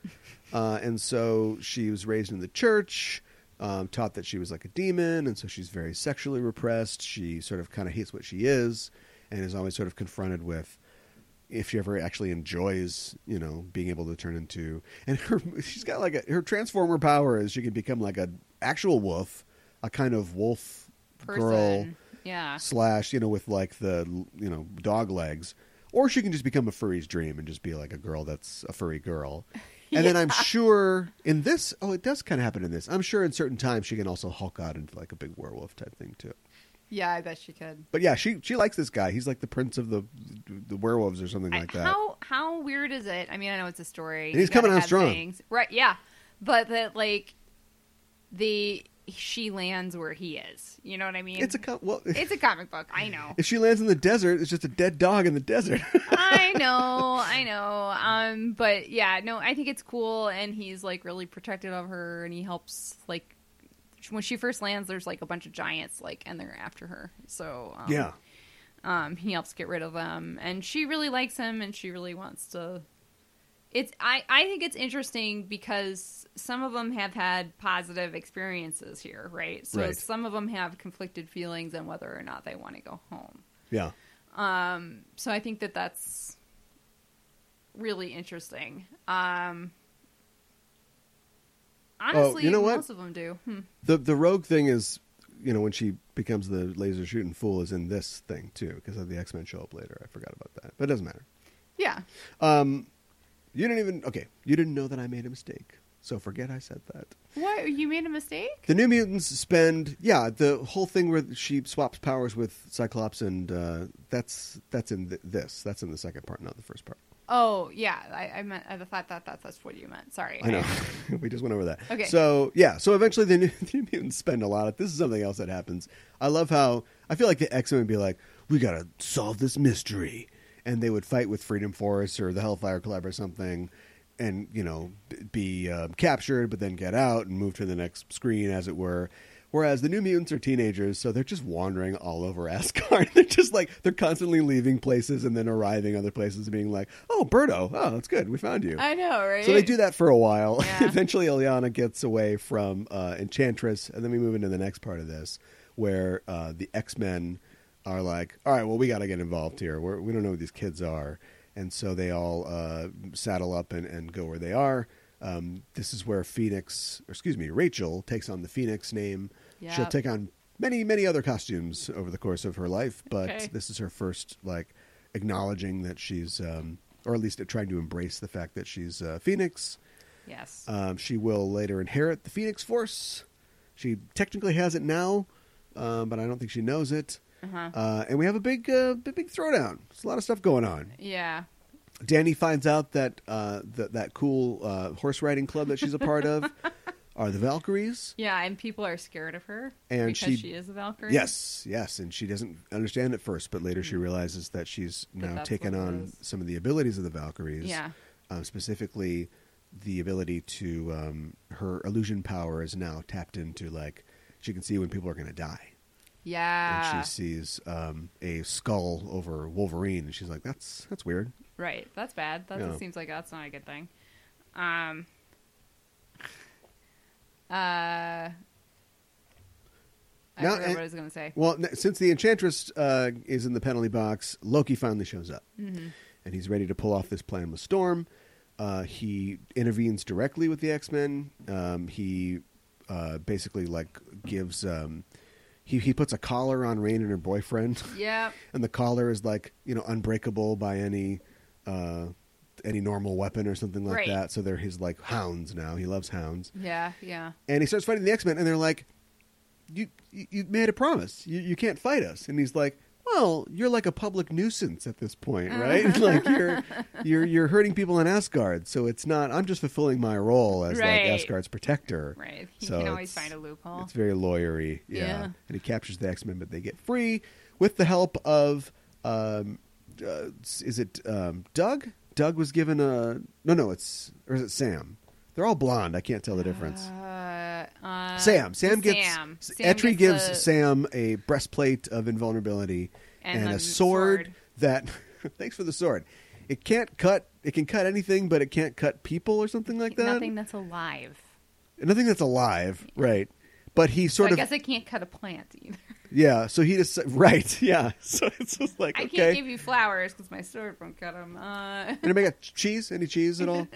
S2: uh, and so she was raised in the church, um, taught that she was like a demon, and so she's very sexually repressed. She sort of kind of hates what she is, and is always sort of confronted with if she ever actually enjoys, you know, being able to turn into. And her, she's got like a, her transformer power is she can become like an actual wolf, a kind of wolf
S3: Person.
S2: girl
S3: Yeah.
S2: slash you know with like the you know dog legs or she can just become a furry's dream and just be like a girl that's a furry girl and then i'm sure in this oh it does kind of happen in this i'm sure in certain times she can also hulk out into like a big werewolf type thing too
S3: Yeah. I bet she could.
S2: but yeah she she likes this guy he's like the prince of the the werewolves or something
S3: I-
S2: like that
S3: How how weird is it? I mean, I know it's a story.
S2: And he's
S3: you gotta
S2: coming on
S3: have
S2: strong.
S3: right? Yeah, but that like the she lands where he is. You know what I mean?
S2: it's a co- well
S3: it's a comic book. I know.
S2: if she lands in the desert it's just a dead dog in the desert
S3: Oh. I know. I know. Um, but yeah, no, I think it's cool, and he's like really protective of her, and he helps like. When she first lands, there's like a bunch of giants, like, and they're after her. So um,
S2: yeah
S3: um, he helps get rid of them and she really likes him and she really wants to it's I, I think it's interesting because some of them have had positive experiences here right so
S2: Right.
S3: some of them have conflicted feelings on whether or not they want to go home
S2: yeah
S3: so i think that that's really interesting um honestly
S2: Oh, you know what?
S3: most of them do hmm.
S2: The the rogue thing is, you know, when she becomes the laser shooting fool is in this thing too, because the X Men show up later. I forgot about that, but it doesn't matter.
S3: yeah
S2: You didn't even okay. You didn't know that I made a mistake, so forget I said that.
S3: what you made a mistake
S2: The New Mutants spend yeah the whole thing where she swaps powers with Cyclops and uh, that's that's in th- this that's in the second part, not the first part.
S3: oh yeah i, I meant i thought that, that that's what you meant sorry
S2: I know. we just went over that.
S3: Okay.
S2: So yeah. So eventually the New, the New Mutants spend a lot of. This is something else that happens. I love how I feel like the X Men would be like, we gotta solve this mystery, and they would fight with Freedom Force or the Hellfire Club or something, and you know b- be um, captured, but then get out and move to the next screen, as it were. Whereas the New Mutants are teenagers, so they're just wandering all over Asgard. they're just like they're constantly leaving places and then arriving other places, and being like, "Oh, Birdo, oh, that's good, we found you."
S3: I know, right?
S2: So they do that for a while.
S3: Yeah.
S2: Eventually, Eliana gets away from uh, Enchantress, and then we move into the next part of this, where uh, the X Men are like, "All right, well, we got to get involved here. We're, we don't know who these kids are," and so they all uh, saddle up and, and go where they are. Um, this is where Phoenix, or excuse me, Rachel takes on the Phoenix name. She'll
S3: Yep.
S2: take on many, many other costumes over the course of her life, but
S3: Okay.
S2: this is her first like acknowledging that she's, um, or at least trying to embrace the fact that she's uh, Phoenix.
S3: Yes.
S2: Um, she will later inherit the Phoenix Force. She technically has it now, um, but I don't think she knows it.
S3: Uh-huh.
S2: Uh, and we have a big, uh, big, big throwdown. There's a lot of stuff going on.
S3: yeah.
S2: Danny finds out that uh, that that cool uh, horse riding club that she's a part of are the Valkyries.
S3: Yeah, and people are scared of her
S2: And
S3: because
S2: she-
S3: she, is a Valkyrie.
S2: Yes, yes, and she doesn't understand at first, but later she realizes that she's
S3: That
S2: now
S3: that's
S2: taken
S3: what it
S2: on
S3: is.
S2: some of the abilities of the Valkyries.
S3: Yeah.
S2: um, specifically the ability to um, her illusion power is now tapped into. Like she can see when people are going to die,
S3: Yeah.
S2: and she sees um, a skull over Wolverine, and she's like, "That's that's weird."
S3: Right. That's bad. That
S2: Yeah.
S3: seems like that's not a good thing. Um. Uh. I
S2: Now,
S3: forgot
S2: and-
S3: what I was going to say.
S2: Well, n- since the Enchantress uh, is in the penalty box, Loki finally shows up, and he's ready to pull off this plan with Storm. Uh, he intervenes directly with the X Men. Um, he uh, basically like gives um, he he puts a collar on Rain and her boyfriend,
S3: Yep.
S2: and the collar is like you know unbreakable by any uh, any normal weapon or something like
S3: Right.
S2: that. So they're his like hounds now. He loves hounds
S3: Yeah. Yeah.
S2: and he starts fighting the X Men, and they're like, "You you you made a promise. You you can't fight us." And he's like, "Well, you're like a public nuisance at this
S3: Oh.
S2: point, right? like you're you're you're hurting people in Asgard, so it's not. I'm just fulfilling my role as
S3: Right.
S2: like Asgard's protector,
S3: Right. He
S2: So
S3: can always
S2: it's-
S3: find a loophole.
S2: It's very lawyery, yeah.
S3: Yeah.
S2: And he captures the X Men, but they get free with the help of um, uh, is it um, Doug? Doug was given a no, no, it's or is it Sam? They're all blonde. I can't tell the difference.
S3: Uh, uh,
S2: Sam. Sam gets.
S3: Sam. Sam
S2: Etri
S3: gets
S2: gives
S3: the-
S2: Sam a breastplate of invulnerability
S3: And
S2: and, a
S3: a
S2: sword,
S3: sword.
S2: that. thanks for the sword. It can't cut. It can cut anything, but it can't cut people or something like that.
S3: nothing that's alive.
S2: Nothing that's alive, right? But he
S3: So
S2: sort
S3: I
S2: of.
S3: guess I can't cut a plant either.
S2: yeah. So he just right. Yeah. So it's just like
S3: I
S2: okay.
S3: can't give you flowers because my sword won't cut them. Uh,
S2: Anybody got cheese? Any cheese at all?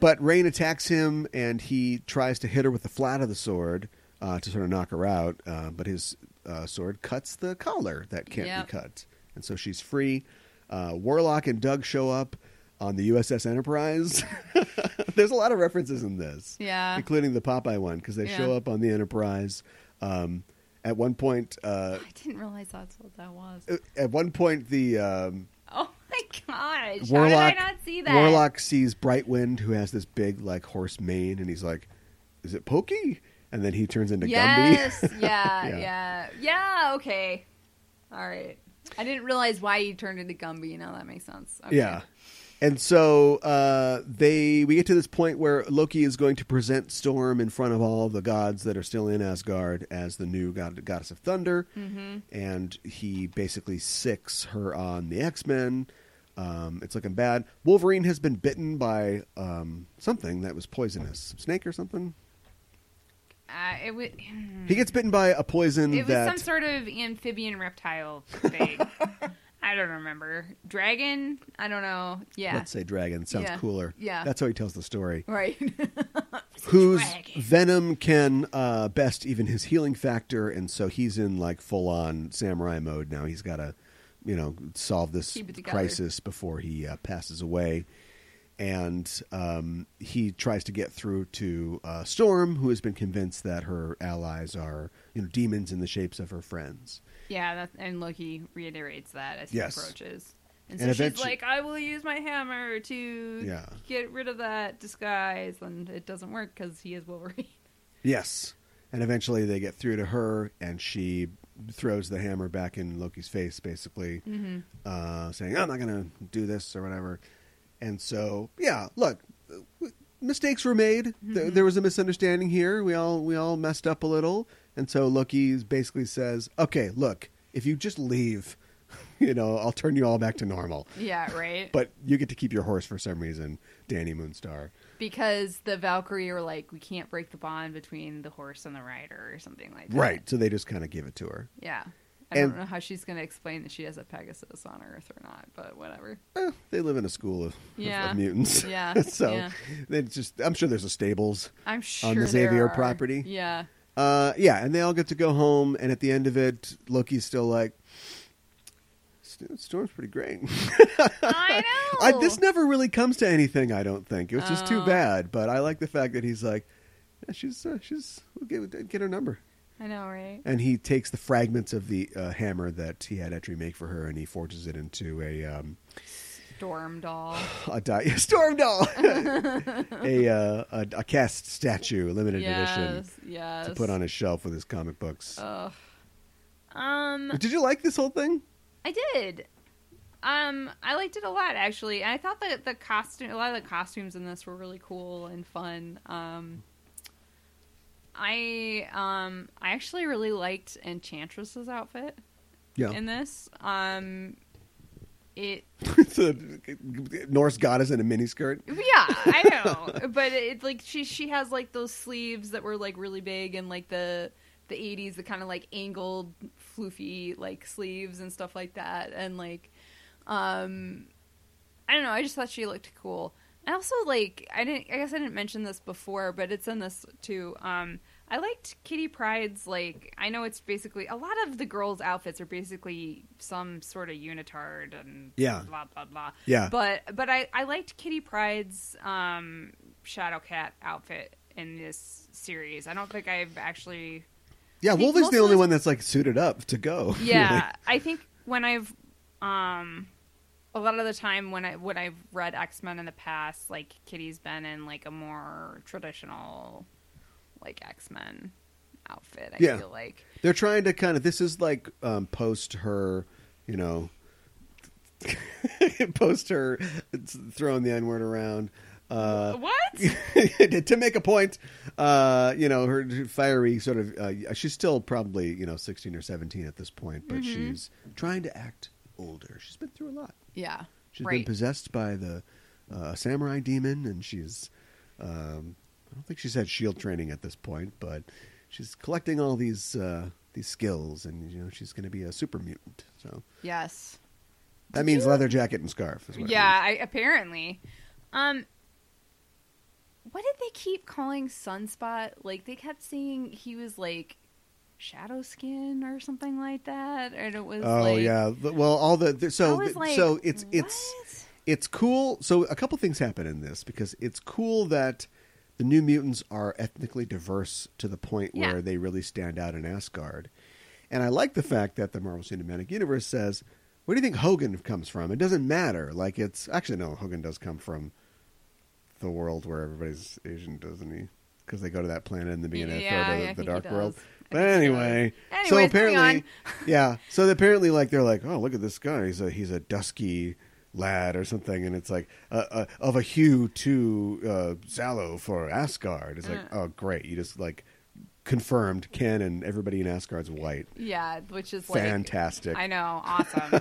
S2: but Rain attacks him, and he tries to hit her with the flat of the sword uh, to sort of knock her out. Uh, but his uh, sword cuts the collar that can't
S3: Yep.
S2: be cut, and so she's free. Uh, Warlock and Doug show up on the USS Enterprise. There's a lot of references in this,
S3: Yeah.
S2: including the Popeye one because they
S3: Yeah.
S2: show up on the Enterprise. Um, at one point, uh,
S3: I didn't realize that's what that was.
S2: at one point the um,
S3: Oh my gosh! How
S2: Warlock
S3: did I not see that?
S2: Warlock sees Brightwind, who has this big like horse mane, and he's like, "Is it Pokey?" And then he turns into
S3: Yes.
S2: Gumby.
S3: yeah,
S2: Yeah.
S3: yeah. Yeah. Okay. All right. I didn't realize why you turned into Gumby. Now that makes sense. Okay.
S2: yeah. And so uh, they we get to this point where Loki is going to present Storm in front of all the gods that are still in Asgard as the new god, goddess of thunder, mm-hmm. and he basically sicks her on the X Men. Um, it's looking bad. Wolverine has been bitten by um, something that was poisonous, snake or something.
S3: Uh, it was.
S2: He gets bitten by a poison
S3: It was
S2: Mm, that
S3: some sort of amphibian reptile thing. I don't remember. Dragon. I don't know. Yeah.
S2: let's say dragon sounds
S3: Yeah.
S2: cooler.
S3: Yeah.
S2: that's how he tells the story.
S3: Right.
S2: Whose
S3: dragon.
S2: venom can uh, best even his healing factor, and so he's in like full on samurai mode now. He's got to, you know, solve this
S3: Keep it together.
S2: crisis before he uh, passes away. And um, he tries to get through to uh, Storm, who has been convinced that her allies are, you know, demons in the shapes of her friends.
S3: yeah. That, and Loki reiterates that as he
S2: Yes.
S3: approaches. And so
S2: And
S3: she's
S2: eventually-
S3: like, "I will use my hammer to
S2: Yeah.
S3: get rid of that disguise," and it doesn't work because he is Wolverine.
S2: Yes. And eventually they get through to her, and she throws the hammer back in Loki's face, basically, uh, saying, I'm not going to do this or whatever. And so, yeah, look, mistakes were made. Th- there was a misunderstanding here. We all we all messed up a little, and so Loki basically says, "Okay, look, if you just leave, you know, I'll turn you all back to normal.
S3: Yeah, right.
S2: But you get to keep your horse for some reason, Danny Moonstar."
S3: because the Valkyrie are like, we can't break the bond between the horse and the rider or something like that.
S2: Right. So they just kind of give it to her.
S3: Yeah. I
S2: And-
S3: don't know how she's going to explain that she has a Pegasus on Earth or not, but whatever.
S2: Eh, they live in a school of, of- of
S3: Yeah.
S2: mutants.
S3: Yeah,
S2: so
S3: yeah.
S2: they just I'm sure there's a stables.
S3: I'm sure
S2: the
S3: there
S2: Xavier
S3: are-
S2: property?
S3: Yeah.
S2: Uh, yeah, and they all get to go home, and at the end of it, Loki's still like, "St- "Storm's pretty great."
S6: I know.
S2: I, this never really comes to anything, I don't think. It was just too
S3: Oh.
S2: bad, but I like the fact that he's like, yeah, "She's, uh, she's, we'll get, get her number."
S3: I know, right?
S2: And he takes the fragments of the uh, hammer that he had Etri make for her, and he forges it into a um,
S3: Storm doll.
S2: a di- storm doll, a, uh, a a cast statue, limited edition,
S3: yes. Yes.
S2: to put on his shelf with his comic books.
S3: Ugh.
S6: um,
S2: Did you like this whole thing?
S6: I did.
S3: Um, I liked it a lot actually, and I thought that the costume, a lot of the costumes in this were really cool and fun. Um, I um, I actually really liked Enchantress's outfit
S2: Yeah,
S3: in this. Um, it
S2: it's a Norse goddess in a miniskirt.
S3: yeah, I know, but it's like she she has like those sleeves that were like really big and like the the eighties, the kind of like angled, floofy like sleeves and stuff like that, and like um, I don't know, I just thought she looked cool. I also like I didn't I guess I didn't mention this before, but it's in this too. Um, I liked Kitty Pride's like I know it's basically a lot of the girls' outfits are basically some sort of unitard and
S2: Yeah.
S3: blah blah blah
S2: Yeah.
S3: but but I, I liked Kitty Pride's um, Shadow Cat outfit in this series. I don't think I've actually
S2: Yeah,
S3: I think
S2: Wolver's
S3: most
S2: the
S3: of
S2: only
S3: those-
S2: one that's like suited up to go.
S3: yeah. I think when I've um, a lot of the time when I when I've read X Men in the past, like Kitty's been in like a more traditional like X Men outfit. I
S2: Yeah.
S3: feel like
S2: They're trying to kind of this is like um, post her, you know, post her throwing the n word around. Uh,
S3: what?
S2: to make a point, uh, you know, her fiery sort of, uh, she's still probably, you know, 16 or 17 at this point, but
S3: Mm-hmm.
S2: she's trying to act older. She's been through a lot.
S3: yeah,
S2: She's been
S3: right.
S2: possessed by the uh, samurai demon, and she's, um, I don't think she's had shield training at this point, but she's collecting all these, uh, these skills, and, you know, she's going to be a super mutant. So
S3: yes.
S2: that means leather jacket and scarf. Is what it
S3: Yeah, I, apparently. Um, what did they keep calling Sunspot? Like they kept saying he was like Shadow Skin or something like that, and it was.
S2: Oh
S3: like,
S2: yeah. The- Well, all the, the so
S3: I was
S2: th-
S3: like,
S2: so it's it's
S3: what?
S2: it's cool. So a couple things happen in this because it's cool that the New Mutants are ethnically diverse to the point
S3: Yeah.
S2: where they really stand out in Asgard. And I like the fact that the Marvel Cinematic Universe says, "Where do you think Hogan comes from?" It doesn't matter. Like it's actually no, Hogan does come from the world where everybody's Asian, doesn't he? Because they go to that planet in the beginning
S3: Yeah,
S2: of the,
S3: I
S2: third, the
S3: think
S2: Dark
S3: he
S2: World.
S3: does. I
S2: But
S3: think he does.
S2: anyway, so
S3: Anyways, moving
S2: apparently,
S3: on.
S2: yeah. So apparently, like they're like, oh, look at this guy. He's a he's a dusky lad or something, and it's like uh, uh, of a hue too uh, sallow for Asgard. It's like,
S3: Uh.
S2: oh, great. You just like confirmed Ken and everybody in Asgard's white.
S3: Yeah, which is like
S2: Fantastic.
S3: I know, awesome.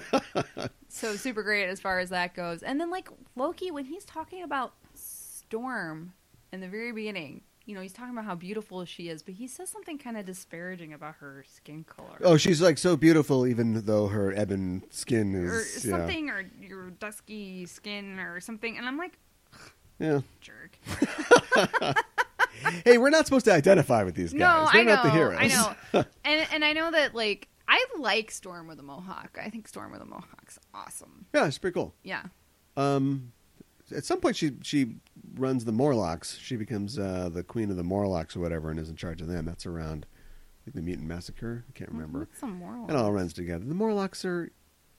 S3: so super great as far as that goes. And then like Loki when he's talking about Storm in the very beginning, you know, he's talking about how beautiful she is, but he says something kind of disparaging about her skin color.
S2: Oh, she's like so beautiful, even though her ebon skin
S3: or
S2: is yeah.
S3: something or your dusky skin or something and I'm like
S2: yeah.
S3: jerk.
S2: Hey, we're not supposed to identify with these guys.
S3: No,
S2: They're
S3: I know.
S2: not the heroes.
S3: I know. and and I know that like I like Storm with a mohawk. I think Storm with a mohawk's awesome.
S2: Yeah, it's pretty cool.
S3: Yeah.
S2: Um, at some point, she she runs the Morlocks. She becomes uh, the queen of the Morlocks or whatever, and is in charge of them. That's around I think, the mutant massacre. I can't
S3: Mm-hmm.
S2: remember.
S3: What's a moral?
S2: It all runs together. The Morlocks are,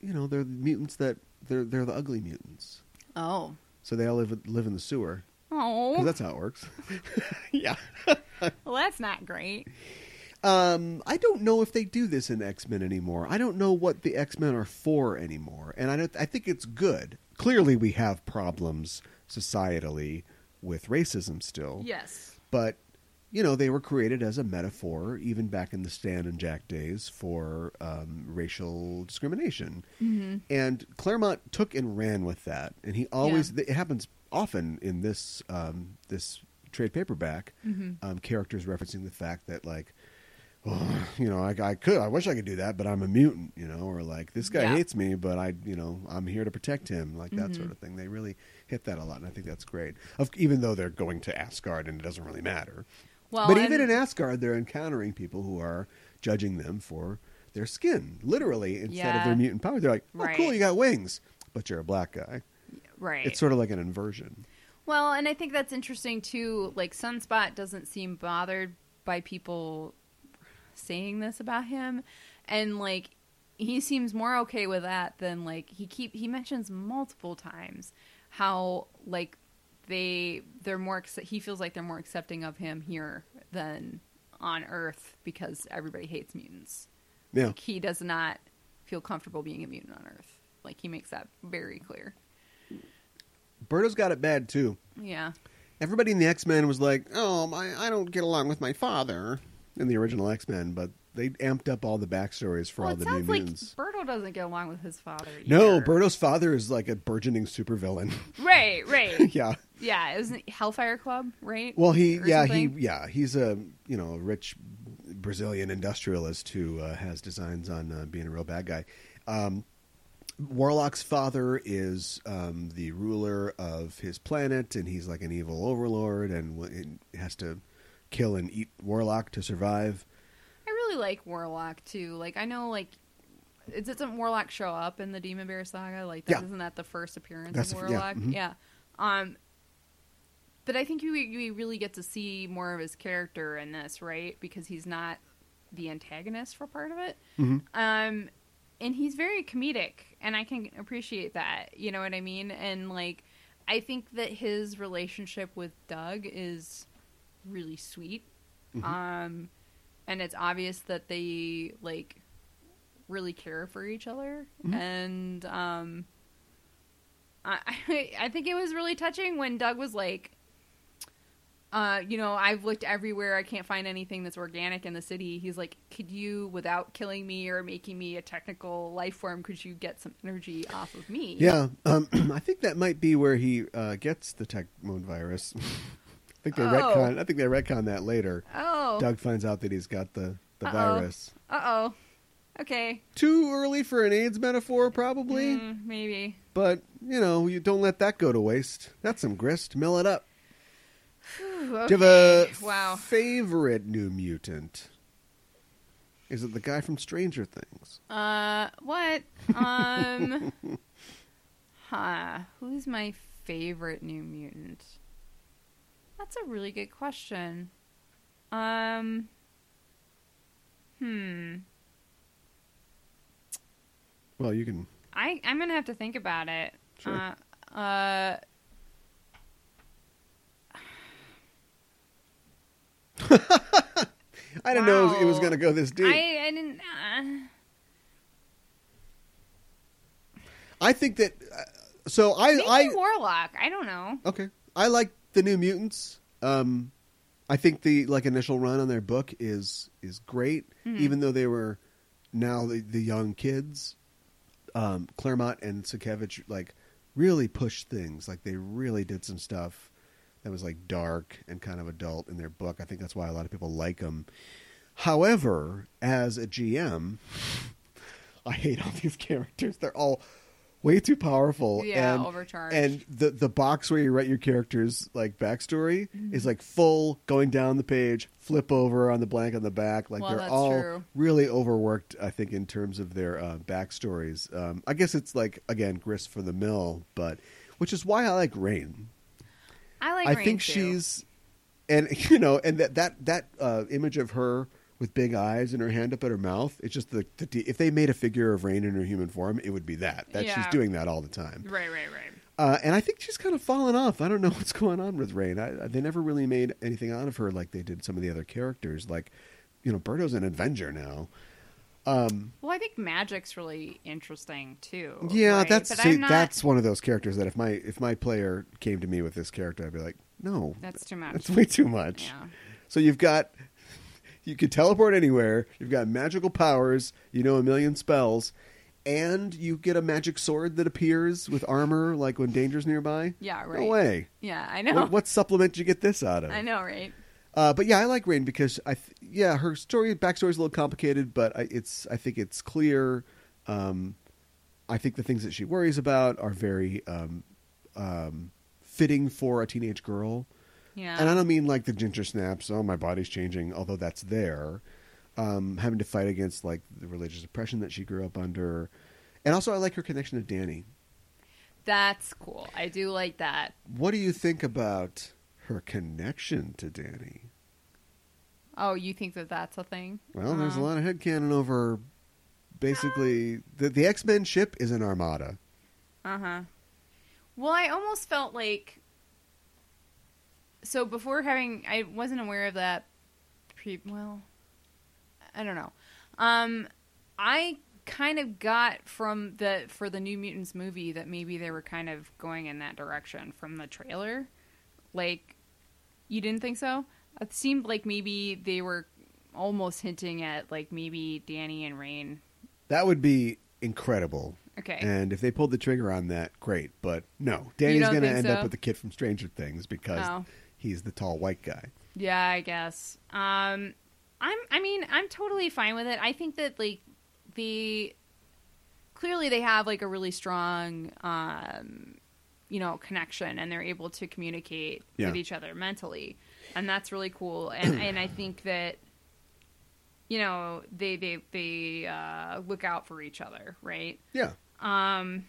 S2: you know, they're the mutants that they're they're the ugly mutants.
S3: Oh.
S2: So they all live live in the sewer
S3: Oh.
S2: because that's how it works. yeah.
S3: well, that's not great.
S2: Um, I don't know if they do this in X Men anymore. I don't know what the X Men are for anymore, and I don't. I think it's good. Clearly, we have problems societally with racism still.
S3: Yes.
S2: But, you know, they were created as a metaphor, even back in the Stan and Jack days, for um, racial discrimination. And Claremont took and ran with that. And he always,
S3: Yeah.
S2: it happens often in this, um, this trade paperback, um, characters referencing the fact that, like, "Oh, you know, I, I could, I wish I could do that, but I'm a mutant, you know, or like this guy
S3: Yeah. Mm-hmm.
S2: hates me, but I, you know, I'm here to protect him, like that sort of thing. They really hit that a lot, and I think that's great. Of, even though they're going to Asgard, and it doesn't really matter.
S3: Well,
S2: but even in
S3: and-
S2: Asgard, they're encountering people who are judging them for their skin, literally, instead of
S3: Yeah.
S2: their mutant power. They're like, "Oh, cool,
S3: Right.
S2: you got wings, but you're a black guy."
S3: Right.
S2: It's sort of like an inversion.
S3: Well, and I think that's interesting too. Like Sunspot doesn't seem bothered by people saying this about him, and like he seems more okay with that than like he keep he mentions multiple times how like they they're more acce- he feels like they're more accepting of him here than on Earth because everybody hates mutants.
S2: Yeah,
S3: Like he does not feel comfortable being a mutant on Earth. Like he makes that very clear.
S2: Birdo's got it bad too.
S3: Yeah.
S2: Everybody in the X Men was like, "Oh, my, I don't get along with my father," in the original X Men, but they amped up all the backstories for all
S3: it
S2: the new
S3: sounds like
S2: mutants.
S3: Berto doesn't get along with his father.
S2: no,
S3: either.
S2: Birdo's father is like a burgeoning supervillain.
S3: Right, right.
S2: yeah.
S3: yeah, it was Hellfire Club, right?
S2: Well, he,
S3: Or
S2: yeah,
S3: something?
S2: he, yeah, he's a you know a rich Brazilian industrialist who uh, has designs on uh, being a real bad guy. Um, Warlock's father is um, the ruler of his planet, and he's like an evil overlord, and, w- and has to kill and eat Warlock to survive.
S3: I really like Warlock too. Like I know, like it doesn't Warlock show up in the Demon Bear saga? Like that
S2: Yeah.
S3: not that the first appearance
S2: That's
S3: of
S2: the f- yeah,
S3: Warlock?
S2: mhm.
S3: yeah. Um, but I think you we really get to see more of his character in this, right? Because he's not the antagonist for part of it.
S2: Mm-hmm.
S3: Um, and he's very comedic, and I can appreciate that. You know what I mean? And like, I think that his relationship with Doug is really sweet.
S2: Mm-hmm.
S3: Um, and it's obvious that they like really care for each other,
S2: Mm-hmm.
S3: and um, I I think it was really touching when Doug was like. Uh, you know, I've looked everywhere. I can't find anything that's organic in the city. He's like, could you, without killing me or making me a technical life form, could you get some energy off of me?
S2: Yeah, um, I think that might be where he uh, gets the tech mode virus. I think they
S3: Oh.
S2: retcon. I think they retcon that later.
S3: Oh.
S2: Doug finds out that he's got the the
S3: Uh-oh.
S2: virus.
S3: Uh oh. Okay.
S2: Too early for an AIDS metaphor, probably.
S3: Mm, maybe.
S2: But you know, you don't let that go to waste. That's some grist. Mill it up.
S3: Ooh,
S2: Do you have a
S3: okay. wow.
S2: favorite New Mutant? Is it the guy from Stranger Things?
S3: Uh, what? Um, huh. Who's my favorite New Mutant? That's a really good question. Um, hmm.
S2: Well, you can.
S3: I I'm gonna have to think about it.
S2: Sure.
S3: Uh, uh,
S2: I didn't know it was
S3: Wow.
S2: going to go this deep.
S3: I I didn't. Uh,
S2: I think that. Uh, so I
S3: maybe
S2: I
S3: Warlock. I don't know.
S2: Okay. I like the New Mutants. Um, I think the like initial run on their book is is great,
S3: Mm-hmm.
S2: even though they were now the, the young kids. Um, Claremont and Sakevich like really pushed things. Like they really did some stuff that was like dark and kind of adult in their book. I think that's why a lot of people like them. However, as a GM, I hate all these characters. They're all way too powerful.
S3: Yeah,
S2: and,
S3: overcharged.
S2: And the the box where you write your character's like backstory is like full, going down the page, flip over on the blank on the back. Like
S3: Well,
S2: they're
S3: that's
S2: all
S3: true.
S2: really overworked. I think in terms of their uh, backstories. Um, I guess it's like again grist for the mill, but which is why I like Rain.
S3: I like.
S2: I
S3: Rain
S2: think
S3: too.
S2: she's, and you know, and that that that uh, image of her with big eyes and her hand up at her mouth. It's just the, the if they made a figure of Rain in her human form, it would be that that she's
S3: Yeah.
S2: doing that all the time.
S3: right, right, right.
S2: Uh, and I think she's kind of fallen off. I don't know what's going on with Rain. I, I- they never really made anything out of her like they did some of the other characters. Like, you know, Birdo's an Avenger now. Um,
S3: Well, I think magic's really interesting too.
S2: yeah,
S3: right?
S2: that's
S3: But
S2: see,
S3: I'm not-
S2: that's one of those characters that if my if my player came to me with this character, I'd be like, no,
S3: that's too much.
S2: that's way too much.
S3: Yeah.
S2: So you've got you can teleport anywhere. You've got magical powers. You know a million spells, and you get a magic sword that appears with armor, like when danger's nearby.
S3: Yeah,
S2: No
S3: right.
S2: way.
S3: Yeah, I know.
S2: What, what supplement did you get this out of?
S3: I know, right?
S2: Uh, but yeah, I like Rain because I th- yeah her story backstory is a little complicated, but I, it's I think it's clear. Um, I think the things that she worries about are very um, um, fitting for a teenage girl,
S3: Yeah.
S2: and I don't mean like the ginger snaps. Oh, my body's changing, although that's there. Um, having to fight against like the religious oppression that she grew up under, and also I like her connection to Danny.
S3: That's cool. I do like that.
S2: What do you think about her connection to Danny?
S3: Oh, you think that that's a thing?
S2: Well,
S3: Uh,
S2: there's a lot of headcanon over basically the, the X Men ship is an armada.
S3: Uh huh. Well, I almost felt like so before having I wasn't aware of that. Pre well, I don't know. Um, I kind of got from the for the New Mutants movie that maybe they were kind of going in that direction from the trailer. Like, you didn't think so? It seemed like maybe they were almost hinting at like maybe Danny and Rain.
S2: That would be incredible.
S3: Okay.
S2: And if they pulled the trigger on that, great. But no, Danny's
S3: don't
S2: going to
S3: think
S2: end
S3: so?
S2: up with the kid from Stranger Things because
S3: Oh.
S2: he's the tall white guy.
S3: Yeah, I guess. Um, I'm. I mean, I'm totally fine with it. I think that like the clearly they have like a really strong, um, you know, connection, and they're able to communicate
S2: Yeah.
S3: with each other mentally, and that's really cool. And and I think that you know they they they uh, look out for each other, right?
S2: Yeah. Um,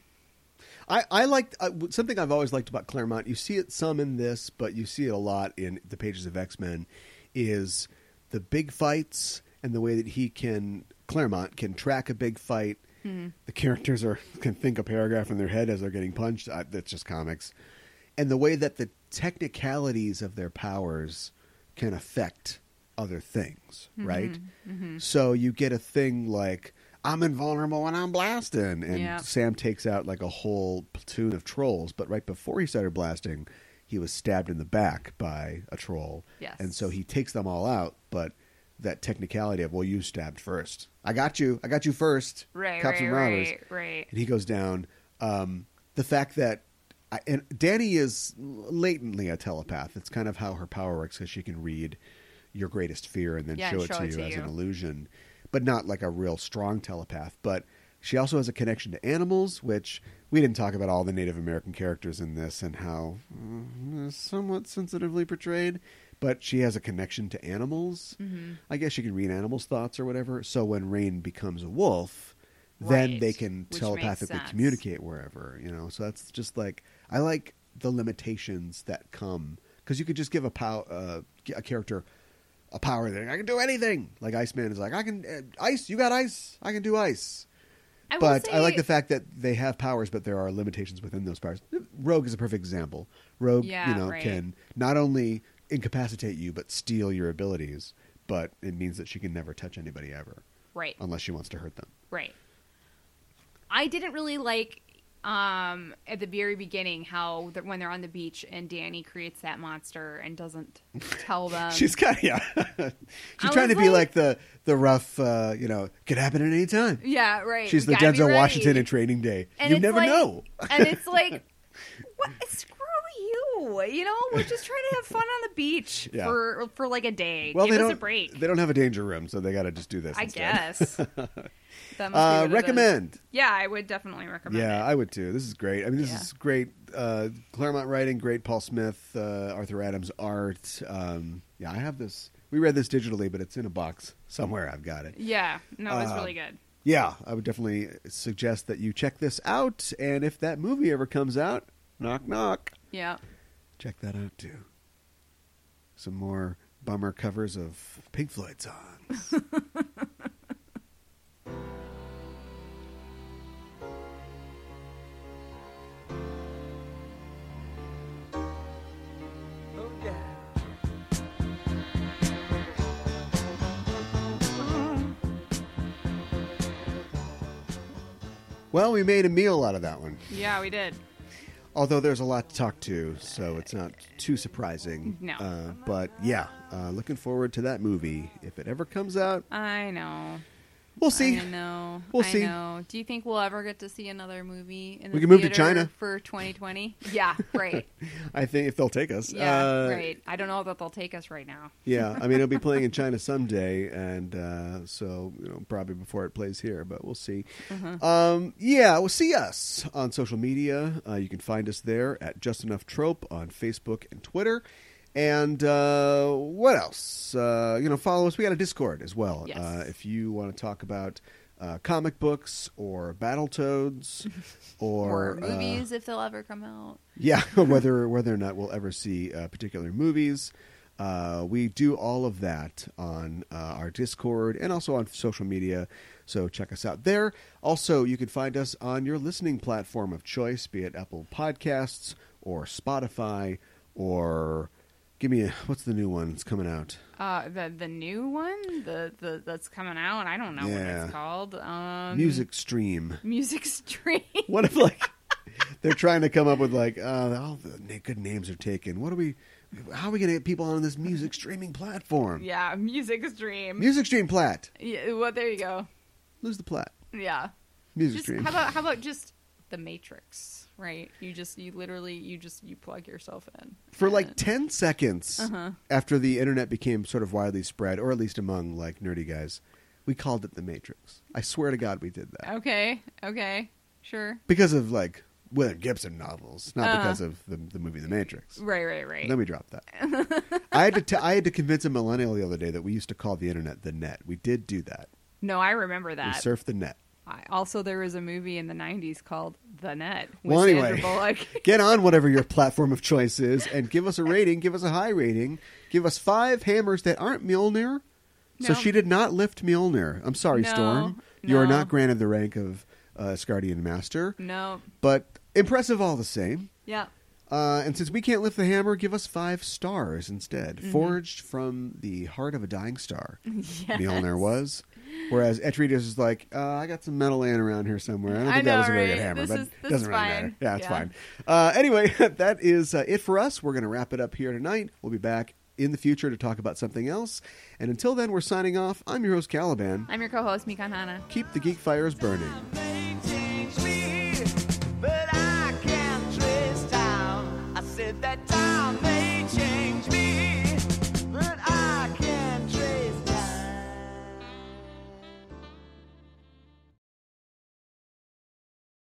S2: I I liked uh, w- something I've always liked about Claremont. You see it some in this, but you see it a lot in the pages of X Men. Is the big fights and the way that he can Claremont can track a big fight. The characters are can think a paragraph in their head as they're getting punched. I, that's just comics, and the way that the technicalities of their powers can affect other things, right? So you get a thing like I'm invulnerable and I'm blasting, and
S3: Yeah.
S2: Sam takes out like a whole platoon of trolls. But right before he started blasting, he was stabbed in the back by a troll,
S3: Yes.
S2: and so he takes them all out. But that technicality of well, you stabbed first. I got you. I got you first.
S3: Right,
S2: Cops
S3: right,
S2: and robbers
S3: right, right.
S2: and he goes down. Um, the fact that I, and Danny is latently a telepath. That's kind of how her power works because she can read your greatest fear and then
S3: Yeah,
S2: show,
S3: and
S2: it to you as an illusion, but not like a real strong telepath. But she also has a connection to animals, which we didn't talk about all the Native American characters in this and how mm, somewhat sensitively portrayed. But she has a connection to animals.
S3: Mm-hmm.
S2: I guess she can read animals' thoughts or whatever. So when Rain becomes a wolf, then
S3: Right.
S2: they can
S3: Which
S2: telepathically
S3: makes sense.
S2: communicate wherever you know so that's just like i like the limitations that come because you could just give a pow- uh, a character a power that i can do anything like iceman is like i can uh, ice you got ice i can do ice
S3: I will
S2: but I
S3: say-
S2: like the fact that they have powers, but there are limitations within those powers. Rogue is a perfect example. Rogue,
S3: Yeah,
S2: you know,
S3: right.
S2: can not only incapacitate you but steal your abilities. But it means that she can never touch anybody ever,
S3: right.
S2: unless she wants to hurt them.
S3: Right. I didn't really like um at the very beginning how that when they're on the beach and Danny creates that monster and doesn't tell them.
S2: She's kind of yeah. She's
S3: Um, I
S2: trying to
S3: was
S2: be like
S3: like-
S2: the the rough, uh, you know, could happen at any time.
S3: yeah, right.
S2: She's
S3: We
S2: the
S3: gotta be
S2: Denzel
S3: ready.
S2: Washington in Training Day.
S3: And
S2: you
S3: it's
S2: never
S3: like-
S2: know.
S3: and it's like
S6: What? Screw you. You know, we're just trying to have fun on the beach
S2: Yeah.
S3: for for like a day.
S2: Well,
S3: Give
S2: they
S3: us
S2: don't.
S3: a break.
S2: They don't have a danger room, so they got to just do this.
S3: I
S2: instead.
S3: guess. That must be what
S2: Uh,
S3: it is.
S2: recommend.
S3: Yeah, I would definitely recommend.
S2: Yeah,
S3: it.
S2: I would too. This is great. I mean, this
S3: Yeah.
S2: is great. Uh, Claremont writing, great Paul Smith, uh, Arthur Adams art. Um, yeah, I have this. We read this digitally, but it's in a box somewhere. I've got it.
S3: Yeah, no, it's really
S2: Uh,
S3: good.
S2: yeah, I would definitely suggest that you check this out. And if that movie ever comes out, knock knock,
S3: Yeah.
S2: check that out too. Some more bummer covers of Pink Floyd songs.
S4: Oh, yeah.
S2: Well, we made a meal out of that one.
S3: Yeah, we did.
S2: Although there's a lot to talk to, so it's not too surprising.
S3: No.
S2: Uh, but yeah, uh, looking forward to that movie if it ever comes out.
S3: I know.
S2: We'll see.
S3: I know.
S2: We'll
S3: I
S2: see.
S3: Know. Do you think we'll ever get to see another movie? In the
S2: We can move to
S3: theater
S2: China.
S3: for 2020. Yeah, right.
S2: I think if they'll take us.
S3: Yeah,
S2: Uh,
S3: right. I don't know that they'll take us right now.
S2: yeah, I mean, it'll be playing in China someday, and uh, so you know, probably before it plays here, but we'll see.
S3: Mm-hmm.
S2: Um, yeah, well, see us on social media. Uh, you can find us there at Just Enough Trope on Facebook and Twitter. And uh, what else? Uh, you know, follow us. We got a Discord as well.
S3: Yes.
S2: Uh, if you want to talk about uh, comic books or Battletoads or,
S3: Or,
S2: uh,
S3: movies if they'll ever come out.
S2: yeah, whether whether or not we'll ever see uh, particular movies, uh, we do all of that on uh, our Discord and also on social media. So check us out there. Also, you can find us on your listening platform of choice, be it Apple Podcasts or Spotify or give me a, what's the new one that's coming out?
S3: Uh, the the new one, the, the that's coming out. I don't know what
S2: Yeah.
S3: it's called. Um,
S2: Music Stream.
S3: music stream.
S2: What if like they're trying to come up with like uh, all the na- good names are taken? What are we? How are we going to get people on this music streaming platform?
S3: yeah, music stream.
S2: Music stream plat.
S3: yeah, well, there you go.
S2: Lose the plat.
S3: Yeah.
S2: Music
S3: Just
S2: stream.
S3: how about how about just the Matrix, right? You just you literally you just you plug yourself in.
S2: For like 10 seconds
S3: Uh-huh.
S2: after the internet became sort of widely spread, or at least among like nerdy guys, we called it the Matrix. I swear to God we did that.
S3: Okay, okay, sure.
S2: Because of like William Gibson novels, not because of the, the movie The Matrix.
S3: Right, right, Uh-huh. right.
S2: Then we dropped that. I had to t- I had to convince a millennial the other day that we used to call the internet the net. We did do that.
S3: no, I remember
S2: We
S3: that.
S2: surfed the net.
S3: I, also, there was a movie in the '90s called The Net with
S2: Well, anyway.
S3: Sandra Bullock.
S2: Get on whatever your platform of choice is and give us a rating. Give us a high rating. Give us five hammers that aren't Mjolnir. So
S3: No.
S2: she did not lift Mjolnir. I'm sorry,
S3: No,
S2: Storm. You are
S3: no.
S2: not granted the rank of uh, Asgardian Master,
S3: no,
S2: but impressive all the same.
S3: yeah,
S2: Uh, and since we can't lift the hammer, give us five stars instead.
S3: Mm-hmm.
S2: Forged from the heart of a dying star, Mjolnir was. Whereas Atreides is like, uh, I got some metal laying around here somewhere. I don't
S3: I
S2: think that
S3: know,
S2: was a very good
S3: right?
S2: hammer,
S3: This
S2: but
S3: is- this
S2: doesn't
S3: is
S2: really
S3: fine.
S2: matter. Yeah, it's
S3: Yeah.
S2: fine. Uh, anyway, that is uh, it for us. We're going to wrap it up here tonight. We'll be back in the future to talk about something else. And until then, we're signing off. I'm your host, Caliban.
S3: I'm your co-host Mikan Hana.
S2: Keep the geek fires burning.
S7: Baby,